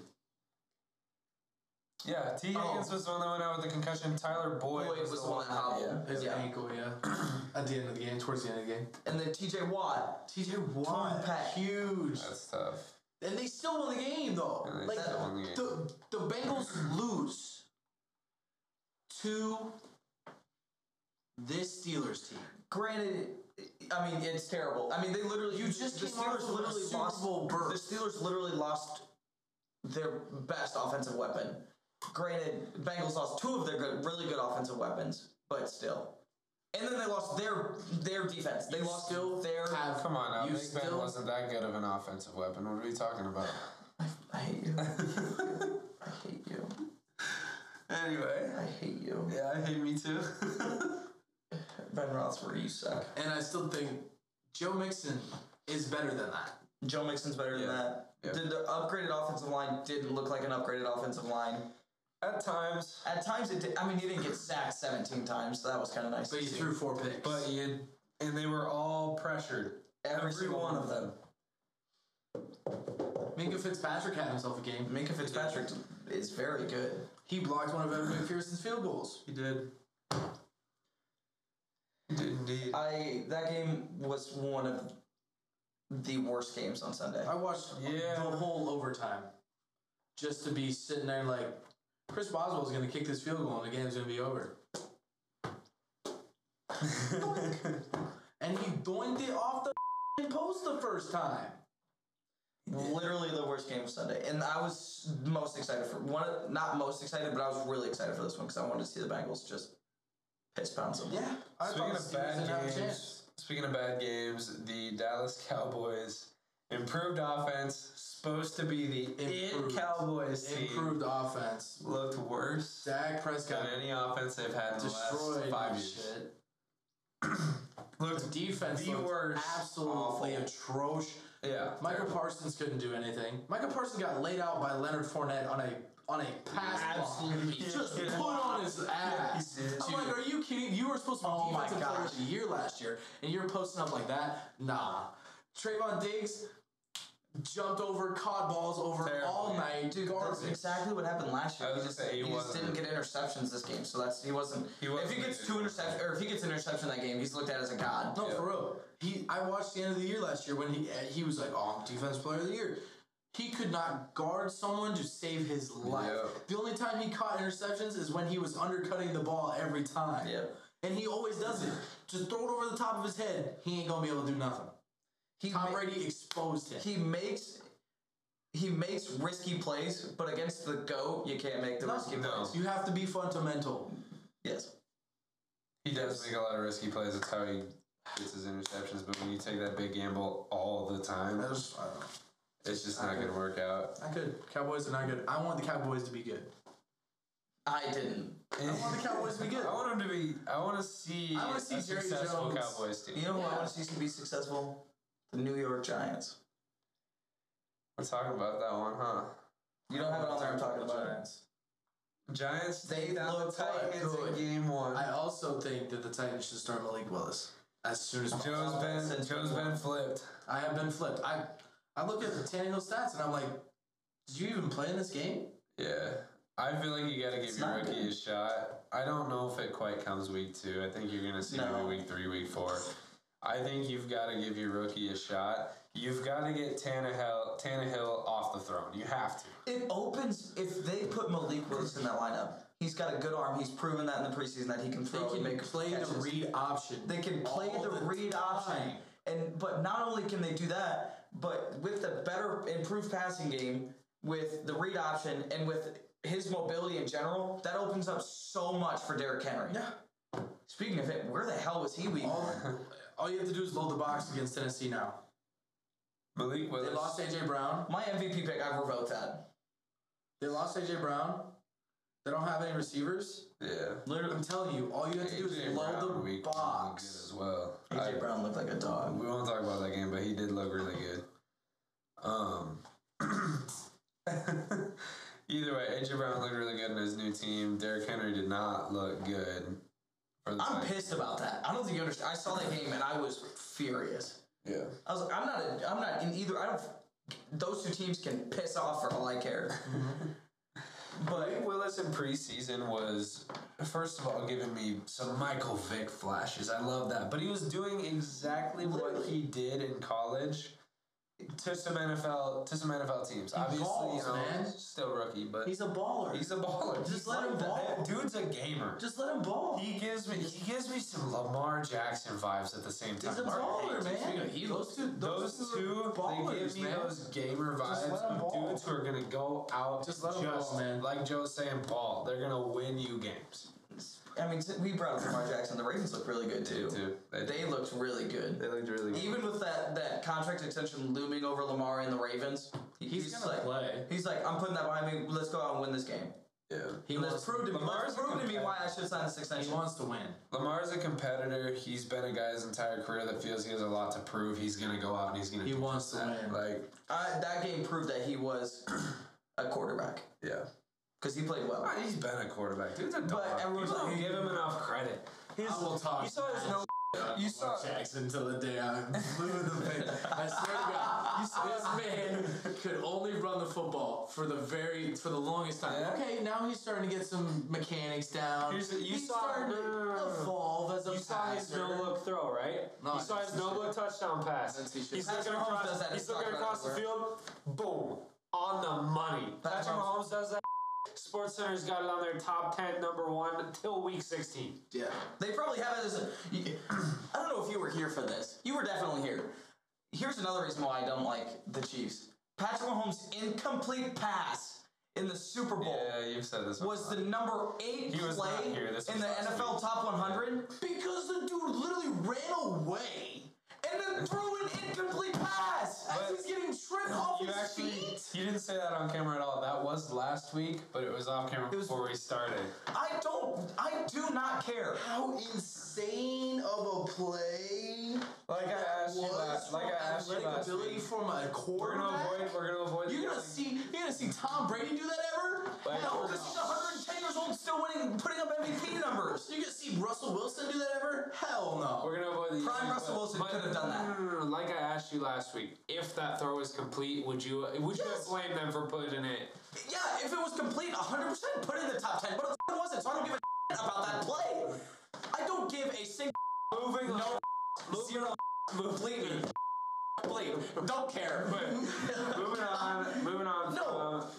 [SPEAKER 1] Yeah, T.
[SPEAKER 2] Oh.
[SPEAKER 1] Higgins was the one that went out with the concussion. Tyler Boyd,
[SPEAKER 2] Boyd was the one that hobbled.
[SPEAKER 3] His
[SPEAKER 2] Yeah.
[SPEAKER 3] ankle, yeah. at the end of the game, towards the end of the game.
[SPEAKER 2] And then T.J. Watt.
[SPEAKER 3] TJ Watt,
[SPEAKER 2] Pat.
[SPEAKER 3] huge.
[SPEAKER 1] That's tough.
[SPEAKER 3] And they still won the game though.
[SPEAKER 1] And they
[SPEAKER 3] Oh, like
[SPEAKER 1] still won the game.
[SPEAKER 3] the the Bengals lose to this Steelers team.
[SPEAKER 2] Granted, I mean it's terrible. I mean they literally.
[SPEAKER 3] You just
[SPEAKER 2] the
[SPEAKER 3] came off
[SPEAKER 2] Steelers
[SPEAKER 3] of a
[SPEAKER 2] literally
[SPEAKER 3] Super
[SPEAKER 2] lost.
[SPEAKER 3] Bowl berth.
[SPEAKER 2] The Steelers literally lost their best offensive weapon. Granted, Bengals lost two of their good, really good offensive weapons, but still. And then they lost their their defense. They lost still their.
[SPEAKER 3] Have-
[SPEAKER 1] Come on now,
[SPEAKER 3] you
[SPEAKER 1] Big Ben
[SPEAKER 3] still-
[SPEAKER 1] wasn't that good of an offensive weapon. What are we talking about?
[SPEAKER 2] I hate you. I hate you.
[SPEAKER 1] Anyway.
[SPEAKER 2] I hate you.
[SPEAKER 1] Yeah, I hate me too.
[SPEAKER 2] Ben Roethlisberger, you suck.
[SPEAKER 3] And I still think Joe Mixon is better than that.
[SPEAKER 2] Joe Mixon's better than
[SPEAKER 1] Yeah.
[SPEAKER 2] that.
[SPEAKER 1] Yeah.
[SPEAKER 2] Did the upgraded offensive line didn't look like an upgraded offensive line.
[SPEAKER 1] At times,
[SPEAKER 2] At times, it did. I mean, he didn't get sacked 17 times, so that was kind of nice.
[SPEAKER 3] But
[SPEAKER 2] to
[SPEAKER 3] he
[SPEAKER 2] see.
[SPEAKER 3] threw four picks.
[SPEAKER 1] but you and they were all pressured.
[SPEAKER 2] every, single
[SPEAKER 1] one of them.
[SPEAKER 3] Minka Fitzpatrick had himself a game.
[SPEAKER 2] Minka Fitzpatrick is very good.
[SPEAKER 3] He blocked one of Evan McPherson's field goals.
[SPEAKER 1] He did. He did indeed.
[SPEAKER 2] I that game was one of the worst games on Sunday.
[SPEAKER 3] I watched
[SPEAKER 1] Yeah.
[SPEAKER 3] the whole overtime just to be sitting there like Chris Boswell's gonna kick this field goal and the game's gonna be over. and he doinked it off the f***ing post the first time.
[SPEAKER 2] Literally the worst game of Sunday, and I was most excited for one. of- Not most excited, but I was really excited for this one because I wanted to see the Bengals just piss pounds them.
[SPEAKER 3] Yeah, I
[SPEAKER 1] Speaking
[SPEAKER 3] thought
[SPEAKER 1] of
[SPEAKER 3] the Steelers didn't have
[SPEAKER 1] bad
[SPEAKER 3] a
[SPEAKER 1] games,
[SPEAKER 3] chance.
[SPEAKER 1] speaking of bad games, the Dallas Cowboys improved offense, supposed to be the
[SPEAKER 3] Improved.
[SPEAKER 1] it Cowboys team,
[SPEAKER 3] Improved offense.
[SPEAKER 1] looked worse
[SPEAKER 3] Dak
[SPEAKER 1] than
[SPEAKER 3] Prescott
[SPEAKER 1] any offense they've had in the last
[SPEAKER 3] destroyed
[SPEAKER 1] five
[SPEAKER 3] that
[SPEAKER 1] years.
[SPEAKER 3] shit.
[SPEAKER 1] Looked
[SPEAKER 3] Defense
[SPEAKER 1] the
[SPEAKER 3] looked
[SPEAKER 1] worst.
[SPEAKER 3] absolutely
[SPEAKER 1] Awful.
[SPEAKER 3] atrocious.
[SPEAKER 1] Yeah,
[SPEAKER 3] Michael Parsons couldn't do anything. Michael Parsons got laid out by Leonard Fournette on a on a pass
[SPEAKER 2] Absolutely.
[SPEAKER 3] block. He just put on his ass.
[SPEAKER 1] Yeah, he did.
[SPEAKER 3] I'm like, are you kidding? You were supposed to be
[SPEAKER 2] Oh my
[SPEAKER 3] defensive player
[SPEAKER 2] gosh.
[SPEAKER 3] of the year last year, and you're posting up like that? Nah. Trayvon Diggs jumped over, caught balls over
[SPEAKER 1] Terrible,
[SPEAKER 3] all
[SPEAKER 1] yeah.
[SPEAKER 3] night.
[SPEAKER 2] Dude, that's
[SPEAKER 3] Garbage.
[SPEAKER 2] exactly what happened last year.
[SPEAKER 1] I was
[SPEAKER 2] he
[SPEAKER 1] gonna
[SPEAKER 2] just,
[SPEAKER 1] say, he
[SPEAKER 2] he just
[SPEAKER 1] wasn't-
[SPEAKER 2] didn't get interceptions this game, so that's he wasn't.
[SPEAKER 1] He wasn't
[SPEAKER 2] if he gets
[SPEAKER 1] good.
[SPEAKER 2] two interceptions, or if he gets an interception that game, he's looked at as a god.
[SPEAKER 3] No,
[SPEAKER 1] Yeah.
[SPEAKER 3] for real. He, I watched the end of the year last year when he uh, he was like, "Oh, I'm defense player of the year." He could not guard someone to save his life.
[SPEAKER 1] Yeah.
[SPEAKER 3] The only time he caught interceptions is when he was undercutting the ball every time.
[SPEAKER 2] Yeah.
[SPEAKER 3] And he always does it. Just throw it over the top of his head. He ain't gonna be able to do nothing.
[SPEAKER 2] He
[SPEAKER 3] Tom
[SPEAKER 2] ma-
[SPEAKER 3] Brady exposed him.
[SPEAKER 2] he makes he makes risky plays, but against the goat, you can't make the
[SPEAKER 3] No.
[SPEAKER 2] risky
[SPEAKER 1] No.
[SPEAKER 2] plays.
[SPEAKER 3] you have to be fundamental.
[SPEAKER 2] Yes.
[SPEAKER 1] He does make a lot of risky plays. That's how he gets his interceptions. But when you take that big gamble all the time,
[SPEAKER 3] I, just, I, don't know.
[SPEAKER 1] it's just not going to work out.
[SPEAKER 3] I could. Cowboys are uh, not good. I want the Cowboys to be good.
[SPEAKER 2] I didn't.
[SPEAKER 1] I
[SPEAKER 3] want the Cowboys to be good.
[SPEAKER 1] I want him to be. I want to see.
[SPEAKER 3] I wanna see
[SPEAKER 1] a
[SPEAKER 3] Jerry
[SPEAKER 1] successful
[SPEAKER 3] Jones.
[SPEAKER 1] Cowboys team.
[SPEAKER 2] You know who I
[SPEAKER 3] Yeah.
[SPEAKER 2] want to see be successful? The New York Giants.
[SPEAKER 1] We're talking about that one, huh?
[SPEAKER 2] You don't have it on there. I'm talking about it.
[SPEAKER 1] Giants.
[SPEAKER 2] They
[SPEAKER 1] take down the
[SPEAKER 2] look like
[SPEAKER 1] Titans in
[SPEAKER 3] good.
[SPEAKER 1] game one.
[SPEAKER 3] I also think that the Titans should start Malik Willis as soon as possible.
[SPEAKER 1] Joe's been.
[SPEAKER 2] Since
[SPEAKER 1] Joe's
[SPEAKER 2] game
[SPEAKER 1] been flipped.
[SPEAKER 3] I have been flipped. I I look at the Tannehill stats and I'm like, did you even play in this game?
[SPEAKER 1] Yeah. I feel like you got to give your
[SPEAKER 2] not
[SPEAKER 1] rookie a shot. I don't know if it quite comes week two. I think you're going to see
[SPEAKER 2] No.
[SPEAKER 1] maybe week three, week four. I think you've got to give your rookie a shot. You've got to get Tannehill, Tannehill off the throne. You have to.
[SPEAKER 2] It opens if they put Malik Willis in that lineup. He's got a good arm. He's proven that in the preseason that he can
[SPEAKER 3] They
[SPEAKER 2] throw
[SPEAKER 3] can
[SPEAKER 2] and make
[SPEAKER 3] play
[SPEAKER 2] catches.
[SPEAKER 3] the read option.
[SPEAKER 2] They can play
[SPEAKER 3] all
[SPEAKER 2] the,
[SPEAKER 3] the
[SPEAKER 2] read option.
[SPEAKER 3] time.
[SPEAKER 2] And but not only can they do that, but with the better improved passing game, with the read option and with his mobility in general, that opens up so much for Derrick Henry.
[SPEAKER 3] Yeah.
[SPEAKER 2] Speaking of it, where the hell was he week?
[SPEAKER 3] All,
[SPEAKER 2] one?
[SPEAKER 3] all you have to do is load the box against Tennessee now.
[SPEAKER 1] Malik
[SPEAKER 3] They
[SPEAKER 1] Willis.
[SPEAKER 3] lost AJ Brown.
[SPEAKER 2] My MVP pick, I revoked that.
[SPEAKER 3] They lost AJ Brown. They don't have any receivers.
[SPEAKER 1] Yeah.
[SPEAKER 3] Literally, I'm telling you, all you have to do is
[SPEAKER 1] AJ Brown
[SPEAKER 3] load the
[SPEAKER 1] week one looked good
[SPEAKER 3] box.
[SPEAKER 1] as well. I-
[SPEAKER 2] AJ Brown looked like a dog.
[SPEAKER 1] we won't talk about that game, but he did look really good. Um, either way, AJ Brown looked really good in his new team. Derrick Henry did not look good. For the
[SPEAKER 2] I'm
[SPEAKER 1] Titans.
[SPEAKER 2] pissed about that. I don't think you understand. I saw that game and I was furious.
[SPEAKER 1] Yeah.
[SPEAKER 2] I was like, I'm not, a, I'm not in either. I don't. Those two teams can piss off for all I care.
[SPEAKER 1] But Willis in preseason was, first of all, giving me some Michael Vick flashes. I love that. But he was doing exactly what he did in college to some NFL to some NFL teams. Obviously,
[SPEAKER 3] balls,
[SPEAKER 1] you know,
[SPEAKER 3] man.
[SPEAKER 1] still rookie, but
[SPEAKER 3] He's a baller.
[SPEAKER 1] He's a baller.
[SPEAKER 3] Just
[SPEAKER 1] He's
[SPEAKER 3] let
[SPEAKER 1] like
[SPEAKER 3] him
[SPEAKER 1] that.
[SPEAKER 3] ball.
[SPEAKER 1] That dude's a gamer.
[SPEAKER 3] Just let him ball.
[SPEAKER 1] He gives me he gives me some Lamar Jackson vibes at the same time.
[SPEAKER 3] He's a baller, man. those two,
[SPEAKER 1] Those, two,
[SPEAKER 3] are
[SPEAKER 1] they give me
[SPEAKER 3] man.
[SPEAKER 1] those gamer
[SPEAKER 3] Just
[SPEAKER 1] vibes
[SPEAKER 3] let 'em
[SPEAKER 1] of
[SPEAKER 3] ball.
[SPEAKER 1] dudes who are gonna go out.
[SPEAKER 3] Just let 'em ball, man.
[SPEAKER 1] Like Joe's saying, ball. They're gonna win you games.
[SPEAKER 2] I mean, we brought up Lamar Jackson. The Ravens look really good too.
[SPEAKER 1] Dude, they,
[SPEAKER 2] They looked really good.
[SPEAKER 1] they looked really good.
[SPEAKER 2] Even with that that contract extension looming over Lamar and the Ravens, he's,
[SPEAKER 3] He's, gonna
[SPEAKER 2] like,
[SPEAKER 3] play.
[SPEAKER 2] he's like, I'm putting that behind me. Let's go out and win this game.
[SPEAKER 1] Yeah.
[SPEAKER 3] He
[SPEAKER 2] And
[SPEAKER 3] wants,
[SPEAKER 2] that's proved to me.
[SPEAKER 1] Lamar's
[SPEAKER 2] That's proven to me why I should sign this
[SPEAKER 3] he
[SPEAKER 2] extension.
[SPEAKER 3] wants to win.
[SPEAKER 1] Lamar's a competitor. He's been a guy his entire career that feels he has a lot to prove. He's gonna go out and he's gonna
[SPEAKER 3] He
[SPEAKER 1] do
[SPEAKER 3] wants to
[SPEAKER 1] that.
[SPEAKER 3] win.
[SPEAKER 1] Like,
[SPEAKER 2] I, that game proved that he was a quarterback
[SPEAKER 1] yeah.
[SPEAKER 2] because he played well.
[SPEAKER 1] He's been a quarterback. Dude's a dog.
[SPEAKER 2] everyone's
[SPEAKER 1] People
[SPEAKER 2] like-
[SPEAKER 1] don't give him enough credit. His,
[SPEAKER 3] I will talk
[SPEAKER 1] You saw his
[SPEAKER 3] smash
[SPEAKER 1] no. You saw.
[SPEAKER 3] Jackson till the day I'm blue in the face. I swear to God, you saw this man could only run the football for the very for the longest time.
[SPEAKER 1] Yeah.
[SPEAKER 3] Okay, now he's starting to get some mechanics down.
[SPEAKER 1] Here's the- you
[SPEAKER 3] he's
[SPEAKER 1] saw-
[SPEAKER 3] starting
[SPEAKER 1] no, no, no, no,
[SPEAKER 3] to
[SPEAKER 1] no.
[SPEAKER 3] evolve as a
[SPEAKER 1] You saw his
[SPEAKER 3] passer.
[SPEAKER 1] no look throw, right?
[SPEAKER 3] No,
[SPEAKER 1] you saw
[SPEAKER 3] I
[SPEAKER 1] his
[SPEAKER 3] didn't see
[SPEAKER 1] no look touchdown pass.
[SPEAKER 3] didn't see shit.
[SPEAKER 1] He's
[SPEAKER 2] Patrick
[SPEAKER 1] looking
[SPEAKER 2] Mahomes
[SPEAKER 1] across.
[SPEAKER 2] does that.
[SPEAKER 1] He's
[SPEAKER 2] It's
[SPEAKER 1] looking
[SPEAKER 2] not
[SPEAKER 1] across the
[SPEAKER 2] gonna
[SPEAKER 1] field. Boom, on the money.
[SPEAKER 2] Patrick
[SPEAKER 1] Patrick Mahomes does that. Sports Center's got it on their top ten, number one until week sixteen.
[SPEAKER 3] Yeah.
[SPEAKER 2] They probably have it as a. I don't know if you were here for this. You were definitely here. Here's another reason why I don't like the Chiefs. Patrick Mahomes' incomplete pass in the Super Bowl
[SPEAKER 1] you've said this.
[SPEAKER 2] was the number eight
[SPEAKER 1] He was
[SPEAKER 2] play
[SPEAKER 1] not here. This
[SPEAKER 2] in
[SPEAKER 1] was
[SPEAKER 2] the
[SPEAKER 1] last
[SPEAKER 2] NFL
[SPEAKER 1] week.
[SPEAKER 2] Top 100,
[SPEAKER 3] Because the dude literally ran away.
[SPEAKER 2] and then threw an incomplete pass.
[SPEAKER 1] But-
[SPEAKER 2] As he's getting tripped off
[SPEAKER 1] You
[SPEAKER 2] his
[SPEAKER 1] actually,
[SPEAKER 2] feet.
[SPEAKER 1] you didn't say that on camera at all. That was last week, but it was off camera
[SPEAKER 2] was-
[SPEAKER 1] before we started.
[SPEAKER 2] I don't. I do not care.
[SPEAKER 3] How insane of a play
[SPEAKER 1] Like I asked you last, like I asked you
[SPEAKER 3] athletic
[SPEAKER 1] last
[SPEAKER 3] ability
[SPEAKER 1] week.
[SPEAKER 3] from a
[SPEAKER 1] We're gonna
[SPEAKER 3] quarterback.
[SPEAKER 1] avoid. We're gonna avoid.
[SPEAKER 3] You're
[SPEAKER 1] the
[SPEAKER 3] gonna
[SPEAKER 1] yelling.
[SPEAKER 3] see you're gonna see Tom Brady do that ever?
[SPEAKER 1] Like,
[SPEAKER 3] Hell
[SPEAKER 1] we're
[SPEAKER 3] no.
[SPEAKER 1] gonna-
[SPEAKER 2] He's 110 years old, still winning, putting up MVP numbers.
[SPEAKER 3] You're gonna see Russell Wilson do that ever? Hell no.
[SPEAKER 1] We're gonna avoid the
[SPEAKER 2] Prime
[SPEAKER 1] issue,
[SPEAKER 2] Russell
[SPEAKER 1] but-
[SPEAKER 2] Wilson
[SPEAKER 1] but-
[SPEAKER 2] could have done that.
[SPEAKER 1] No, no, no, no, Like I asked you last week, if that throw was complete, would you would you have
[SPEAKER 2] Yes.
[SPEAKER 1] blamed them for putting it?
[SPEAKER 2] Yeah, if it was complete, 100% put it in the top 10, but it f***ing wasn't, so I don't give a about that play. I don't give a single
[SPEAKER 1] Moving on.
[SPEAKER 2] no zero completely. Complete. Don't care.
[SPEAKER 1] moving on. Moving on.
[SPEAKER 2] No,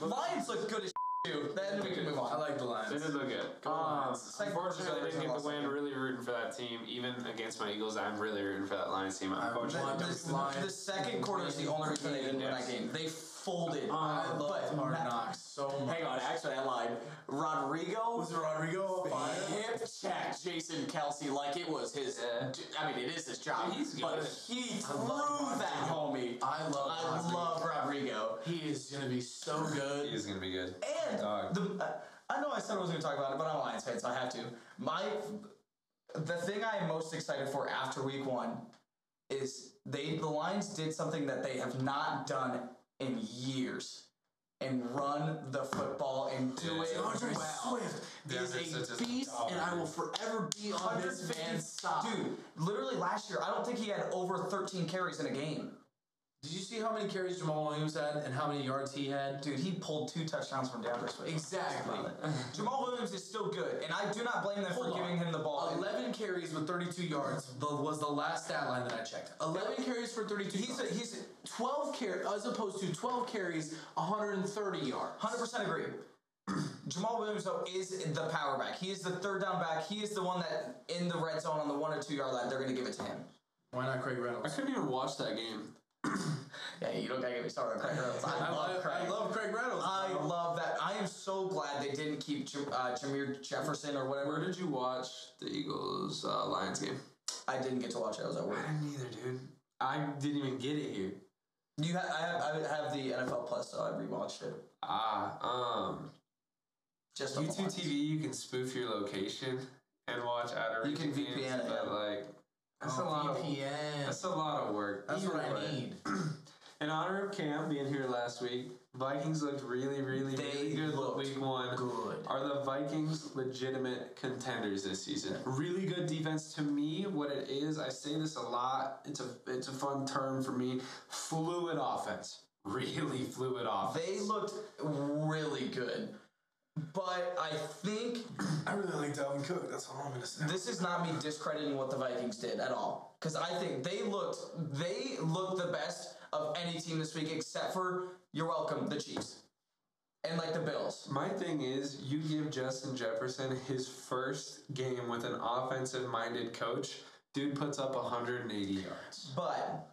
[SPEAKER 1] Um,
[SPEAKER 2] Lions look good as too. Then we can move on.
[SPEAKER 3] like the
[SPEAKER 1] they
[SPEAKER 3] Lions.
[SPEAKER 1] did look good. Um,
[SPEAKER 2] Lions.
[SPEAKER 1] unfortunately, I didn't get the
[SPEAKER 2] Lost
[SPEAKER 1] win.
[SPEAKER 2] again.
[SPEAKER 1] Really rooting for that team, even against my Eagles. I'm really rooting for that Lions team.
[SPEAKER 2] The,
[SPEAKER 1] Unfortunately,
[SPEAKER 3] want-
[SPEAKER 2] the-
[SPEAKER 3] Lions.
[SPEAKER 2] the second quarter is the only reason they didn't win
[SPEAKER 1] Yes.
[SPEAKER 2] that game. They folded.
[SPEAKER 3] I love
[SPEAKER 2] but
[SPEAKER 3] Hard
[SPEAKER 2] Ma-
[SPEAKER 3] Knocks so much.
[SPEAKER 2] Hang on, actually, I lied. Rodrigo
[SPEAKER 3] Was Rodrigo a fire?
[SPEAKER 2] hip check Jason Kelsey like it was his.
[SPEAKER 1] Yeah.
[SPEAKER 2] d- I mean, it is his job,
[SPEAKER 1] Dude, he's
[SPEAKER 2] but
[SPEAKER 1] good.
[SPEAKER 2] he threw
[SPEAKER 3] love
[SPEAKER 2] that homie.
[SPEAKER 3] I love
[SPEAKER 2] I
[SPEAKER 3] Rodrigo.
[SPEAKER 2] love Rodrigo.
[SPEAKER 3] He is gonna be so good.
[SPEAKER 1] is gonna be good.
[SPEAKER 2] And
[SPEAKER 1] Dog.
[SPEAKER 2] the, uh, I know I said I was going to talk about it, but I'm a Lions fan, so I have to. My the thing I am most excited for after Week One is they the Lions did something that they have not done in years, and run the football and do
[SPEAKER 1] Yeah.
[SPEAKER 2] it
[SPEAKER 3] DeAndre
[SPEAKER 2] well.
[SPEAKER 3] Swift
[SPEAKER 1] Yeah,
[SPEAKER 3] is
[SPEAKER 1] that's
[SPEAKER 3] a
[SPEAKER 1] such a
[SPEAKER 3] beast,
[SPEAKER 1] dog,
[SPEAKER 3] and I will
[SPEAKER 1] dude.
[SPEAKER 3] forever be on this
[SPEAKER 2] 150
[SPEAKER 3] man's side.
[SPEAKER 2] Dude, literally last year, I don't think he had over 13 carries in a game.
[SPEAKER 3] did you see how many carries Jamal Williams had and how many yards he had?
[SPEAKER 2] Dude, he pulled two touchdowns from DeAndre Swift.
[SPEAKER 3] Exactly.
[SPEAKER 2] Jamal Williams is still good, and I do not blame them
[SPEAKER 3] Hold
[SPEAKER 2] for
[SPEAKER 3] on.
[SPEAKER 2] giving him the ball.
[SPEAKER 3] 11 carries with 32 yards the, was the last stat line that I checked. 11 carries for 32
[SPEAKER 2] He's a,
[SPEAKER 3] yards.
[SPEAKER 2] he's
[SPEAKER 3] 12 carries, as opposed to 12 carries, 130 yards.
[SPEAKER 2] 100% agree. Jamal Williams though is the power back. He is the third down back. He is the one that in the red zone on the one or two yard line they're gonna give it to him.
[SPEAKER 3] Why not Craig
[SPEAKER 1] I
[SPEAKER 3] Reynolds?
[SPEAKER 1] couldn't even watch that game.
[SPEAKER 2] Yeah, you don't gotta get me started on Craig Reynolds. I, love Oh, Craig.
[SPEAKER 3] I love Craig Reynolds.
[SPEAKER 2] I love that. I am so glad they didn't keep Jam- uh, Jameer Jefferson or
[SPEAKER 1] Where
[SPEAKER 2] whatever.
[SPEAKER 1] did you watch the Eagles uh, Lions game?
[SPEAKER 2] I didn't get to watch it. I was at work.
[SPEAKER 1] didn't either, dude. I didn't even get it here.
[SPEAKER 2] You ha- I have I have the NFL Plus, so I rewatched it.
[SPEAKER 1] Ah, um,
[SPEAKER 2] Just on the
[SPEAKER 1] YouTube
[SPEAKER 2] lines.
[SPEAKER 1] TV, you can spoof your location and watch out of
[SPEAKER 2] You can
[SPEAKER 1] region games,
[SPEAKER 2] VPN it,
[SPEAKER 1] but
[SPEAKER 2] yeah.
[SPEAKER 1] like that's
[SPEAKER 3] Oh,
[SPEAKER 1] a lot of
[SPEAKER 3] VPN.
[SPEAKER 1] that's a lot of work.
[SPEAKER 3] That's what I
[SPEAKER 1] Anyway,
[SPEAKER 3] need.
[SPEAKER 1] In honor of Cam being here last week, Vikings looked really, really,
[SPEAKER 2] They
[SPEAKER 1] really good
[SPEAKER 2] looked
[SPEAKER 1] week one.
[SPEAKER 3] Good.
[SPEAKER 1] Are the Vikings legitimate contenders this season? Really good defense to me. What it is, I say this a lot. It's a it's a fun term for me. Fluid offense. Really fluid offense.
[SPEAKER 2] They looked really good. But I think
[SPEAKER 4] I really like Dalvin Cook. That's all I'm gonna say.
[SPEAKER 2] this is not me discrediting what the Vikings did at all. Because I think they looked they looked the best of any team this week except for you're welcome, the Chiefs. And like the Bills.
[SPEAKER 1] My thing is, you give Justin Jefferson his first game with an offensive-minded coach. Dude puts up 180 yards.
[SPEAKER 2] But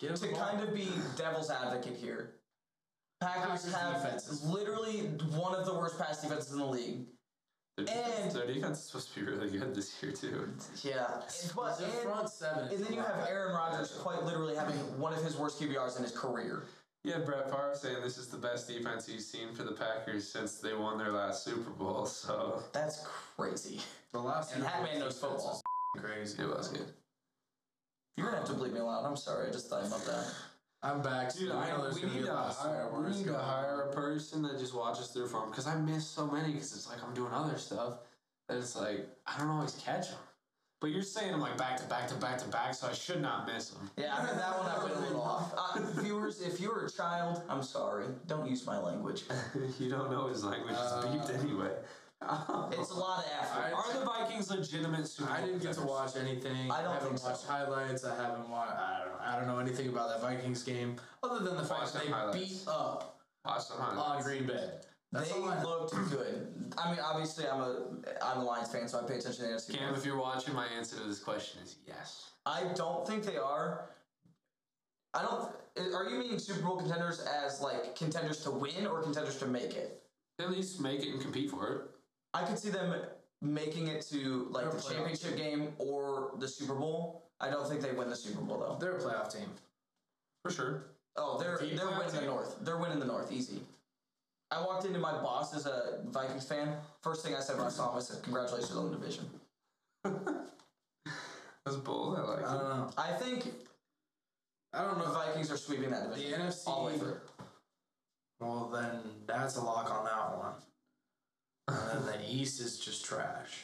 [SPEAKER 3] Get him
[SPEAKER 2] to
[SPEAKER 3] the ball.
[SPEAKER 2] kind of be devil's advocate here, Packers,
[SPEAKER 3] Packers
[SPEAKER 2] have
[SPEAKER 3] defense is-
[SPEAKER 2] literally one of the worst pass defenses in the league.
[SPEAKER 1] Their defense,
[SPEAKER 2] And-
[SPEAKER 1] their defense is supposed to be really good this year too.
[SPEAKER 2] Yeah, but
[SPEAKER 3] Their
[SPEAKER 2] and,
[SPEAKER 3] front seven. is
[SPEAKER 2] and then you have
[SPEAKER 3] rough.
[SPEAKER 2] Aaron Rodgers quite literally having one of his worst QBRs in his career.
[SPEAKER 1] Yeah, Brett Favre saying this is the best defense he's seen for the Packers since they won their last Super Bowl. So
[SPEAKER 2] That's crazy.
[SPEAKER 3] the last.
[SPEAKER 2] And
[SPEAKER 3] Super
[SPEAKER 2] that
[SPEAKER 3] Bowl
[SPEAKER 2] man knows
[SPEAKER 3] defense
[SPEAKER 2] football.
[SPEAKER 3] is Crazy.
[SPEAKER 1] it was good.
[SPEAKER 2] You're gonna have to bleep me loud. I'm sorry. I just thought about that.
[SPEAKER 3] I'm back.
[SPEAKER 1] Dude,
[SPEAKER 3] I know
[SPEAKER 1] I,
[SPEAKER 3] there's
[SPEAKER 1] we
[SPEAKER 3] gonna be
[SPEAKER 1] need
[SPEAKER 3] a
[SPEAKER 1] to
[SPEAKER 3] lot of
[SPEAKER 1] hire,
[SPEAKER 3] swear
[SPEAKER 1] we
[SPEAKER 3] words
[SPEAKER 1] need to
[SPEAKER 3] going
[SPEAKER 1] hire
[SPEAKER 3] on.
[SPEAKER 1] a person that just watches through for him because I miss so many because it's like I'm doing other stuff that it's like I don't always catch them. But you're saying I'm like back to back to back to back, so I should not miss them.
[SPEAKER 2] Yeah, after that one, I went a little off. Uh, viewers, if you're a child, I'm sorry. Don't use my language.
[SPEAKER 1] you don't know his language; it's
[SPEAKER 3] Uh,
[SPEAKER 1] beeped anyway.
[SPEAKER 2] It's a lot of effort.
[SPEAKER 1] Are the Vikings legitimate Super
[SPEAKER 3] I
[SPEAKER 1] Bowl
[SPEAKER 3] didn't get to
[SPEAKER 1] contenders?
[SPEAKER 3] watch anything.
[SPEAKER 2] I don't
[SPEAKER 3] haven't
[SPEAKER 2] think so.
[SPEAKER 3] watched highlights. I haven't watched. I don't. Know, I don't know anything about that Vikings game other than the
[SPEAKER 1] Watch
[SPEAKER 3] fact that
[SPEAKER 1] the
[SPEAKER 3] they
[SPEAKER 1] highlights.
[SPEAKER 3] beat up
[SPEAKER 1] Watch them, huh?
[SPEAKER 3] on Green Bay. That's
[SPEAKER 2] They
[SPEAKER 3] all I know.
[SPEAKER 2] looked good. I mean, obviously, I'm a I'm a Lions fan, so I pay attention to the NFC.
[SPEAKER 1] Cam, if you're watching, my answer to this question is yes.
[SPEAKER 2] I don't think they are. I don't. Are you meaning Super Bowl contenders as like contenders to win or contenders to make it?
[SPEAKER 1] At least make it and compete for it.
[SPEAKER 2] I could see them making it to like
[SPEAKER 3] Or
[SPEAKER 2] the
[SPEAKER 3] playoffs.
[SPEAKER 2] championship game or the Super Bowl. I don't think they win the Super Bowl though.
[SPEAKER 3] They're a playoff team.
[SPEAKER 1] For sure.
[SPEAKER 2] Oh, they're
[SPEAKER 3] Deep
[SPEAKER 2] they're
[SPEAKER 3] playoff
[SPEAKER 2] winning the
[SPEAKER 3] team.
[SPEAKER 2] North. They're winning the North easy. I walked into my boss as a Vikings fan. First thing I said when I saw him, I said, "Congratulations on the division."
[SPEAKER 1] That's bold. I like
[SPEAKER 3] I
[SPEAKER 1] it.
[SPEAKER 3] don't know.
[SPEAKER 2] I think
[SPEAKER 3] I don't
[SPEAKER 2] the
[SPEAKER 3] know.
[SPEAKER 2] Vikings are sweeping that
[SPEAKER 3] The
[SPEAKER 2] division
[SPEAKER 3] NFC.
[SPEAKER 2] all the way through.
[SPEAKER 3] Well, then that's a lock on that one. And then the East is just trash.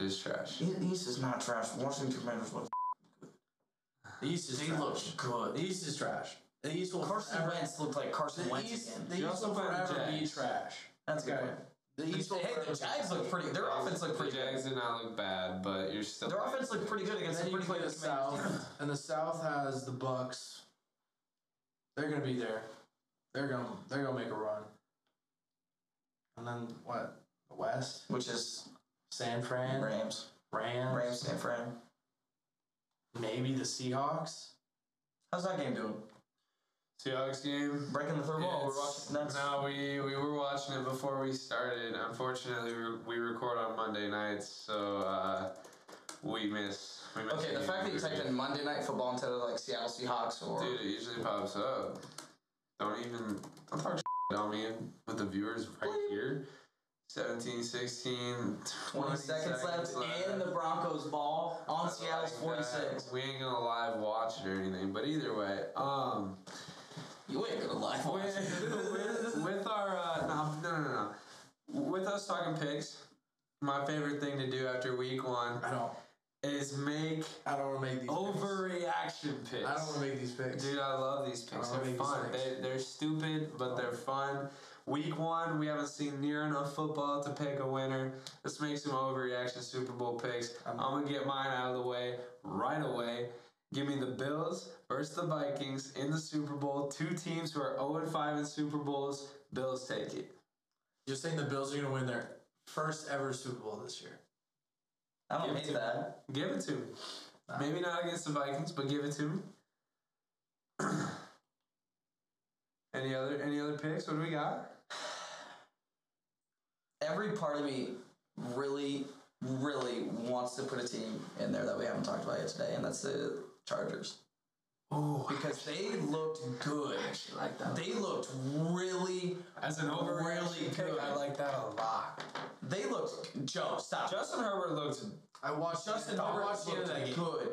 [SPEAKER 1] It's trash.
[SPEAKER 2] East is not trash. Washington Commanders look
[SPEAKER 3] The East is
[SPEAKER 2] They
[SPEAKER 3] trash.
[SPEAKER 2] look good.
[SPEAKER 3] The East is trash. The East will
[SPEAKER 2] Carson
[SPEAKER 3] forever.
[SPEAKER 2] Wentz looked like Carson
[SPEAKER 3] The
[SPEAKER 2] Wentz
[SPEAKER 3] East,
[SPEAKER 2] again.
[SPEAKER 3] the
[SPEAKER 1] You
[SPEAKER 3] East
[SPEAKER 1] also
[SPEAKER 3] will
[SPEAKER 1] play the
[SPEAKER 3] forever be
[SPEAKER 1] Jags.
[SPEAKER 3] trash.
[SPEAKER 2] That's a good
[SPEAKER 3] Okay.
[SPEAKER 2] point.
[SPEAKER 3] The East will
[SPEAKER 2] Hey,
[SPEAKER 3] forever
[SPEAKER 2] the
[SPEAKER 3] be
[SPEAKER 2] Jags look pretty. Their offense looked
[SPEAKER 1] The
[SPEAKER 2] pretty
[SPEAKER 1] Jags
[SPEAKER 2] good.
[SPEAKER 1] did not look bad, but you're still.
[SPEAKER 2] Their offense looked pretty good
[SPEAKER 3] And
[SPEAKER 2] against a
[SPEAKER 3] then you
[SPEAKER 2] pretty
[SPEAKER 3] play
[SPEAKER 2] good
[SPEAKER 3] the
[SPEAKER 2] Commanders team.
[SPEAKER 3] South, and the South has the Bucks. They're gonna be there. They're gonna they're gonna make a run. And then what? The West,
[SPEAKER 2] which is
[SPEAKER 3] San Fran, Rams,
[SPEAKER 2] Rams. Rams, San Fran.
[SPEAKER 3] maybe the Seahawks.
[SPEAKER 2] How's that game doing?
[SPEAKER 1] Seahawks game.
[SPEAKER 2] Breaking the third wall. We're
[SPEAKER 1] It's-
[SPEAKER 2] watching Nets.
[SPEAKER 1] No, we, we were watching it before we started. Unfortunately, we, we record on Monday nights, so uh, we miss. We miss
[SPEAKER 2] Okay, the
[SPEAKER 1] game.
[SPEAKER 2] fact that you typed in Monday Night Football instead of like Seattle Seahawks or
[SPEAKER 1] Dude, it usually pops up. Don't even. Don't talk shit on me with the viewers right here. 17, 16,
[SPEAKER 2] 20 seconds left, and the Broncos ball on Seattle's
[SPEAKER 1] Like that.
[SPEAKER 2] 46.
[SPEAKER 1] We ain't gonna live watch it or anything, but either way, um,
[SPEAKER 2] You ain't gonna lie.
[SPEAKER 1] with, with, with our uh, no, no, no, no, with us talking picks, my favorite thing to do after week one
[SPEAKER 3] I don't.
[SPEAKER 1] is make
[SPEAKER 3] I don't want to make these Picks.
[SPEAKER 1] overreaction picks.
[SPEAKER 3] I don't want to make these picks.
[SPEAKER 1] Dude, I love these picks.
[SPEAKER 3] I love
[SPEAKER 1] They're
[SPEAKER 3] these
[SPEAKER 1] fun.
[SPEAKER 3] picks.
[SPEAKER 1] They, they're stupid, but they're fun. Week one, we haven't seen near enough football to pick a winner. Let's make some overreaction Super Bowl picks. I'm going to get mine out of the way right away. Give me the Bills versus the Vikings oh in the Super Bowl. Two teams who are 0 5 in Super Bowls. Bills take it.
[SPEAKER 3] You're saying the Bills are going to win their first ever Super Bowl this year.
[SPEAKER 2] I
[SPEAKER 1] Give
[SPEAKER 2] don't
[SPEAKER 1] it to
[SPEAKER 2] hate that.
[SPEAKER 1] Give it to me. Maybe not against the Vikings, but give it to me. any other any other picks? What do we got?
[SPEAKER 2] Every part of me really, really wants to put a team in there that we haven't talked about yet today, and that's the Chargers.
[SPEAKER 1] Oh,
[SPEAKER 2] Because they looked good.
[SPEAKER 1] like that.
[SPEAKER 2] They looked really,
[SPEAKER 1] As an over
[SPEAKER 2] really good.
[SPEAKER 1] I like that a lot.
[SPEAKER 2] They looked. Joe, stop.
[SPEAKER 1] Justin Herbert looked
[SPEAKER 3] I watched
[SPEAKER 2] Justin
[SPEAKER 3] I
[SPEAKER 2] Herbert
[SPEAKER 3] watched the end of that
[SPEAKER 2] looked
[SPEAKER 3] game.
[SPEAKER 2] good.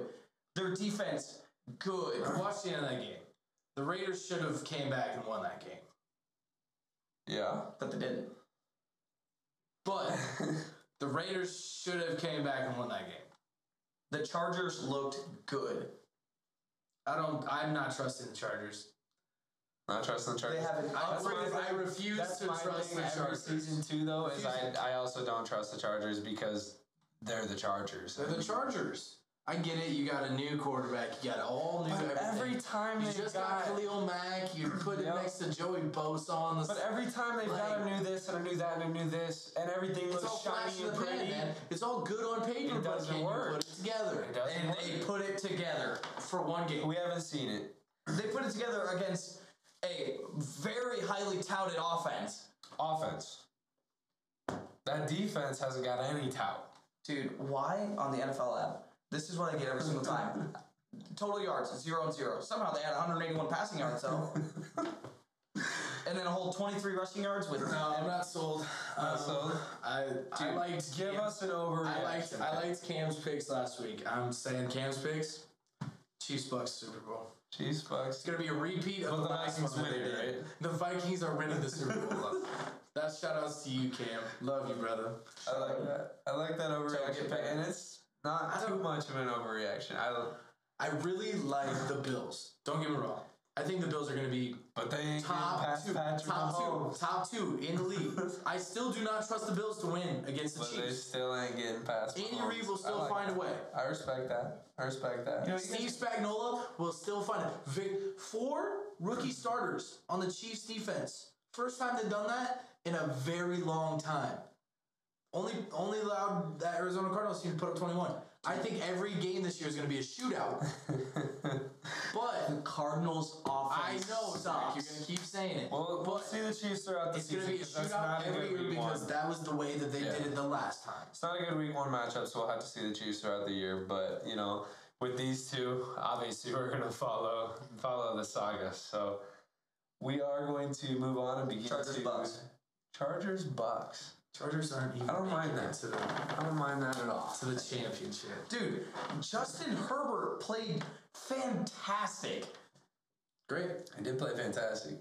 [SPEAKER 2] Their defense, good.
[SPEAKER 3] I watched the end of that game. The Raiders should have came back and won that game.
[SPEAKER 1] Yeah.
[SPEAKER 2] But they didn't.
[SPEAKER 3] But the Raiders should have came back and won that game.
[SPEAKER 2] The Chargers looked good.
[SPEAKER 3] I don't. I'm not trusting the Chargers.
[SPEAKER 1] Not trusting the
[SPEAKER 2] They
[SPEAKER 1] Chargers.
[SPEAKER 2] have an
[SPEAKER 3] I,
[SPEAKER 2] upgrade.
[SPEAKER 3] re- I refuse
[SPEAKER 1] That's
[SPEAKER 3] to
[SPEAKER 1] my
[SPEAKER 3] trust
[SPEAKER 1] thing
[SPEAKER 3] the
[SPEAKER 1] every
[SPEAKER 3] Chargers.
[SPEAKER 1] season too, though, is I,
[SPEAKER 3] Season.
[SPEAKER 1] I also don't trust the Chargers because they're the Chargers.
[SPEAKER 3] They're the Chargers. I get it. You got a new quarterback. You got all new.
[SPEAKER 1] But
[SPEAKER 3] everything.
[SPEAKER 1] every time
[SPEAKER 3] you
[SPEAKER 1] they
[SPEAKER 3] just
[SPEAKER 1] got,
[SPEAKER 3] got Khalil Mack. You put him
[SPEAKER 1] Yep.
[SPEAKER 3] next to Joey Bosa on the.
[SPEAKER 1] but every time they've got a new this and a new that and a new this and everything
[SPEAKER 3] it's all
[SPEAKER 1] looks
[SPEAKER 3] flash
[SPEAKER 1] shiny
[SPEAKER 3] in the
[SPEAKER 1] and
[SPEAKER 3] pan,
[SPEAKER 1] pretty.
[SPEAKER 3] man. It's all good on paper,
[SPEAKER 1] It
[SPEAKER 3] but
[SPEAKER 1] doesn't
[SPEAKER 3] can you
[SPEAKER 1] work.
[SPEAKER 3] put it together?
[SPEAKER 1] It doesn't
[SPEAKER 2] and
[SPEAKER 1] work.
[SPEAKER 2] they put it together.
[SPEAKER 3] For one game,
[SPEAKER 1] We haven't seen it.
[SPEAKER 2] They put it together against a very highly touted offense.
[SPEAKER 1] Offense. That defense hasn't got any tout.
[SPEAKER 2] Dude, why on the NFL app? This is what I get every single time. Total yards, zero and zero. Somehow they had 181 passing yards, though. and then a whole 23 rushing yards with
[SPEAKER 3] No, I'm not sold. Um,
[SPEAKER 1] sold?
[SPEAKER 3] I, I
[SPEAKER 1] Dude,
[SPEAKER 3] liked
[SPEAKER 1] Give
[SPEAKER 3] Cam-
[SPEAKER 1] us an overreaction.
[SPEAKER 3] I liked I liked Cam's picks last week. I'm saying Cam's picks. Chiefs Bucks Super Bowl.
[SPEAKER 1] Chiefs,
[SPEAKER 3] It's
[SPEAKER 1] Bucks.
[SPEAKER 3] gonna be a repeat of
[SPEAKER 1] But
[SPEAKER 3] the
[SPEAKER 1] the
[SPEAKER 3] last
[SPEAKER 1] Vikings
[SPEAKER 3] one that
[SPEAKER 1] win
[SPEAKER 3] they
[SPEAKER 1] it,
[SPEAKER 3] did. The Vikings are winning the Super Bowl. That's shout outs to you, Cam. Love you, brother.
[SPEAKER 1] I like that. I like that overreaction,
[SPEAKER 2] get
[SPEAKER 1] pick,
[SPEAKER 2] back.
[SPEAKER 1] and it's not too much of an overreaction. I, don't-
[SPEAKER 3] I really like the Bills. Don't get me wrong. I think the Bills are gonna be
[SPEAKER 1] but they ain't getting
[SPEAKER 3] top
[SPEAKER 1] past
[SPEAKER 3] two,
[SPEAKER 1] Patrick
[SPEAKER 3] top two,
[SPEAKER 1] Mahomes.
[SPEAKER 3] top two in the league. I still do not trust the Bills to win against the
[SPEAKER 1] But they
[SPEAKER 3] Chiefs.
[SPEAKER 1] still ain't getting past.
[SPEAKER 3] Andy
[SPEAKER 1] Mahomes.
[SPEAKER 3] Reid will still
[SPEAKER 1] I like
[SPEAKER 3] find a way.
[SPEAKER 1] I respect that. I respect that.
[SPEAKER 3] Steve Spagnuolo will still find it. Vic, four rookie starters on the Chiefs defense. First time they've done that in a very long time. Only only allowed that Arizona Cardinals team to put up 21. I think every game this year is going to be a shootout. but
[SPEAKER 2] Cardinals
[SPEAKER 3] I
[SPEAKER 2] offense.
[SPEAKER 3] know, Zach,
[SPEAKER 2] sucks.
[SPEAKER 3] you're going to keep saying it.
[SPEAKER 1] we'll, we'll see the Chiefs throughout the
[SPEAKER 3] it's going
[SPEAKER 1] season.
[SPEAKER 3] to be a
[SPEAKER 1] 'cause that's not
[SPEAKER 3] shootout
[SPEAKER 1] a good
[SPEAKER 3] every year
[SPEAKER 1] week one.
[SPEAKER 3] because that was the way that they
[SPEAKER 1] Yeah.
[SPEAKER 3] did it the last time.
[SPEAKER 1] It's not a good week one matchup, so we'll have to see the Chiefs throughout the year. But you know, with these two, obviously we're gonna follow follow the saga. So we are going to move on and begin
[SPEAKER 2] Chargers,
[SPEAKER 1] to
[SPEAKER 2] Bucks.
[SPEAKER 1] Chargers Bucks.
[SPEAKER 3] Chargers aren't even
[SPEAKER 1] I don't mind
[SPEAKER 3] making it
[SPEAKER 1] that.
[SPEAKER 3] to the,
[SPEAKER 1] I don't mind that at all.
[SPEAKER 3] to the championship.
[SPEAKER 2] Dude, Justin Herbert played fantastic.
[SPEAKER 3] Great,
[SPEAKER 1] I did play fantastic.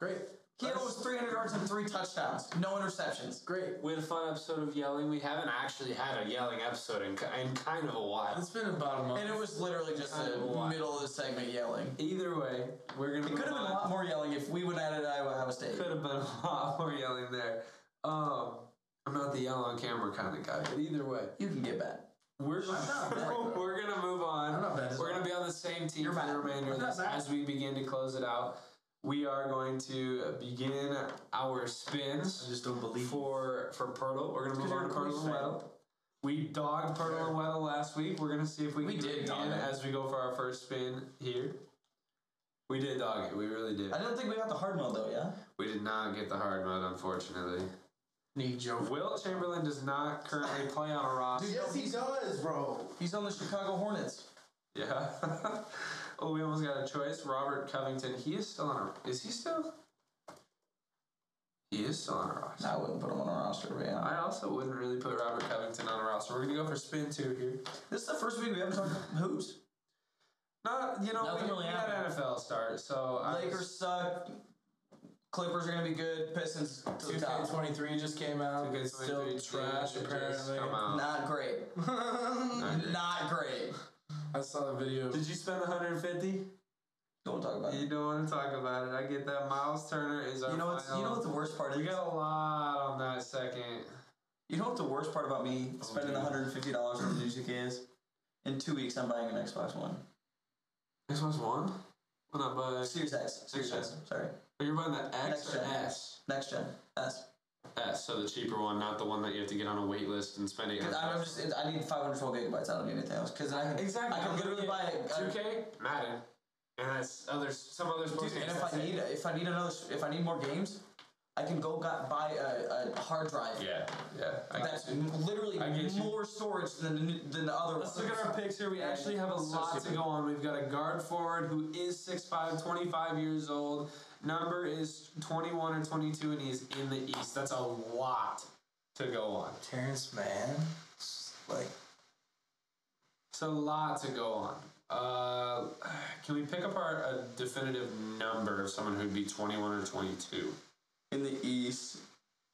[SPEAKER 3] great,
[SPEAKER 2] He had
[SPEAKER 3] That's-
[SPEAKER 2] almost 300 yards and three touchdowns, no interceptions.
[SPEAKER 3] great.
[SPEAKER 1] We had a fun episode of yelling. We haven't actually had a yelling episode in, in kind of a while.
[SPEAKER 3] It's been about a month.
[SPEAKER 2] And it was literally just
[SPEAKER 1] Kind
[SPEAKER 2] the
[SPEAKER 1] of a lot.
[SPEAKER 2] middle of the segment yelling.
[SPEAKER 1] Either way, we're gonna.
[SPEAKER 2] It could have been a lot more yelling if we would have added Iowa Iowa State.
[SPEAKER 1] Could have been a lot more yelling there. Um, I'm not the yell on camera kind of guy, but either way,
[SPEAKER 2] You can get back.
[SPEAKER 1] we're we're gonna move
[SPEAKER 3] I'm
[SPEAKER 1] on.
[SPEAKER 3] not bad as
[SPEAKER 1] We're
[SPEAKER 3] well.
[SPEAKER 1] gonna be on the same team
[SPEAKER 2] You're
[SPEAKER 1] for
[SPEAKER 2] back.
[SPEAKER 1] the remainder of
[SPEAKER 3] I'm not
[SPEAKER 1] this
[SPEAKER 3] back.
[SPEAKER 1] as we begin to close it out. We are going to begin our
[SPEAKER 3] I
[SPEAKER 1] spins
[SPEAKER 3] just don't believe
[SPEAKER 1] for for Pirtle. We're gonna move on to
[SPEAKER 2] you're a
[SPEAKER 1] Pirtle
[SPEAKER 2] Colts
[SPEAKER 1] and
[SPEAKER 2] fan.
[SPEAKER 1] Weddle. We dogged Pirtle and Weddle last week. We're gonna see if we can
[SPEAKER 2] We
[SPEAKER 1] do
[SPEAKER 2] did
[SPEAKER 1] it
[SPEAKER 2] dog
[SPEAKER 1] again
[SPEAKER 2] it.
[SPEAKER 1] as we go for our first spin here. We did dog it. We really did.
[SPEAKER 2] I don't think we got the hard mode though, yeah?
[SPEAKER 1] We did not get the hard mode, unfortunately.
[SPEAKER 3] Need Joe.
[SPEAKER 1] Will Chamberlain does not currently play on a roster.
[SPEAKER 3] Yes, he does, bro.
[SPEAKER 2] He's on the Chicago Hornets.
[SPEAKER 1] Yeah. oh, we almost got a choice. Robert Covington. He is still on. Our, is he still? He is still on a roster.
[SPEAKER 2] I wouldn't put him on a roster, but yeah.
[SPEAKER 1] I also wouldn't really put Robert Covington on a roster. We're gonna go for spin two here.
[SPEAKER 2] This is the first week we haven't talked about hoops.
[SPEAKER 1] Not you know
[SPEAKER 2] Nothing
[SPEAKER 1] we,
[SPEAKER 2] really
[SPEAKER 1] we had
[SPEAKER 2] happened.
[SPEAKER 1] NFL start, so I was-
[SPEAKER 2] Lakers suck. Clippers are gonna be good. Pistons to the top.
[SPEAKER 3] 2K23 just came out.
[SPEAKER 1] 2K23
[SPEAKER 3] It's still
[SPEAKER 1] did
[SPEAKER 3] trash,
[SPEAKER 1] just
[SPEAKER 3] apparently.
[SPEAKER 1] Come out.
[SPEAKER 2] Not great.
[SPEAKER 1] great.
[SPEAKER 2] Not great.
[SPEAKER 3] I saw the video.
[SPEAKER 1] Did you spend 150?
[SPEAKER 2] Don't talk about
[SPEAKER 1] You
[SPEAKER 2] it.
[SPEAKER 1] don't want to talk about it. I get that. Miles Turner is our.
[SPEAKER 2] You know what's you know what the worst part
[SPEAKER 1] We
[SPEAKER 2] is?
[SPEAKER 1] got a lot on that second.
[SPEAKER 2] You know what the worst part about
[SPEAKER 1] Oh,
[SPEAKER 2] me spending the $150 on music is? In two weeks, I'm buying an Xbox One.
[SPEAKER 1] This was one. When I buy,
[SPEAKER 2] Series X. Series
[SPEAKER 1] Series
[SPEAKER 2] X. Sorry.
[SPEAKER 1] you're buying the X
[SPEAKER 2] Next
[SPEAKER 1] or
[SPEAKER 2] gen.
[SPEAKER 1] S?
[SPEAKER 2] Next gen. S.
[SPEAKER 1] S, so the cheaper one, not the one that you have to get on a wait list and spend eight
[SPEAKER 2] Because I'm
[SPEAKER 1] hundred.
[SPEAKER 2] just, it, I need 512 gigabytes. I don't need anything else. Because I can,
[SPEAKER 1] Exactly.
[SPEAKER 2] I can literally buy a,
[SPEAKER 1] two K Madden, and that's other some other sports
[SPEAKER 2] Dude,
[SPEAKER 1] games.
[SPEAKER 2] and if
[SPEAKER 1] that's
[SPEAKER 2] I
[SPEAKER 1] it.
[SPEAKER 2] need, if I need another, if I need more games, I can go got, buy a, a hard drive.
[SPEAKER 1] yeah, yeah. I
[SPEAKER 2] That's
[SPEAKER 1] get you.
[SPEAKER 2] m- literally
[SPEAKER 1] I get you.
[SPEAKER 2] more storage than than the other.
[SPEAKER 1] Let's
[SPEAKER 2] one.
[SPEAKER 1] look at our picks here. We actually have a
[SPEAKER 2] So
[SPEAKER 1] lot to
[SPEAKER 2] stupid.
[SPEAKER 1] go on. We've got a guard forward who is 6'5, 25 years old. Number is 21 or 22, and he's in the East. That's a lot to go on.
[SPEAKER 3] Terrence Mann. Like
[SPEAKER 1] It's a lot to go on. Uh, can we pick apart a definitive number of someone who'd be 21 or 22
[SPEAKER 2] in the east.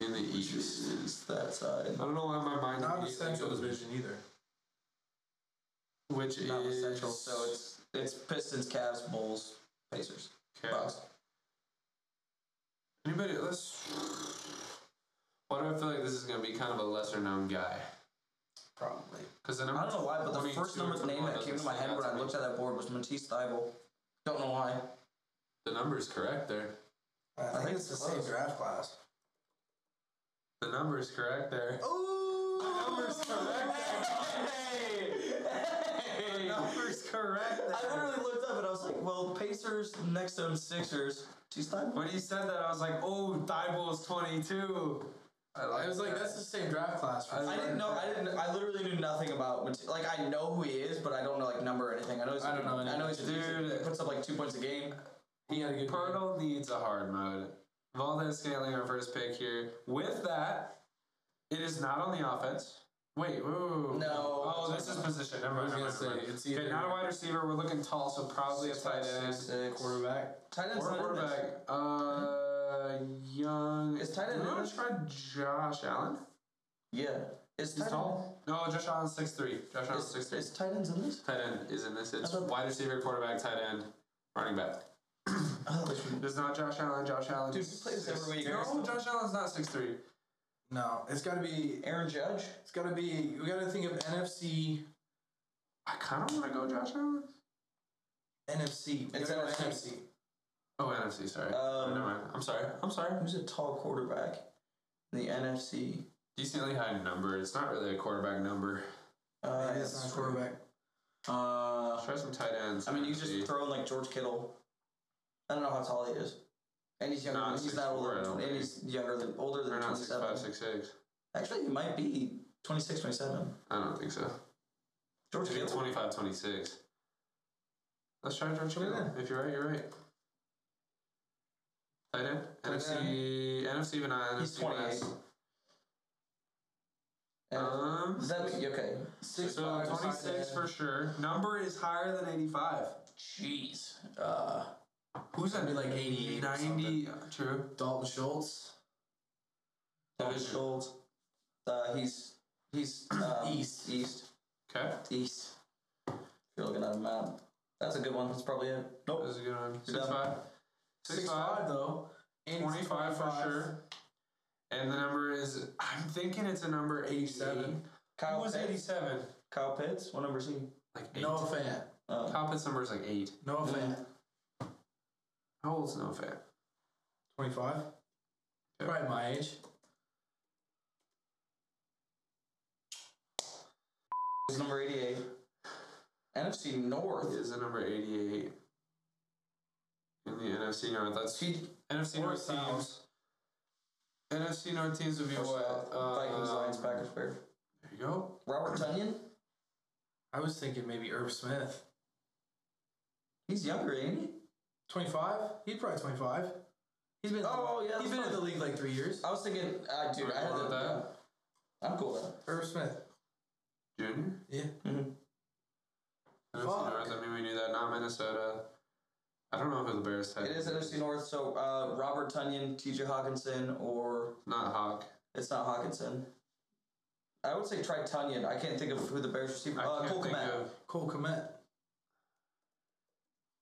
[SPEAKER 1] in the
[SPEAKER 2] Which
[SPEAKER 1] East?
[SPEAKER 2] is that side?
[SPEAKER 1] I don't know why my mind
[SPEAKER 3] not a
[SPEAKER 1] immediately
[SPEAKER 3] central
[SPEAKER 1] goes-
[SPEAKER 3] division either.
[SPEAKER 1] which
[SPEAKER 2] Not with
[SPEAKER 1] is
[SPEAKER 2] central, so it's it's Pistons, Cavs, Bulls, Pacers,
[SPEAKER 1] Okay.
[SPEAKER 2] Bucks.
[SPEAKER 1] Anybody? Let's. Why do I feel like this is gonna be kind of a lesser known guy?
[SPEAKER 3] Probably.
[SPEAKER 1] Because the number
[SPEAKER 2] I don't know why, but the
[SPEAKER 1] 22
[SPEAKER 2] first number
[SPEAKER 1] or
[SPEAKER 2] name
[SPEAKER 1] 21
[SPEAKER 2] that came to
[SPEAKER 1] doesn't
[SPEAKER 2] my
[SPEAKER 1] stick
[SPEAKER 2] head
[SPEAKER 1] out
[SPEAKER 2] when
[SPEAKER 1] to
[SPEAKER 2] I
[SPEAKER 1] me.
[SPEAKER 2] looked at that board was Matisse Thybul. Don't know why.
[SPEAKER 1] The number's correct there.
[SPEAKER 3] I think,
[SPEAKER 2] think
[SPEAKER 3] it's the
[SPEAKER 2] it's
[SPEAKER 3] same
[SPEAKER 2] close.
[SPEAKER 3] draft class.
[SPEAKER 1] The number's correct there.
[SPEAKER 2] Oh,
[SPEAKER 1] The number's correct. there. The number's correct
[SPEAKER 2] I
[SPEAKER 1] there.
[SPEAKER 2] literally looked up and I was like, well, Pacers next to them Sixers. Matisse Thybulle.
[SPEAKER 1] When you said that, I was like, "Oh, Thibault's 22." I,
[SPEAKER 3] I was like, that's the same draft class. For
[SPEAKER 2] I didn't know. I didn't. I literally knew nothing about. Mate- Like I know who he is, but I don't know like number or anything. I know. He's,
[SPEAKER 3] I don't know
[SPEAKER 2] I know he's
[SPEAKER 3] anything.
[SPEAKER 2] dude.
[SPEAKER 1] Dude.
[SPEAKER 2] He puts up like two points a game.
[SPEAKER 3] He had a good.
[SPEAKER 1] Pirtle needs a hard mode. Valdez scaling our first pick here. With that, it is not on the offense. Wait, wait, wait, wait, wait.
[SPEAKER 2] No.
[SPEAKER 1] Oh, this is position. Never mind.
[SPEAKER 3] I
[SPEAKER 1] Never mind.
[SPEAKER 3] was gonna
[SPEAKER 1] Never
[SPEAKER 3] say,
[SPEAKER 1] mind.
[SPEAKER 3] it's
[SPEAKER 1] Okay,
[SPEAKER 3] either-
[SPEAKER 1] not a wide receiver. We're looking tall, so probably a tight end.
[SPEAKER 2] six.
[SPEAKER 3] quarterback.
[SPEAKER 2] Tight end's
[SPEAKER 1] Or
[SPEAKER 2] not in this.
[SPEAKER 1] Uh, quarterback. Uh, young.
[SPEAKER 2] Is tight end
[SPEAKER 1] You want
[SPEAKER 2] in
[SPEAKER 1] to try Josh Allen?
[SPEAKER 2] Yeah. Is
[SPEAKER 1] He's
[SPEAKER 2] tight end?
[SPEAKER 1] tall. No, Josh Allen's 6'3. Josh Allen's
[SPEAKER 2] Is,
[SPEAKER 1] 6'3.
[SPEAKER 2] is tight ends in this?
[SPEAKER 1] tight end is in this. It's
[SPEAKER 2] I thought-
[SPEAKER 1] wide receiver, quarterback, tight end, running back.
[SPEAKER 2] Oh, this one.
[SPEAKER 1] It's not Josh Allen. Josh Allen.
[SPEAKER 2] Dude, we play this every week.
[SPEAKER 1] No, Josh Allen's not 6'3.
[SPEAKER 3] No, it's got to be.
[SPEAKER 2] Aaron Judge.
[SPEAKER 3] It's got to be. We got to think of NFC.
[SPEAKER 1] I kind of want to go Josh Allen.
[SPEAKER 3] NFC. We
[SPEAKER 2] It's
[SPEAKER 3] gotta go
[SPEAKER 2] NFC.
[SPEAKER 3] NFC.
[SPEAKER 1] Oh, NFC, sorry.
[SPEAKER 2] Um,
[SPEAKER 1] Never mind. I'm sorry. I'm sorry.
[SPEAKER 2] Who's a tall quarterback? In the NFC.
[SPEAKER 1] Decently high number. It's not really a quarterback number.
[SPEAKER 2] Uh,
[SPEAKER 3] It is not quarterback.
[SPEAKER 2] Uh,
[SPEAKER 1] I'll try some tight ends.
[SPEAKER 2] I mean, you just
[SPEAKER 1] NFC.
[SPEAKER 2] throw in like George Kittle. I don't know how tall he is. And he's younger.
[SPEAKER 1] Nah,
[SPEAKER 2] than- he's not
[SPEAKER 1] 6'4",,
[SPEAKER 2] older.
[SPEAKER 1] I
[SPEAKER 2] Than,
[SPEAKER 1] don't
[SPEAKER 2] twen- and
[SPEAKER 1] think.
[SPEAKER 2] he's younger than older
[SPEAKER 1] Or
[SPEAKER 2] than
[SPEAKER 1] not
[SPEAKER 2] twenty
[SPEAKER 1] 6'5,
[SPEAKER 2] seven.
[SPEAKER 1] 6'6.
[SPEAKER 2] Actually, he might be 26, 27.
[SPEAKER 1] I don't think so.
[SPEAKER 2] George
[SPEAKER 1] Maybe
[SPEAKER 2] Kittle.
[SPEAKER 1] 25, 26. Let's try George Kittle. If you're right, you're right. Tight end? NFC, NFC, but not
[SPEAKER 2] He's
[SPEAKER 1] NFC West.
[SPEAKER 2] 28. Uh,
[SPEAKER 1] Um,
[SPEAKER 2] Does that mean okay?
[SPEAKER 3] Six
[SPEAKER 1] so 26 for sure. Number is higher than 85.
[SPEAKER 2] Jeez. Uh,
[SPEAKER 1] Who's that?
[SPEAKER 3] Maybe like 88 or
[SPEAKER 1] 90. True.
[SPEAKER 3] Dalton Schultz.
[SPEAKER 2] Dalton
[SPEAKER 1] is-
[SPEAKER 2] Schultz. Uh, he's he's um,
[SPEAKER 3] East.
[SPEAKER 2] East.
[SPEAKER 1] Okay.
[SPEAKER 2] East. If you're looking at a map, that's a good one. That's probably it. Nope.
[SPEAKER 1] That was a good one.
[SPEAKER 2] Yeah.
[SPEAKER 1] 6'5.
[SPEAKER 3] Six five though. And he's
[SPEAKER 1] 25 for sure. And the number is, I'm thinking it's a number 87.
[SPEAKER 3] 87.
[SPEAKER 1] Who
[SPEAKER 2] Kyle
[SPEAKER 1] was
[SPEAKER 2] Pitts.
[SPEAKER 1] 87?
[SPEAKER 2] Kyle Pitts. What number is he?
[SPEAKER 1] Like 8.
[SPEAKER 3] No fan.
[SPEAKER 2] Uh,
[SPEAKER 1] Compet's number is like 8.
[SPEAKER 3] No fan.
[SPEAKER 1] How old's no fan?
[SPEAKER 3] Twenty five.
[SPEAKER 1] Yeah.
[SPEAKER 3] Probably my age.
[SPEAKER 2] He's number 88. NFC North.
[SPEAKER 1] He is a number 88. In the NFC North. That's
[SPEAKER 2] He,
[SPEAKER 1] NFC
[SPEAKER 3] Or
[SPEAKER 1] North
[SPEAKER 3] South.
[SPEAKER 1] teams. NFC North teams would be what? Uh,
[SPEAKER 2] Vikings, Lions, Packers, Bears.
[SPEAKER 1] There you go.
[SPEAKER 2] Robert Tunyon.
[SPEAKER 3] I was thinking maybe Herb Smith.
[SPEAKER 2] He's younger, ain't he?
[SPEAKER 3] Twenty five. He's probably twenty five. He's been.
[SPEAKER 2] Oh, yeah, that's
[SPEAKER 3] He's been in
[SPEAKER 2] fine.
[SPEAKER 3] the league like three years.
[SPEAKER 2] I was thinking, uh, dude, I had
[SPEAKER 1] Remember
[SPEAKER 2] the,
[SPEAKER 1] that?
[SPEAKER 2] I'm cool with that.
[SPEAKER 3] Herb Smith.
[SPEAKER 1] Junior?
[SPEAKER 3] Yeah.
[SPEAKER 1] NFC
[SPEAKER 3] Fuck.
[SPEAKER 1] North. I mean, we knew that. Not Minnesota. I don't know who the Bears had.
[SPEAKER 2] It is NFC North, so uh, Robert Tunyon, TJ Hawkinson, or
[SPEAKER 1] Not Hawk.
[SPEAKER 2] it's not Hawkinson. I would say try Tunyon. I can't think of who the Bears receiver.
[SPEAKER 1] I
[SPEAKER 2] Uh,
[SPEAKER 1] can't
[SPEAKER 2] Cole
[SPEAKER 1] think
[SPEAKER 2] Kmet.
[SPEAKER 1] of.
[SPEAKER 3] Cole Komet.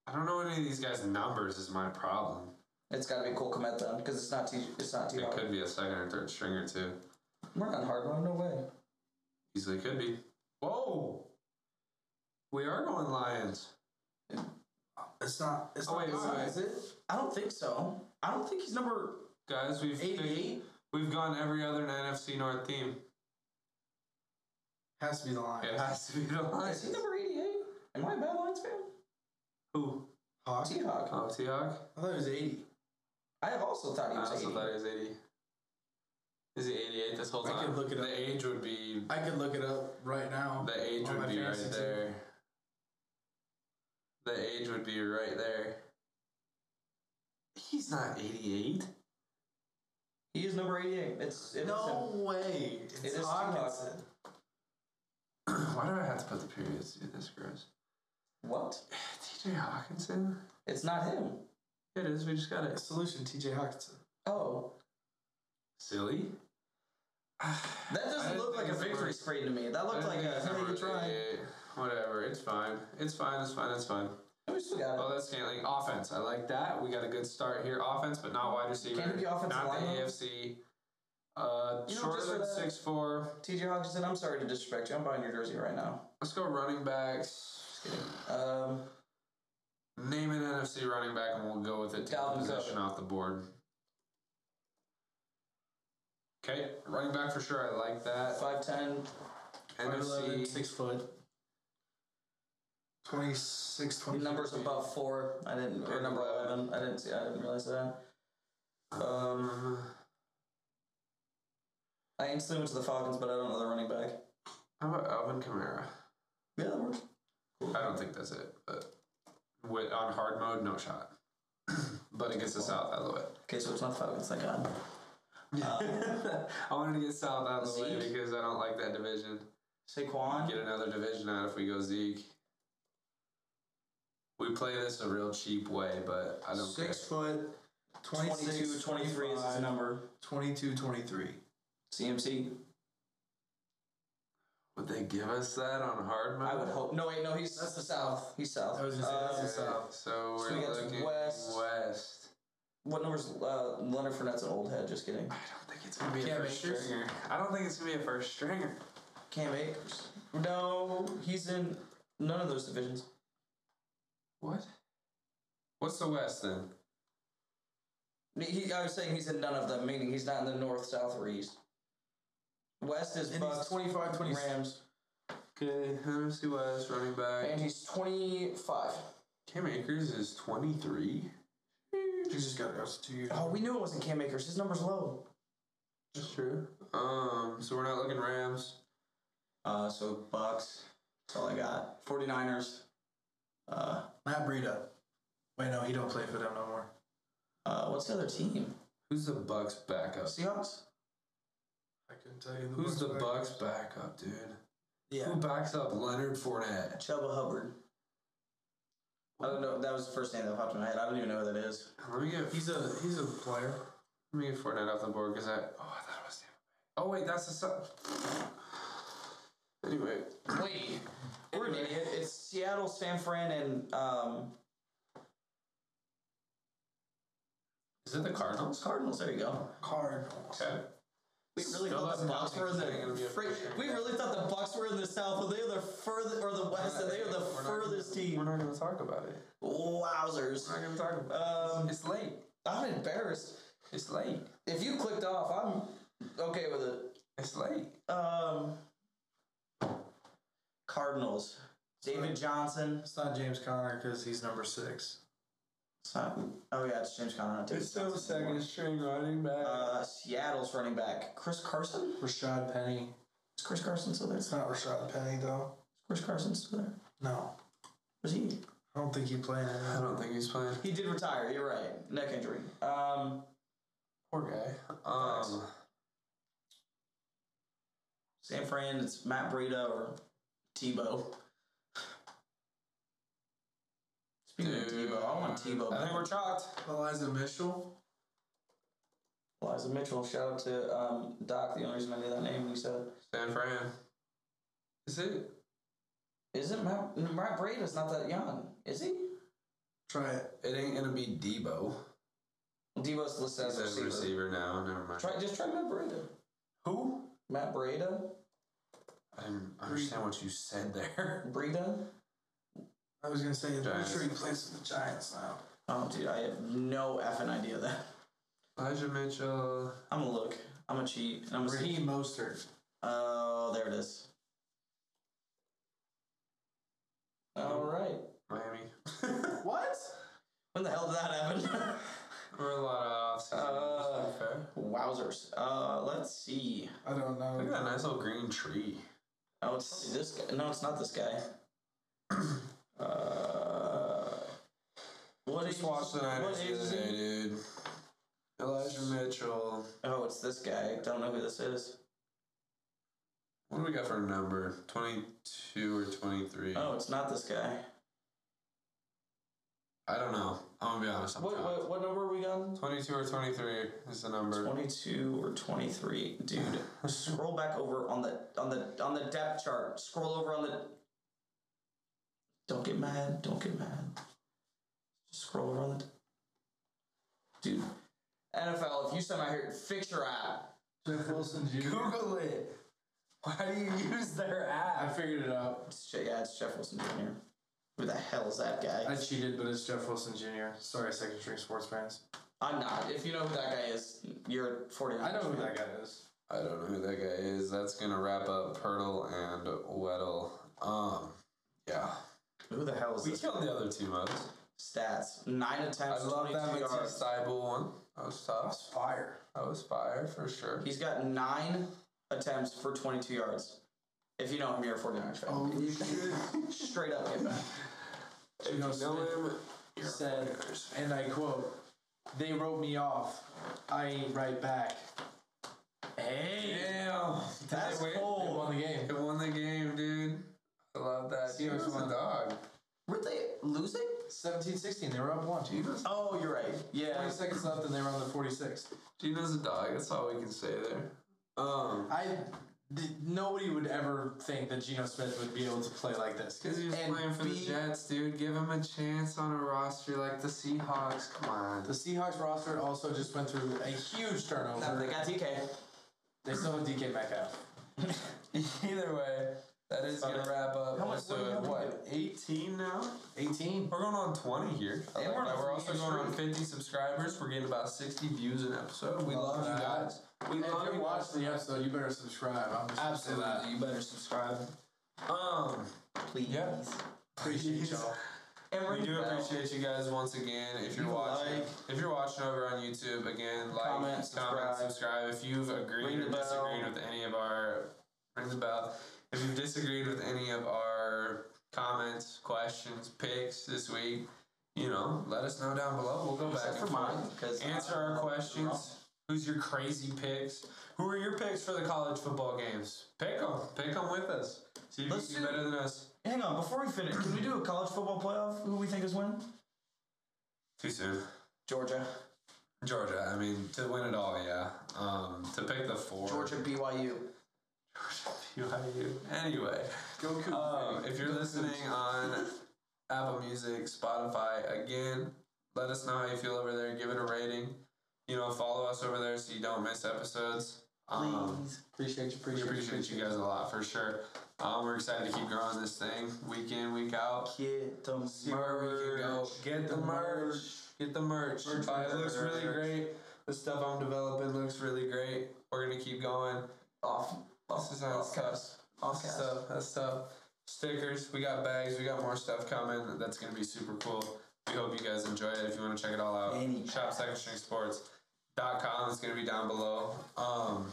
[SPEAKER 1] I don't know any of these guys' numbers. Is my problem.
[SPEAKER 2] It's got to be Cole Kmet then, because it's not T. It's not T.
[SPEAKER 1] It
[SPEAKER 2] Hawkinson.
[SPEAKER 1] could be a second or third stringer too.
[SPEAKER 2] We're not hard one, no way.
[SPEAKER 1] Easily could be. Whoa. We are going Lions.
[SPEAKER 3] It's not. It's
[SPEAKER 1] Oh,
[SPEAKER 3] not.
[SPEAKER 1] wait,
[SPEAKER 3] mine,
[SPEAKER 1] wait,
[SPEAKER 3] is it?
[SPEAKER 2] I don't think so. I don't think he's number.
[SPEAKER 1] Guys, we've picked,
[SPEAKER 3] Eighty eight.
[SPEAKER 1] We've gone every other NFC North team.
[SPEAKER 3] Has to be the Lions.
[SPEAKER 1] It has to be the
[SPEAKER 2] Is he
[SPEAKER 1] Lions.
[SPEAKER 2] number 88? Am I a bad Lions fan?
[SPEAKER 1] Who?
[SPEAKER 3] Hawk?
[SPEAKER 2] Seahawk.
[SPEAKER 1] Oh, T Hawk?
[SPEAKER 3] I thought it was 80.
[SPEAKER 2] I also thought
[SPEAKER 1] I
[SPEAKER 2] he was
[SPEAKER 1] also
[SPEAKER 2] 80.
[SPEAKER 1] thought he was 80. Is he 88 this whole
[SPEAKER 3] I
[SPEAKER 1] time?
[SPEAKER 3] could look it
[SPEAKER 1] the
[SPEAKER 3] up.
[SPEAKER 1] age would be
[SPEAKER 3] I could look it up right now.
[SPEAKER 1] The age
[SPEAKER 3] on
[SPEAKER 1] would
[SPEAKER 3] my
[SPEAKER 1] be right
[SPEAKER 3] fantasy team.
[SPEAKER 1] there. The age would be right there. He's not 88.
[SPEAKER 2] He is number 88. It's, it
[SPEAKER 3] No way. It's
[SPEAKER 2] is
[SPEAKER 3] Hawkinson.
[SPEAKER 1] Why do I have to put the periods through this, gross?
[SPEAKER 2] isn't. What?
[SPEAKER 1] TJ Hawkinson?
[SPEAKER 2] It's not him.
[SPEAKER 1] It is, we just got it.
[SPEAKER 3] Solution, TJ Hawkinson.
[SPEAKER 2] Oh.
[SPEAKER 1] Silly?
[SPEAKER 2] That doesn't
[SPEAKER 1] didn't
[SPEAKER 2] look like
[SPEAKER 1] think
[SPEAKER 2] a
[SPEAKER 1] it's
[SPEAKER 2] victory
[SPEAKER 1] worth-
[SPEAKER 2] screen to me. That looked like
[SPEAKER 1] I
[SPEAKER 2] a.
[SPEAKER 1] think
[SPEAKER 2] Hey,
[SPEAKER 1] it's number 88. eh, Whatever, it's fine. It's fine, it's fine, it's fine.
[SPEAKER 2] We still got it.
[SPEAKER 1] Oh, that's Scantling. Offense, I like that. We got a good start here. Offense, but not wide receiver.
[SPEAKER 2] Can it be offensive
[SPEAKER 1] Not the
[SPEAKER 2] lineman?
[SPEAKER 1] AFC. Uh,
[SPEAKER 2] You know,
[SPEAKER 1] shorter
[SPEAKER 2] just for
[SPEAKER 1] than
[SPEAKER 2] that-
[SPEAKER 1] 6'4".
[SPEAKER 2] TJ Hawkinson, I'm sorry to disrespect you. I'm buying your jersey right now.
[SPEAKER 1] Let's go running backs.
[SPEAKER 2] Just kidding. Um,
[SPEAKER 1] Name an NFC running back, and we'll go with it. Take the
[SPEAKER 2] Dalvin
[SPEAKER 1] position off the board. Okay, running back for sure. I like that.
[SPEAKER 2] 5'10.
[SPEAKER 3] 5'11",
[SPEAKER 1] NFC.
[SPEAKER 3] 6 foot. 26, 26.
[SPEAKER 2] Numbers above 4. I didn't. Or number 11. I didn't see. I didn't realize that. Um, I instantly went to the Falcons, but I don't know the running back.
[SPEAKER 1] How about Alvin Kamara?
[SPEAKER 2] Yeah, that works.
[SPEAKER 1] I don't think that's it, but with, on hard mode, no shot. but against the South, I love it.
[SPEAKER 2] Okay, so it's not the Falcons, thank God. Uh,
[SPEAKER 1] I wanted to get South out of the way
[SPEAKER 2] Zeke?
[SPEAKER 1] because I don't like that division.
[SPEAKER 2] Saquon.
[SPEAKER 1] Get another division out if we go Zeke. We play this a real cheap way, but I don't care.
[SPEAKER 3] 6 foot.
[SPEAKER 2] 22,
[SPEAKER 3] 26,
[SPEAKER 2] 23 is his
[SPEAKER 3] 25,
[SPEAKER 2] number.
[SPEAKER 3] 22, 23.
[SPEAKER 2] CMC.
[SPEAKER 1] Would they give us that on hard mode?
[SPEAKER 2] I would hope. No, wait, no, he's
[SPEAKER 3] That's the South.
[SPEAKER 2] He's south.
[SPEAKER 3] I was uh, gonna say, that's
[SPEAKER 2] Um,
[SPEAKER 3] the South.
[SPEAKER 1] Okay, So
[SPEAKER 2] So
[SPEAKER 1] we're
[SPEAKER 2] we got
[SPEAKER 1] looking
[SPEAKER 2] West.
[SPEAKER 1] west.
[SPEAKER 2] What number's uh, Leonard Fournette's an old head? Just kidding.
[SPEAKER 1] I don't think it's gonna be
[SPEAKER 3] Cam
[SPEAKER 1] a first
[SPEAKER 3] Akers?
[SPEAKER 1] stringer. I don't think it's gonna be a first stringer.
[SPEAKER 2] Cam Akers. No, he's in none of those divisions.
[SPEAKER 1] What? What's the West then?
[SPEAKER 2] He, I was saying he's in none of them, meaning he's not in the north, south, or east. West is
[SPEAKER 3] And he's
[SPEAKER 2] Bucks,
[SPEAKER 3] 25, 26.
[SPEAKER 2] Rams,
[SPEAKER 1] Okay, NFC West running back.
[SPEAKER 2] and he's twenty-five.
[SPEAKER 1] Cam Akers is twenty three.
[SPEAKER 3] You just got to go to two years.
[SPEAKER 2] Oh, we knew it wasn't Cam Akers. His number's low.
[SPEAKER 1] That's true. Um, so we're not looking Rams.
[SPEAKER 2] Uh, so Bucks. That's all I got. 49ers. Uh,
[SPEAKER 3] Matt Breida. Wait, no, he don't play for them no more.
[SPEAKER 2] uh, what's the other team?
[SPEAKER 1] Who's the Bucks backup?
[SPEAKER 2] Seahawks.
[SPEAKER 3] I couldn't tell you.
[SPEAKER 1] Who's the Bucks backup, dude?
[SPEAKER 3] Yeah.
[SPEAKER 1] Who backs up Leonard Fournette?
[SPEAKER 2] Chuba Hubbard. I don't know. That was the first name that popped in my head. I don't even know who that is.
[SPEAKER 1] Let me get
[SPEAKER 3] He's a he's a player.
[SPEAKER 1] Let me get Fortnite off the board because I. Oh, I thought it was Tampa Bay. Oh wait, that's the. Sub- anyway,
[SPEAKER 2] Wait, we're an idiot. It's Seattle, San Fran, and um,
[SPEAKER 1] is it the Cardinals?
[SPEAKER 2] Cardinals. There you go.
[SPEAKER 3] Cardinals.
[SPEAKER 1] Okay.
[SPEAKER 2] We really
[SPEAKER 1] Still
[SPEAKER 2] thought the
[SPEAKER 1] doesn't
[SPEAKER 2] Bucks were
[SPEAKER 1] count
[SPEAKER 2] in
[SPEAKER 1] because they're gonna be
[SPEAKER 2] the.
[SPEAKER 1] a
[SPEAKER 2] Fr-
[SPEAKER 1] first-round
[SPEAKER 2] we really thought the Bucks were in the South, but they are the further or the West, and they are the
[SPEAKER 1] We're not-
[SPEAKER 2] furthest team.
[SPEAKER 1] We're not going to talk about it.
[SPEAKER 2] Wowzers!
[SPEAKER 1] We're not going to talk about
[SPEAKER 2] Um,
[SPEAKER 1] it. It's late.
[SPEAKER 2] I'm embarrassed.
[SPEAKER 1] It's late.
[SPEAKER 2] If you clicked off, I'm okay with it.
[SPEAKER 1] It's late.
[SPEAKER 2] Um, Cardinals. David Johnson.
[SPEAKER 3] It's not James Conner because he's number six.
[SPEAKER 2] It's not- oh yeah, it's James Conner. not David Johnson anymore.
[SPEAKER 1] string running back.
[SPEAKER 2] Uh, Seattle's running back Chris Carson.
[SPEAKER 3] Rashad Penny.
[SPEAKER 2] Is Chris Carson still there? Is
[SPEAKER 3] It's not Rashad Penny though.
[SPEAKER 2] Chris Carson still there?
[SPEAKER 3] No,
[SPEAKER 2] Was he?
[SPEAKER 3] I don't think he played.
[SPEAKER 1] I don't think he's playing.
[SPEAKER 2] He did retire. You're right. Neck injury. Um,
[SPEAKER 1] Poor guy. Um,
[SPEAKER 2] San Fran. It's Matt Breida or Tebow. Speaking of
[SPEAKER 1] dude,
[SPEAKER 2] Tebow, I want Tebow.
[SPEAKER 1] I think we're
[SPEAKER 2] back.
[SPEAKER 1] chalked.
[SPEAKER 3] Eliza Mitchell.
[SPEAKER 2] Eliza Mitchell. Shout out to um, Doc. The only reason I knew that name, he said,
[SPEAKER 1] San Fran. Is it?
[SPEAKER 2] "Isn't Matt Matt Breida's not that young? Is he?"
[SPEAKER 3] Try it.
[SPEAKER 1] It ain't gonna be Debo.
[SPEAKER 2] Debo's listed
[SPEAKER 1] He's
[SPEAKER 2] as a
[SPEAKER 1] a
[SPEAKER 2] receiver.
[SPEAKER 1] receiver now. Never mind.
[SPEAKER 2] Try just try Matt Breida.
[SPEAKER 1] Who?
[SPEAKER 2] Matt Breida.
[SPEAKER 1] I didn't understand what you said there.
[SPEAKER 2] Breida.
[SPEAKER 3] I was gonna say, I'm
[SPEAKER 1] Giants.
[SPEAKER 3] sure he plays for the Giants now.
[SPEAKER 2] Oh, dude, I have no effing idea that.
[SPEAKER 1] Elijah Mitchell.
[SPEAKER 2] I'm gonna look. I'm gonna cheat. And I'm gonna
[SPEAKER 3] Raheem Mostert.
[SPEAKER 2] Oh, there it is. All right.
[SPEAKER 1] Miami.
[SPEAKER 3] What?
[SPEAKER 2] When the hell did that happen?
[SPEAKER 1] We're a lot of off season.
[SPEAKER 2] Uh,
[SPEAKER 1] fair.
[SPEAKER 2] Wowzers. Uh, let's see.
[SPEAKER 3] I don't
[SPEAKER 1] Look at
[SPEAKER 3] know.
[SPEAKER 1] that nice little green tree.
[SPEAKER 2] Oh, it's this guy. No, it's not this guy. Uh, what
[SPEAKER 1] Just
[SPEAKER 2] is?
[SPEAKER 1] watched the
[SPEAKER 2] what
[SPEAKER 1] Niners the
[SPEAKER 2] is
[SPEAKER 1] other day,
[SPEAKER 2] he?
[SPEAKER 1] dude. Elijah Mitchell.
[SPEAKER 2] Oh, it's this guy. Don't know who this is.
[SPEAKER 1] What do we got for a number? 22 or 23?
[SPEAKER 2] Oh, it's not this guy.
[SPEAKER 1] I don't know. I'm going to be honest. I'm
[SPEAKER 2] What
[SPEAKER 1] not.
[SPEAKER 2] what, what number are we on?
[SPEAKER 1] 22 or 23 is the number.
[SPEAKER 2] Twenty-two or twenty-three, dude. scroll back over on the on the on the depth chart. Scroll over on the. Don't get mad. Don't get mad. Just scroll over on the. Dude, NFL. If you somehow hear, fix your app.
[SPEAKER 3] Cliff Wilson Jr.
[SPEAKER 5] Google it. Why do you use their
[SPEAKER 3] I
[SPEAKER 5] app?
[SPEAKER 3] figured it out.
[SPEAKER 2] It's, Je- yeah, it's Jeff Wilson Jr. Who the hell is that
[SPEAKER 3] I
[SPEAKER 2] guy?
[SPEAKER 3] cheated, but it's Jeff Wilson Jr. Sorry, second string sports fans.
[SPEAKER 2] I'm not. If you know who that guy is, you're 49.
[SPEAKER 3] I know who that guy is.
[SPEAKER 1] I don't know who that guy is. That's going to wrap up Pirtle and Weddle. Um, yeah.
[SPEAKER 2] Who the hell is
[SPEAKER 1] We
[SPEAKER 2] this?
[SPEAKER 1] killed the other two most.
[SPEAKER 2] Stats. Nine
[SPEAKER 1] I
[SPEAKER 2] attempts,
[SPEAKER 1] love that
[SPEAKER 2] 22
[SPEAKER 1] Matisse
[SPEAKER 2] yards.
[SPEAKER 1] Seibel one. That was tough.
[SPEAKER 3] Fire.
[SPEAKER 1] That was fire for sure.
[SPEAKER 2] He's got nine attempts for 22 yards. If you know him, you're a 49 fan.
[SPEAKER 3] Oh, you
[SPEAKER 2] Straight up get back.
[SPEAKER 1] If you
[SPEAKER 3] Geno
[SPEAKER 1] know
[SPEAKER 3] Smith
[SPEAKER 1] him, you're
[SPEAKER 3] said, and I quote, "They wrote me off. I ain't right back." Hey,
[SPEAKER 1] Damn. Did
[SPEAKER 2] That's
[SPEAKER 1] they win?
[SPEAKER 2] cold.
[SPEAKER 3] they won the game.
[SPEAKER 1] They won the game, dude. I love that.
[SPEAKER 3] Steelers
[SPEAKER 1] Seahawks
[SPEAKER 3] won.
[SPEAKER 1] won dog.
[SPEAKER 2] Were they losing?
[SPEAKER 3] 17-16, They were up one.
[SPEAKER 2] Oh, you're right. Yeah.
[SPEAKER 3] 20 seconds left, and they were on the 46.
[SPEAKER 1] Gino's a dog. That's all we can say there. Um,
[SPEAKER 3] I th- nobody would ever think that Geno Smith would be able to play like this.
[SPEAKER 1] because he was
[SPEAKER 3] And
[SPEAKER 1] playing for
[SPEAKER 3] be-
[SPEAKER 1] the Jets, dude. Give him a chance on a roster like the Seahawks. Come on.
[SPEAKER 3] The Seahawks roster also just went through a huge
[SPEAKER 2] No,
[SPEAKER 3] turnover.
[SPEAKER 2] they got TK.
[SPEAKER 3] They still have DK Metcalf.
[SPEAKER 1] Either way, that is gonna wrap up
[SPEAKER 3] How much-
[SPEAKER 1] episode
[SPEAKER 3] what- how
[SPEAKER 1] what? Eighteen now.
[SPEAKER 3] 18.
[SPEAKER 1] We're going on twenty here. I
[SPEAKER 2] And
[SPEAKER 1] like
[SPEAKER 2] we're on
[SPEAKER 1] that.
[SPEAKER 2] a
[SPEAKER 1] we're also
[SPEAKER 2] three-year
[SPEAKER 1] going on fifty subscribers. We're getting about sixty views an episode. We love you
[SPEAKER 3] that.
[SPEAKER 1] guys. We
[SPEAKER 3] If
[SPEAKER 1] love
[SPEAKER 3] you're
[SPEAKER 1] you. guys.
[SPEAKER 3] watching the episode, you better subscribe. I'm just gonna say that.
[SPEAKER 1] Absolutely, you better subscribe. Um,
[SPEAKER 2] Please.
[SPEAKER 1] Yeah.
[SPEAKER 3] Appreciate y'all.
[SPEAKER 2] And
[SPEAKER 1] we do
[SPEAKER 2] Bell.
[SPEAKER 1] appreciate you guys once again. If you're
[SPEAKER 2] Leave a
[SPEAKER 1] watching,
[SPEAKER 2] like.
[SPEAKER 1] if you're watching over on YouTube, again, like,
[SPEAKER 2] Comment,
[SPEAKER 1] comment,
[SPEAKER 2] subscribe.
[SPEAKER 1] subscribe. If you've agreed
[SPEAKER 2] Ring
[SPEAKER 1] or
[SPEAKER 2] the bell.
[SPEAKER 1] disagreed with any of our, ring the bell. If you've disagreed with any of our comments, questions, picks this week, you know, let us know down below. We'll go
[SPEAKER 2] Except
[SPEAKER 1] back
[SPEAKER 2] for
[SPEAKER 1] and
[SPEAKER 2] mine,
[SPEAKER 1] forth.
[SPEAKER 2] because
[SPEAKER 1] Answer our questions. Who's your crazy picks? Who are your picks for the college football games? Pick them. Pick them with us. See if
[SPEAKER 2] Let's
[SPEAKER 1] you do
[SPEAKER 2] do-
[SPEAKER 1] better than us.
[SPEAKER 2] Hang on, before we finish, can we do a college football playoff? Who we think is winning?
[SPEAKER 1] Too soon.
[SPEAKER 2] Georgia.
[SPEAKER 1] Georgia. I mean, to win it all, yeah. Um, to pick the four.
[SPEAKER 2] Georgia BYU.
[SPEAKER 1] BYU. Anyway,
[SPEAKER 3] Go Cougs.
[SPEAKER 1] um, if you're listening on Apple Music, Spotify, again, let us know how you feel over there. Give it a rating. You know, follow us over there so you don't miss episodes. Um,
[SPEAKER 2] Please.
[SPEAKER 3] Appreciate you.
[SPEAKER 1] we
[SPEAKER 3] Appreciate,
[SPEAKER 1] appreciate you guys a lot for sure. Um, we're excited to keep growing this thing week in, week out.
[SPEAKER 2] Get them.
[SPEAKER 1] See where we can go. Get the merch. Get the merch.
[SPEAKER 3] Merch,
[SPEAKER 1] Buy it
[SPEAKER 3] merch,
[SPEAKER 1] looks really
[SPEAKER 3] merch.
[SPEAKER 1] great. The stuff I'm developing looks really great. We're gonna keep going.
[SPEAKER 2] Off. off-
[SPEAKER 1] This is how it's
[SPEAKER 2] offcast.
[SPEAKER 1] Awesome
[SPEAKER 2] Podcast.
[SPEAKER 1] stuff. That's stuff. Stickers. We got bags. We got more stuff coming. That's gonna be super cool. We hope you guys enjoy it. If you want to check it all out,
[SPEAKER 2] Any
[SPEAKER 1] shop
[SPEAKER 2] bags.
[SPEAKER 1] secondstringsports.com. It's gonna be down below. Um,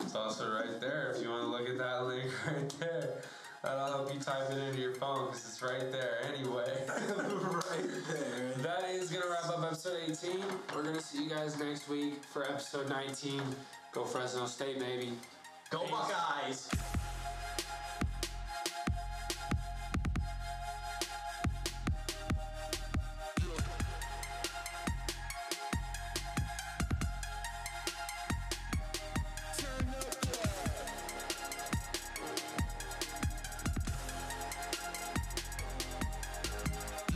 [SPEAKER 1] it's also right there. If you want to look at that link right there, that'll help you type it into your phone because it's right there. Anyway,
[SPEAKER 2] right there.
[SPEAKER 1] that is gonna wrap up episode 18. We're gonna see you guys next week for episode 19. Go Fresno State, baby.
[SPEAKER 2] Go Buckeyes.